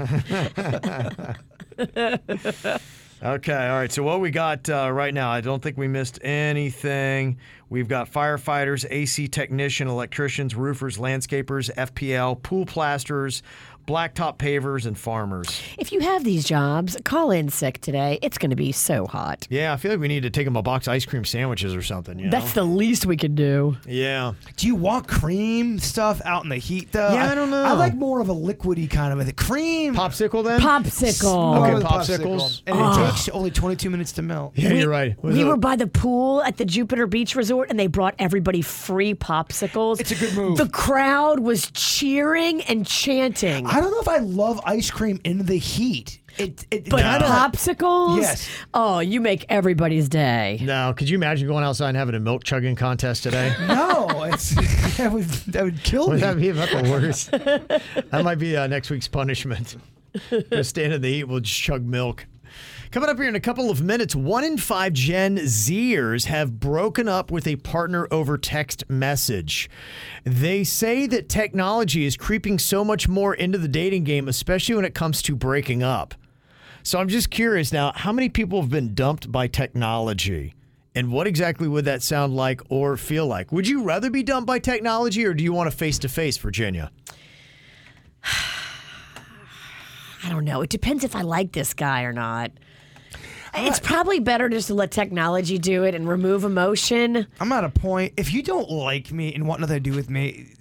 Okay, all right. So what we got uh, right now? I don't think we missed anything. We've got firefighters, AC technician, electricians, roofers, landscapers, FPL, pool plasterers, blacktop pavers, and farmers. If you have these jobs, call in sick today. It's going to be so hot. Yeah, I feel like we need to take them a box of ice cream sandwiches or something. You know? That's the least we could do. yeah. Do you want cream stuff out in the heat though? Yeah, I don't know. I like more of a liquidy kind of a cream. Popsicle then. Popsicle. Okay, Oh. More of a popsicles. And it takes only 22 minutes to melt. Yeah, you're right. Was we it- were by the pool at the Jupiter Beach Resort and they brought everybody free popsicles. It's a good move. The crowd was cheering and chanting. I don't know if I love ice cream in the heat. It, it but kinda- popsicles? Yes. Oh, you make everybody's day. no, could you imagine going outside and having a milk chugging contest <laughs> today? <laughs> No, it's <laughs> that would that would kill Would me. that be about the worst? that might be uh, next week's punishment. Just stand in the heat, we'll just chug milk. Coming up here in a couple of minutes, one in five Gen Zers have broken up with a partner over text message. They say that technology is creeping so much more into the dating game, especially when it comes to breaking up. So I'm just curious now, how many people have been dumped by technology? And what exactly would that sound like or feel like? Would you rather be dumped by technology or do you want a face to face, Virginia? I don't know. It depends if I like this guy or not. It's probably better just to let technology do it and remove emotion. I'm at a point. If you don't like me and want nothing to do with me,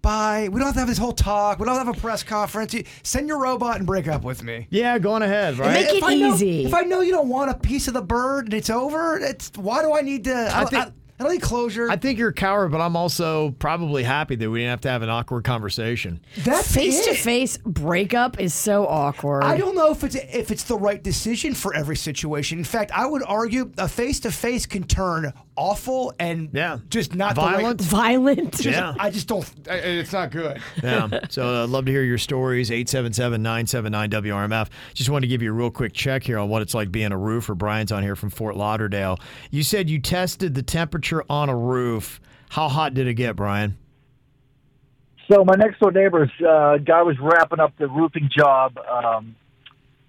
bye. We don't have to have this whole talk. We don't have to have a press conference. You- Send your robot and break up with me. Yeah, go on ahead, right? Make it I know- easy. if I know you don't want a piece of the bird and it's over, it's why do I need to? I, I I, think- I, don't need closure. I think you're a coward, but I'm also probably happy that we didn't have to have an awkward conversation. That's Face to it. face breakup is so awkward. I don't know if it's if it's the right decision for every situation. In fact, I would argue a face to face can turn awful and yeah. just not Violent? The way, violent. Just- Yeah. I just don't. I- It's not good. Yeah. So I'd love to hear your stories. 877 979 WRMF. Just wanted to give you a real quick check here on what it's like being a roofer. Brian's on here from Fort Lauderdale. You said you tested the temperature on a roof. How hot did it get, Brian? So my next door neighbor's uh, guy was wrapping up the roofing job, um,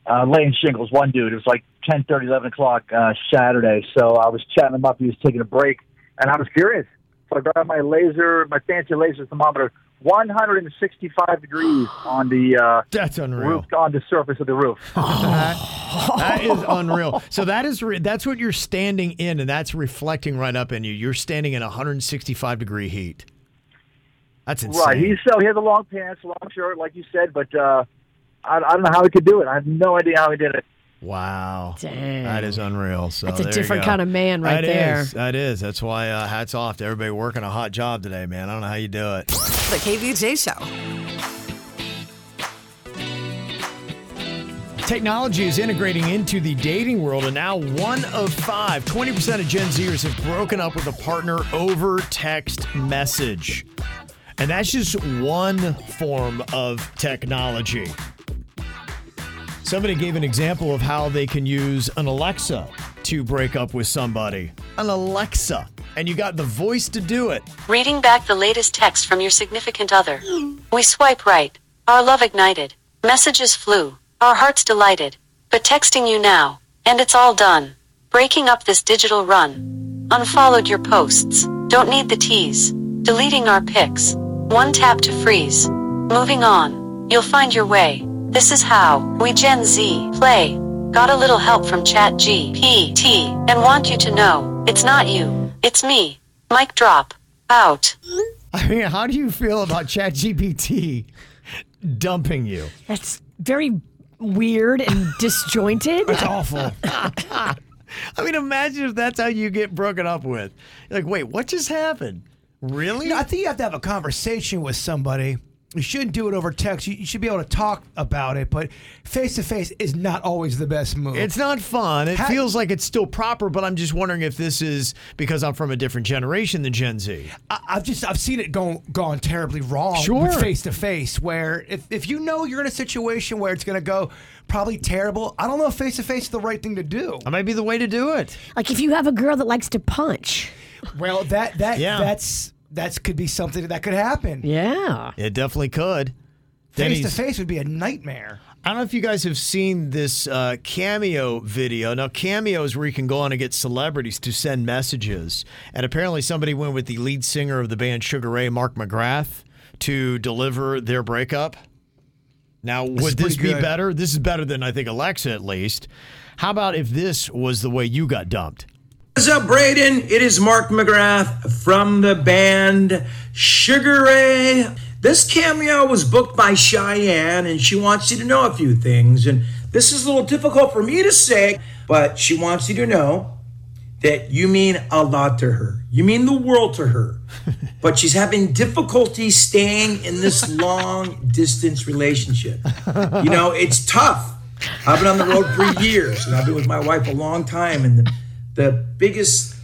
uh, laying shingles. One dude, it was like ten thirty, eleven o'clock uh, Saturday. So I was chatting him up. He was taking a break, and I was curious. So I grabbed my laser, my fancy laser thermometer, 165 degrees on the uh, that's unreal. Roof, on the surface of the roof. <laughs> That is unreal. So that is re- that's what you're standing in, and that's reflecting right up in you. You're standing in 165 degree heat. That's insane. Right. He's so he has a long pants, a long shirt, like you said, but uh, I, I don't know how he could do it. I have no idea how he did it. Wow. That is unreal. So That's a there you different go. kind of man right That there. is. that is. That's why uh, hats off to everybody working a hot job today, man. I don't know how you do it. The KVJ Show. Technology is integrating into the dating world, and now one of five, 20% of Gen Zers have broken up with a partner over text message. And that's just one form of technology. Somebody gave an example of how they can use an Alexa to break up with somebody. An Alexa. And you got the voice to do it. Reading back the latest text from your significant other. We swipe right. Our love ignited. Messages flew. Our hearts delighted. But texting you now. And it's all done. Breaking up this digital run. Unfollowed your posts. Don't need the tease. Deleting our pics. One tap to freeze. Moving on. You'll find your way. This is how we Gen Z play. Got a little help from Chat GPT and want you to know it's not you, it's me. Mic drop. Out. I mean, how do you feel about ChatGPT dumping you? That's very weird and <laughs> disjointed. That's awful. <laughs> I mean, imagine if that's how you get broken up with. You're like, wait, what just happened? Really? I think you have to have a conversation with somebody. You shouldn't do it over text. You, you should be able to talk about it, but face to face is not always the best move. It's not fun. It Ha- feels like it's still proper, but I'm just wondering if this is because I'm from a different generation than Gen Z. I, I've just I've seen it go gone terribly wrong. Sure. Face to face, where if, if you know you're in a situation where it's going to go probably terrible, I don't know if face to face is the right thing to do. Um, That might be the way to do it. Like if you have a girl that likes to punch. Well, that that Yeah. that's that's could be something that could happen. Yeah. It definitely could. Face to Denny's- face would be a nightmare. I don't know if you guys have seen this uh, Cameo video. Now, Cameo is where you can go on and get celebrities to send messages. And apparently, somebody went with the lead singer of the band Sugar Ray, Mark McGrath, to deliver their breakup. Now, This is would this pretty be good. better? This is better than I think Alexa, at least. How about if this was the way you got dumped? What's up, Braden? It is Mark McGrath from the band Sugar Ray. This cameo was booked by Cheyenne, and she wants you to know a few things. And this is a little difficult for me to say, but she wants you to know that you mean a lot to her. You mean the world to her. But she's having difficulty staying in this long distance relationship. You know, it's tough. I've been on the road for years, and I've been with my wife a long time, and the, the biggest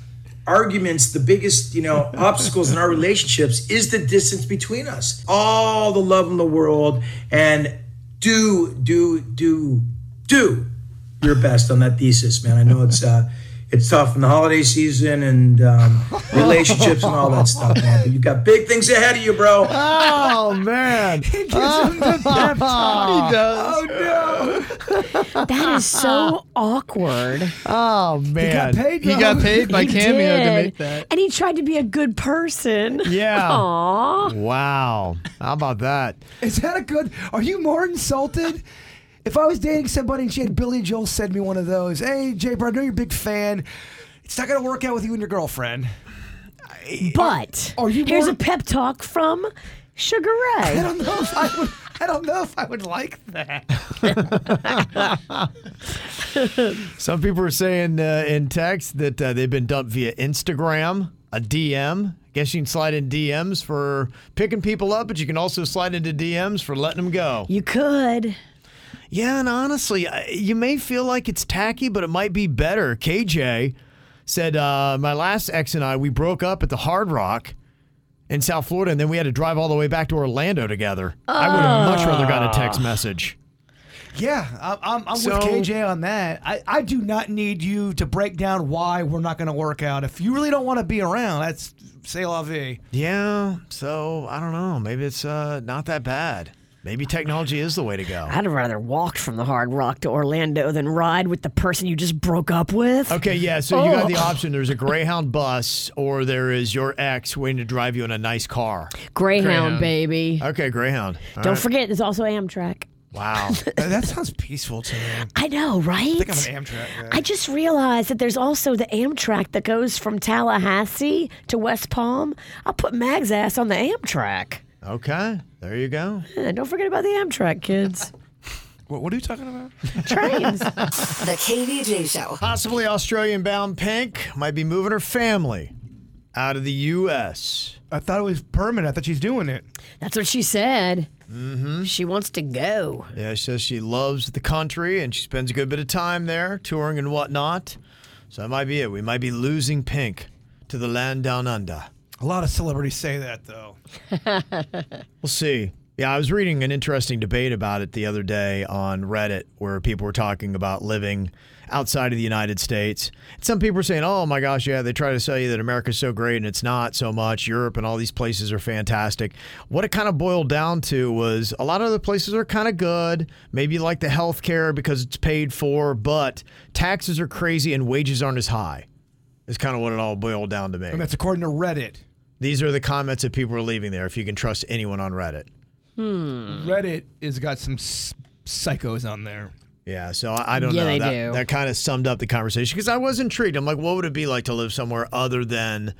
arguments, the biggest, you know, obstacles in our relationships is the distance between us. All the love in the world and do, do, do, do your best on that thesis, man. I know it's uh it's tough in the holiday season and um, relationships and all that stuff, man. But you've got big things ahead of you, bro. Oh man. <laughs> he gives him the depth. He does. Oh no. That is <laughs> so awkward. Oh man. got paid, He got though. paid by He Cameo to did. make that. And he tried to be a good person. Yeah. Aw. Wow. How about that? Is that a good? Are you more insulted? If I was dating somebody and she had Billy Joel send me one of those, hey Jay, bro, I know you're a big fan. It's not gonna work out with you and your girlfriend. But Are you here's more- a pep talk from Sugar Ray. I don't know if I would. I don't know if I would like that. Some people are saying uh, in text that uh, they've been dumped via Instagram, a DM. Guess you can slide in DMs for picking people up, but you can also slide into DMs for letting them go. You could. Yeah, and honestly, I- you may feel like it's tacky, but it might be better. KJ said, uh, My last ex and I, we broke up at the Hard Rock in South Florida, and then we had to drive all the way back to Orlando together. I would have much rather got a text Ah. message. Yeah, I- I'm, I'm So- with KJ on that. I, I do not need you to break down why we're not going to work out. If you really don't want to be around, that's say la vie. Yeah, so I don't know. Maybe it's uh, not that bad. Maybe technology is the way to go. I'd have rather walked from the Hard Rock to Orlando than ride with the person you just broke up with. Okay, yeah. So you got the Ugh. option. There's a Greyhound bus, or there is your ex waiting to drive you in a nice car. Greyhound, baby. Okay, Greyhound. All Don't right. forget, there's also Amtrak. Wow, <laughs> that sounds peaceful to me. I know, right? I think I'm an Amtrak guy. I just realized that there's also the Amtrak that goes from Tallahassee to West Palm. I'll put Mag's ass on the Amtrak. Okay, there you go. Yeah, don't forget about the <laughs> Amtrak, kids. What, what are you talking about? Trains. The KVJ Show. Possibly Australian bound Pink might be moving her family out of the U.S. I thought it was permanent. I thought she's doing it. That's what she said. Mm-hmm. She wants to go. Yeah, she says she loves the country and she spends a good bit of time there, touring and whatnot. So that might be it. We might be losing Pink to the land down under. A lot of celebrities say that, though. We'll see. Yeah, I was reading an interesting debate about it the other day on Reddit where people were talking about living outside of the United States. Some people were saying, oh my gosh, yeah, they try to sell you that America's so great and it's not so much. Europe and all these places are fantastic. What it kind of boiled down to was a lot of other places are kind of good. Maybe you like the health care because it's paid for, but taxes are crazy and wages aren't as high. Is kind of what it all boiled down to me. And that's according to Reddit. These are the comments that people are leaving there if you can trust anyone on Reddit. Hmm. Reddit has got some s- psychos on there. Yeah, so I, I don't Yeah, know. they that, do. that kind of summed up the conversation because I was intrigued. I'm like, what would it be like to live somewhere other than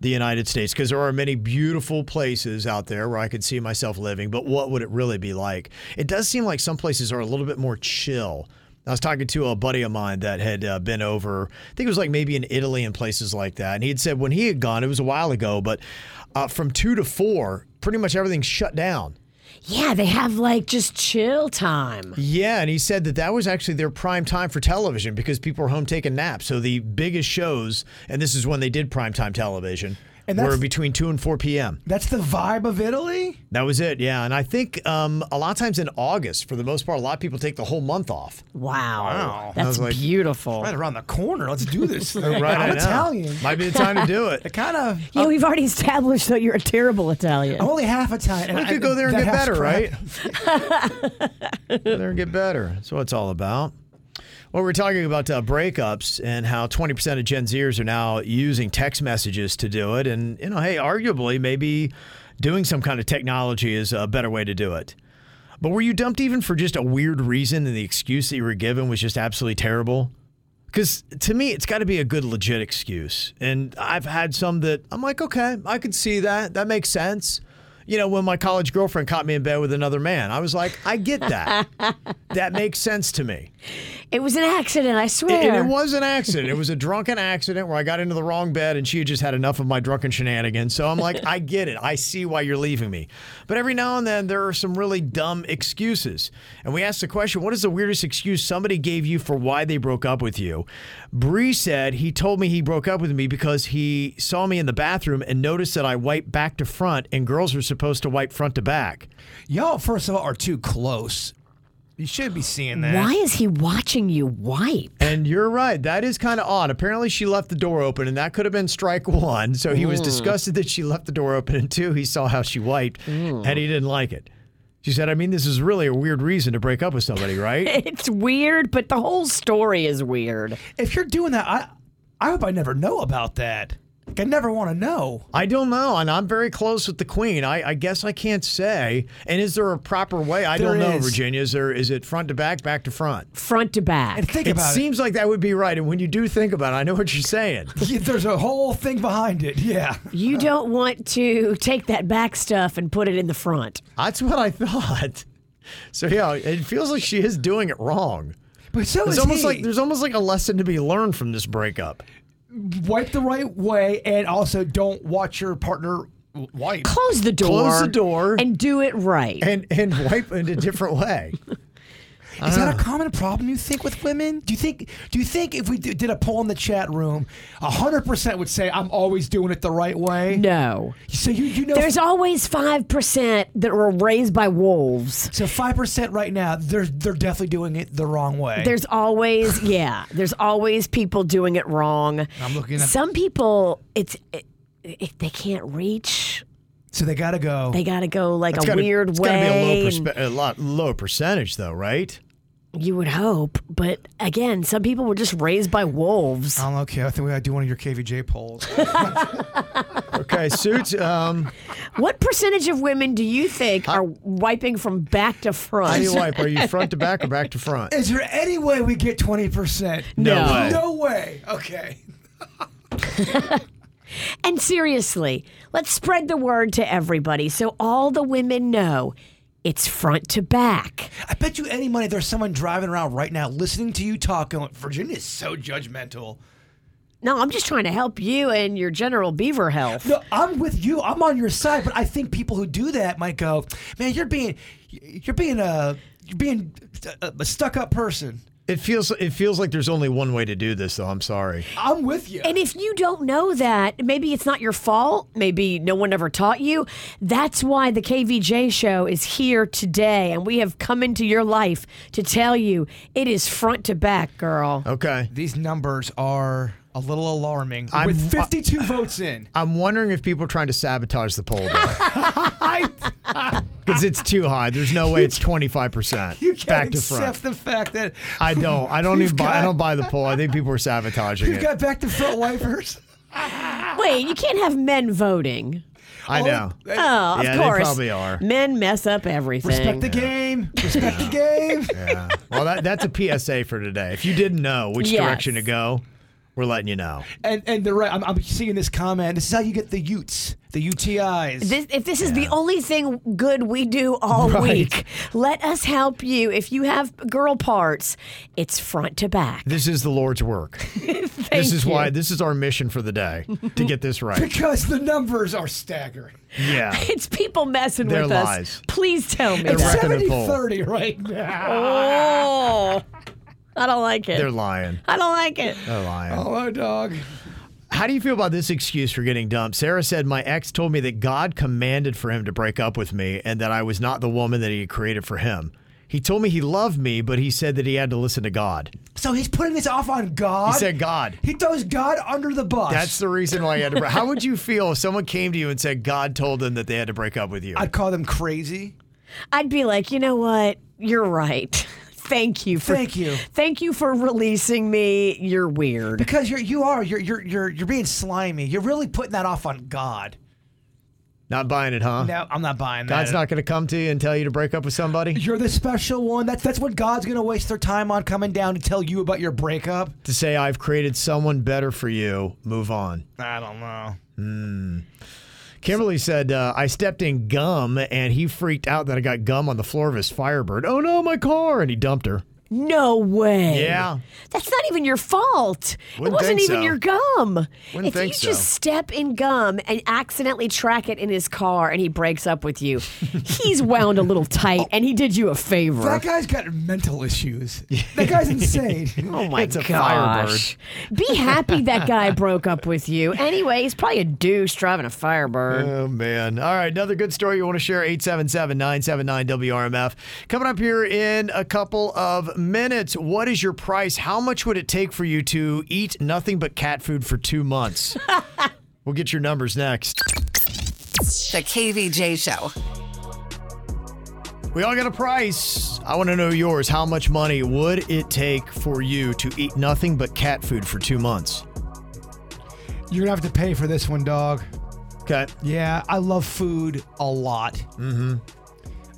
the United States? Because there are many beautiful places out there where I could see myself living, but what would it really be like? It does seem like some places are a little bit more chill. I was talking to a buddy of mine that had uh, been over, I think it was like maybe in Italy and places like that. And he had said when he had gone, it was a while ago, but uh, from two to four, pretty much everything's shut down. Yeah, they have like just chill time. Yeah, and he said that that was actually their prime time for television because people were home taking naps. So the biggest shows, and this is when they did prime time television, And were that's- between 2 and 4 p.m. That's the vibe of Italy? That was it, yeah. And I think um, a lot of times in August, for the most part, a lot of people take the whole month off. Wow. And I was That's like, beautiful. Right around the corner. Let's do <laughs> this. Right, thing. I I'm know. Italian. Might be the time to do <laughs> It it. kind of. Yeah, we've already established that you're a terrible Italian. Oh. I'm only half Italian. and We I- could go there and that get half's better, crap. right? Go there and get better. That's what it's all about. Well, we're talking about uh, breakups and how 20% of Gen Zers are now using text messages to do it. And, you know, hey, arguably, maybe doing some kind of technology is a better way to do it. But were you dumped even for just a weird reason and the excuse that you were given was just absolutely terrible? Because to me, it's got to be a good, legit excuse. And I've had some that I'm like, okay, I could see that. That makes sense. You know, when my college girlfriend caught me in bed with another man, I was like, I get that. that makes sense to me. It was an accident, I And- swear. And it was an accident. It was a drunken accident where I got into the wrong bed and she had just had enough of my drunken shenanigans. So I'm like, I get it. I see why you're leaving me. But every now and then there are some really dumb excuses. And we asked the question, what is the weirdest excuse somebody gave you for why they broke up with you? Bree said he told me he broke up with me because he saw me in the bathroom and noticed that I wiped back to front and girls are supposed to wipe front to back. Y'all, first of all, are too close. You should be seeing that. Why is he watching you wipe? And you're right. That is kind of odd. Apparently, she left the door open, and that could have been strike one. So he was Hmm. Mm. disgusted that she left the door open, and two, he saw how she wiped, Hmm. Mm. and he didn't like it. She said, I mean, this is really a weird reason to break up with somebody, <laughs> right? It's weird, but the whole story is weird. If you're doing that, I I hope I never know about that. Like, I never want to know. I don't know. And I'm very close with the queen. I, I guess I can't say. And is there a proper way? I don't There know, is. Virginia. Is there? Is it front to back, back to front? Front to back. And think it about it. seems like that would be right. And when you do think about it, I know what you're saying. <laughs> Yeah, There's a whole thing behind it. Yeah. uh, You don't want to take that back stuff and put it in the front. That's what I thought. <laughs> So yeah, it feels like she is doing it wrong. But so It's is almost he. like there's almost like a lesson to be learned from this breakup. Wipe the right way, and also don't watch your partner w- wipe. Close the door. Close the door and do it right. and and wipe in a different way. I <sighs> Is don't that know. a common problem you think with women? Do you think do you think if we d- did a poll in the chat room, 100% would say I'm always doing it the right way? No. So you you know There's always 5% that were raised by wolves. So 5% right now, they're they're definitely doing it the wrong way. There's <laughs> always yeah. There's always people doing it wrong. I'm looking at- some people. It's it, it, they can't reach. So they gotta go. They gotta go like It's a gotta be- weird it's way. gotta be a low, and perspe- a lot low percentage, though, right? you would hope, but again, some people were just raised by wolves. I'm okay. I think we gotta do one of your KVJ <laughs> polls. okay, suits. Um, what percentage of women do you think are wiping from back to front? How do you wipe? Are you front to back or back to front? Is there any way we get 20%? No No. way. No way. Okay. And seriously, let's spread the word to everybody so all the women know it's front to back. I bet you any money there's someone driving around right now listening to you talk going, Virginia is so judgmental. No, I'm just trying to help you and your general beaver health. No, I'm with you. I'm on your side, but I think people who do that might go, "Man, you're being, you're being a, you're being a, a stuck-up person." It feels it feels like there's only one way to do this, though. I'm sorry. I'm with you. And if you don't know that, maybe it's not your fault. Maybe no one ever taught you. That's why the KVJ show is here today. And we have come into your life to tell you it is front to back, girl. Okay. These numbers are a little alarming. uh, with 52 votes in, I'm wondering if people are trying to sabotage the poll because it's too high. There's no way it's 25 percent you can't back to accept front. the fact that I don't. I don't We've even. buy, I got- don't buy the poll. I think people are sabotaging we've it. got back <laughs> to front wipers. Wait, you can't have men voting. I know. Oh, of Yeah, they course. probably <laughs> are. Men mess up everything. Respect the game. Respect the game. Yeah. Well, that, that's a PSA for today. If you didn't know which Yes. direction to go, we're letting you know. And and they're right. I'm, I'm seeing this comment. This is how you get the Utes, the UTIs. This, if this is the only thing good we do all Right. week, let us help you. If you have girl parts, it's front to back. This is the Lord's <laughs> work. this is why this is our mission for the day to get this <laughs> right. because the numbers are staggering. Yeah. It's people messing They're with lies. us. Please tell me. They're that. wrecking the poll. right now. Oh, <laughs> I don't like it. They're Oh. lying. I don't like it. They're lying. Hello, dog. How do you feel about this excuse for getting dumped? Sarah said, My ex told me that God commanded for him to break up with me and that I was not the woman that he had created for him. He told me he loved me, but he said that he had to listen to God. So he's putting this off on God. He said God. He throws God under the bus. That's the reason why you had to break How would you feel if someone came to you and said God told them that they had to break up with you? I'd call them crazy. I'd be like, you know what? You're right. <laughs> Thank you for Thank you. Thank you for releasing me. You're weird. Because you're you are you're you're you're you're being slimy. You're really putting that off on God. Not buying it, huh? No, I'm not buying that. God's not going to come to you and tell you to break up with somebody You're the special one. That's that's what God's gonna waste their time on coming down to tell you about your breakup. to say, I've created someone better for you. Move on. I don't know. Kimberly said, uh, I stepped in gum and he freaked out that I got gum on the floor of his Firebird. Oh no, my car. And he dumped her. No way. Yeah. That's not even your fault. it Wouldn't wasn't think even so. your gum. Wouldn't if think you so. just step in gum and accidentally track it in his car and he breaks up <laughs> with you, he's wound a little tight and he did you a favor. That guy's got <laughs> mental issues. That guy's insane. Oh my It's a gosh. Be happy that guy broke up with you. Anyway, he's probably a douche driving a Firebird. Oh, man. All right. Another good story you want to share 877 979 WRMF. Coming up here in a couple of minutes, what is your price? How much would it take for you to eat nothing but cat food for two <laughs> months? we'll get your numbers next. The KVJ Show. We all got a price. I want to know yours. How much money would it take for you to eat nothing but cat food for two months? You're gonna have to pay for this one, dog. Okay. Yeah, I love food a lot. Mm-hmm.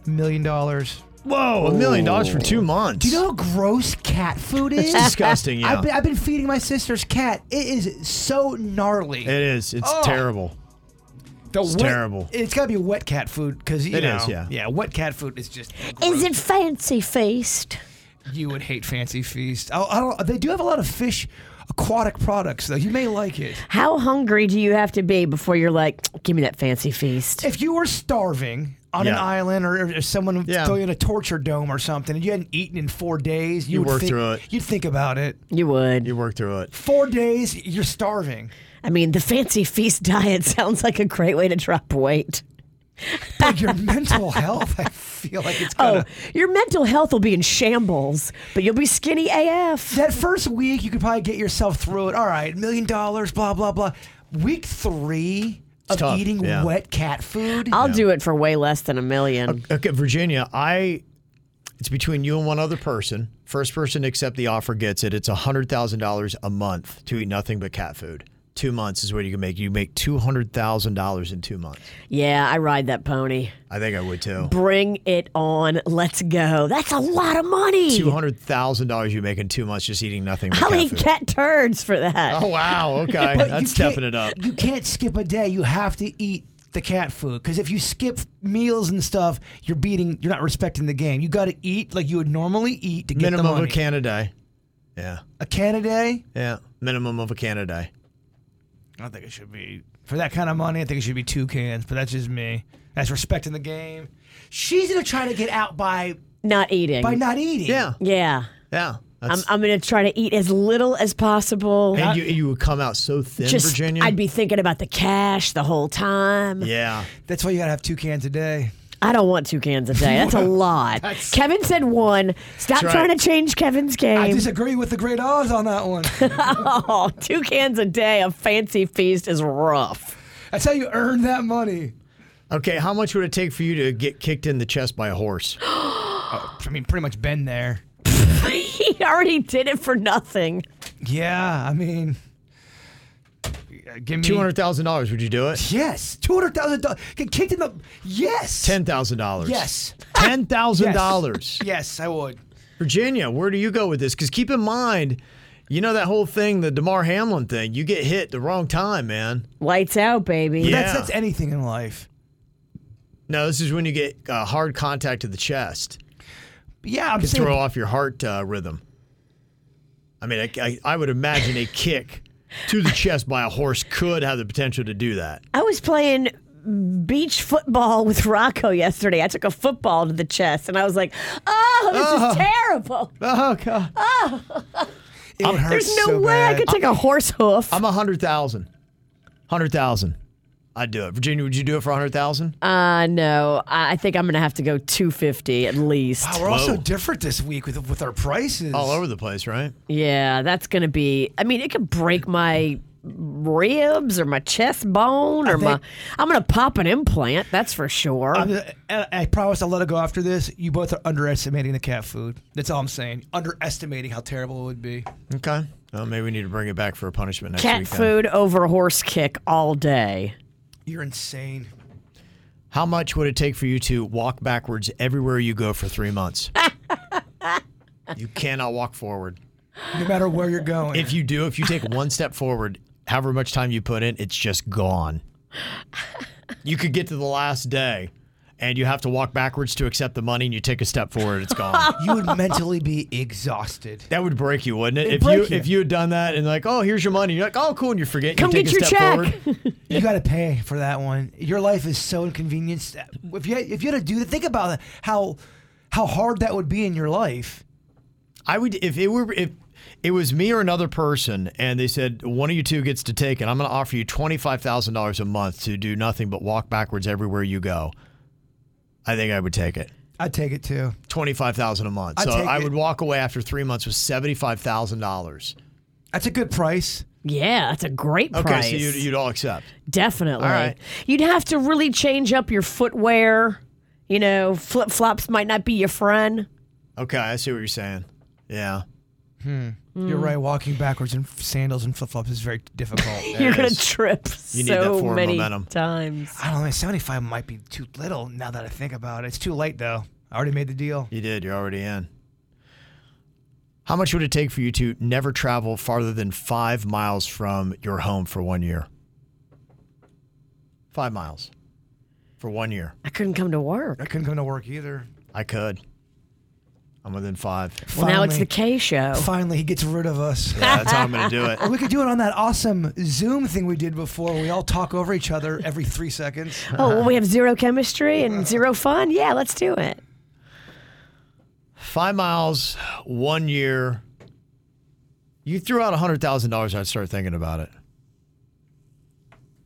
Million dollars. Whoa, a million dollars for two months. Do you know how gross cat food is? <laughs> It's disgusting, yeah. I've been, I've been feeding my sister's cat. It is so gnarly. It is. It's Oh. terrible. The it's wet- terrible. It's got to be wet cat food because you It know. is, yeah. Yeah, wet cat food is just. Is it fancy feast? You would hate Fancy Feast. Oh, I don't. They do have a lot of fish, aquatic products though. You may like it. How hungry do you have to be before you're like, give me that fancy feast? If you were starving, on an Yeah. island or if someone throw you in a torture dome or something and you hadn't eaten in four days, you, You would work think, through it. You'd think about it. You would. You work through it. Four days, you're starving. I mean, the fancy feast <laughs> diet sounds like a great way to drop weight. <laughs> But your mental health, I feel like it's gonna. Oh, your mental health will be in shambles, but you'll be skinny AF. That first week, you could probably get yourself through it. All right, million dollars, blah blah blah. Week three of tough, eating yeah. wet cat food. I'll do it for way less than a million. Okay, Virginia, I it's between you and one other person. First person to accept the offer gets it. It's hundred thousand dollars a month to eat nothing but cat food. Two months is what you can make. You make two hundred thousand dollars in two months. Yeah, I ride that pony. I think I would too. Bring it on. Let's go. That's a lot of money. Two hundred thousand dollars you make in two months just eating nothing but <laughs> I'll cat eat food. cat turds for that. Oh <laughs> wow, okay, But you that's can't- stepping it up. You can't skip a day. You have to eat the cat food because if you skip meals and stuff, you're beating. You're not respecting the game. You got to eat like you would normally eat to get Minimum the of money. a can a day. Yeah, a can a day yeah. Minimum of a can a day. I don't think it should be for that kind of money. I think it should be two cans, but that's just me. That's respecting the game. She's gonna try to get out by Not eating. by not eating. Yeah. Yeah. Yeah. I'm, I'm going to try to eat as little as possible. And you, you would come out so thin, Just, Virginia. I'd be thinking about the cash the whole time. yeah. That's why you gotta have two cans a day. I don't want two cans a day. That's a lot. Kevin said one. Stop That's right. trying to change Kevin's game. I disagree with the Great Oz on <laughs> that one. <laughs> oh, two cans a day of fancy feast is rough. <laughs> That's how you earn that money. Okay, how much would it take for you to get kicked in the chest by a <gasps> horse? I mean, pretty much been there. he already did it for nothing. Yeah, I mean, uh, give me two hundred thousand dollars. Would you do it? Yes, two hundred thousand dollars. Get kicked in the yes. Ten thousand dollars. Yes. Ten thousand dollars. Yes, I would. Virginia, where do you go with this? Because keep in mind, you know that whole thing, the Demar Hamlin thing. You get hit the wrong time, man. Lights out, baby. Yeah. That's that's anything in life. No, this is when you get uh, hard contact to the chest. Yeah, I'm Could saying- throw off your heart uh, rhythm. I mean, I, I, I would imagine a kick to the chest by a horse could have the potential to do that. I was playing beach football with Rocco yesterday. I took a football to the chest and I was like, oh, this Oh. is terrible. Oh, God. It I'm- There's no way I could take a horse hoof. I'm a hundred thousand. Hundred thousand. I'd do it. Virginia, would you do it for a hundred thousand? Uh, no, I I think I'm going to have to go 250 at least. Wow, Ah, we're all so different this week with with our prices. All over the place, right? Yeah, that's going to be. I mean, it could break my ribs or my chest bone or my. I'm going to pop an implant. That's for sure. I'm just- I, I promise I'll let it go after this. You both are underestimating the cat food. That's all I'm saying. Underestimating how terrible it would be. Okay. Well, maybe we need to bring it back for a punishment next Cat weekend. food over horse kick all day. You're insane. How much would it take for you to walk backwards everywhere you go for three <laughs> months? you cannot walk forward. No matter where you're going. If you do, if you take one step forward, however much time you put in, it's just gone. You could get to the last day and you have to walk backwards to accept the money and you take a step forward, it's <laughs> gone. you would mentally be exhausted. That would break you, wouldn't it? It'd if you break you. if you had done that and like, oh, here's your money, you're like, oh, cool, and you forget. Come you take get your a step check. <laughs> Forward. You got to pay for that one. Your life is so inconvenienced. If you if you had to do that, think about how how hard that would be in your life. I would if it were if it was me or another person, and they said one of you two gets to take it. I'm going to offer you twenty five thousand dollars a month to do nothing but walk backwards everywhere you go. I think I would take it. I'd take it too. Twenty five thousand a month. I'd so take I it. would walk away after three months with seventy five thousand dollars. That's a good price. Yeah, that's a great Okay, price. so you'd, you'd all accept. Definitely. All right. You'd have to really change up your footwear. You know, flip flops might not be your friend. Okay, I see what you're saying. Yeah. Hmm. You're Mm. right. Walking backwards in f- sandals and flip flops is very difficult. <laughs> You're gonna trip You need that so forward many momentum. times. I don't know. 75 might be too little now that I think about it. It's too late though. I already made the deal. You did. You're already in. How much would it take for you to never travel farther than five miles from your home for one year? Five miles for one year. I couldn't come to work. I couldn't come to work either. I could. I'm within five. Well, now it's the K show. Finally, he gets rid of us. <laughs> Yeah, that's how I'm gonna do it. Or we could do it on that awesome Zoom thing we did before. We all talk over each other every three seconds. Oh, well, we have zero chemistry and zero fun. Yeah, let's do it. Five miles, one year. You threw out hundred thousand dollars, I'd start thinking about it.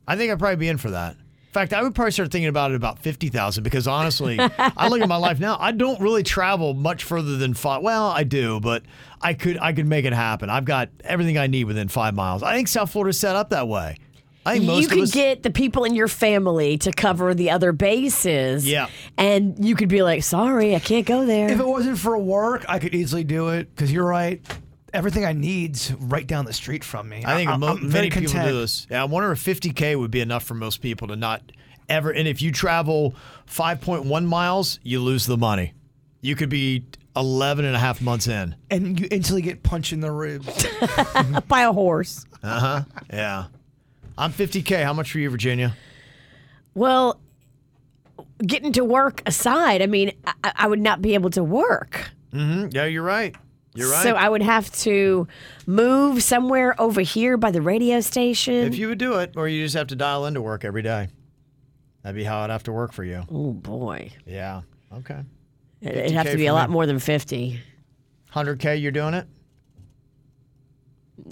I think I'd probably be in for that. In fact, I would probably start thinking about it about fifty thousand because <laughs> honestly, I look at my life now. I don't really travel much further than five. Well, I do, but I could I could make it happen. I've got everything I need within five miles. I think South Florida's set up that way. I think most you of could us- get the people in your family to cover the other bases. Yeah. And you could be like, sorry, I can't go there. If it wasn't for work, I could easily do it because you're right. Everything I need's right down the street from me. I think I- mo- I'm many very people content. do this. Yeah, I wonder if 50k would be enough for most people to not ever. And if you travel 5.1 miles, you lose the money. You could be 11 and a half months in. And you instantly get punched in <laughs> the ribs. By a horse. Uh huh. yeah. I'm 50k. How much for you, Virginia? Well, getting to work aside, I mean, I, I would not be able to work. Mm-hmm. Yeah, you're right. You're right. So I would have to move somewhere over here by the radio station. if you would do it, or you just have to dial into work every day. That'd be how it'd have to work for you. Oh boy. Yeah. Okay. It- it'd have to be a lot more than 50. 100k. You're doing it.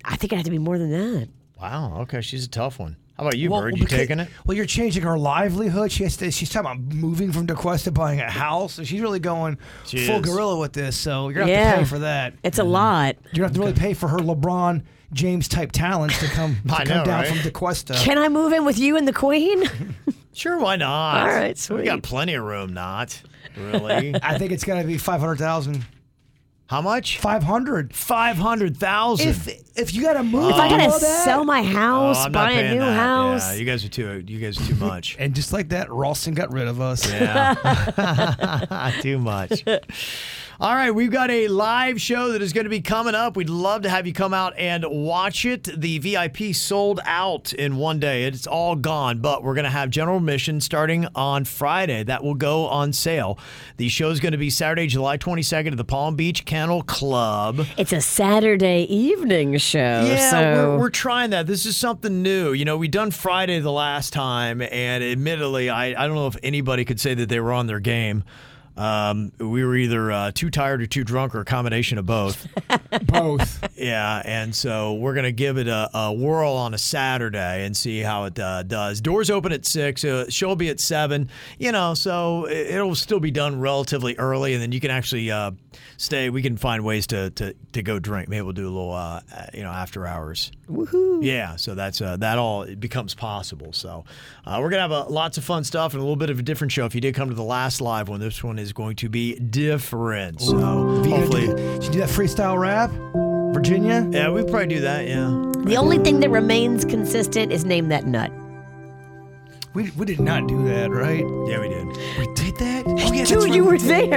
I think it'd have to be more than that. Wow. Okay. She's a tough one. How about you, Well, Bird? well, You because- taking it? Well, you're changing her livelihood. She has to, she's talking about moving from DeQuest to buying a house. So she's really going She is. full gorilla with this. So you're going to Yeah. have to pay for that. It's a lot. You're going to have to really pay for her LeBron James type talents to come, <laughs> to I come know, down right? from DeQuesta. Can I move in with you and the queen? Sure, why not? All right, We got sweet. plenty of room, not really. <laughs> I think it's got to be 500,000. How much? 500. 500,000. If if you got to move, if I below gotta that- sell Uh, my Oh, house, I'm not buy a paying new that. house. Yeah, you guys are too you guys are too much. And just like that, Ralston got rid of us. Yeah. <laughs> Too much. All right, we've got a live show that is going to be coming up. We'd love to have you come out and watch it. The VIP sold out in one day. It's all gone, but we're going to have general admission starting on Friday. That will go on sale. The show is going to be Saturday, July 22nd at the Palm Beach Kennel Club. It's a Saturday evening show. Yeah, so we're, we're trying that. This is something new. You know, we done Friday the last time, and admittedly, I, I don't know if anybody could say that they were on their game. Um, we were either uh, too tired or too drunk or a combination of both. Both. yeah, and so we're going to give it a, a whirl on a Saturday and see how it uh, does. Doors open at 6, uh, show will be at 7, you know, so it, it'll still be done relatively early, and then you can actually uh, stay. We can find ways to, to, to go drink. Maybe we'll do a little, uh, uh, you know, after hours. Woohoo. Yeah, so that's uh, that all it becomes possible. So uh, we're gonna have uh, lots of fun stuff and a little bit of a different show. If you did come to the last live one, this one is going to be different. So hopefully, Should you do that freestyle rap? Virginia? yeah, we probably do that. Yeah, the only thing that remains consistent is name that nut. We, we did not do that, right? yeah, we did. <laughs> We did that? Oh, yeah, Dude, that's right, you were we <laughs> did.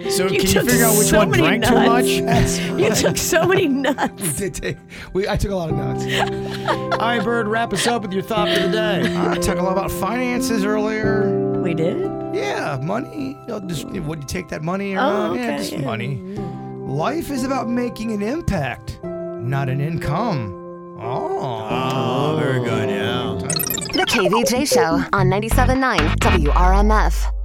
there. So You can you took figure out which so one many drank nuts. too <laughs> much? <laughs> That's You right. took so many nuts. We did take- we- I took a lot of notes. all right, Bird, wrap us up with your thought for the <laughs> day. I talked a lot about finances earlier. We did. Yeah, money. You know, just would you take that money or Oh, not? Yeah, okay, just yeah. money. Life is about making an impact, not an income. Oh. Oh, very good. Yeah. The KVJ Show on 97.9 WRMF.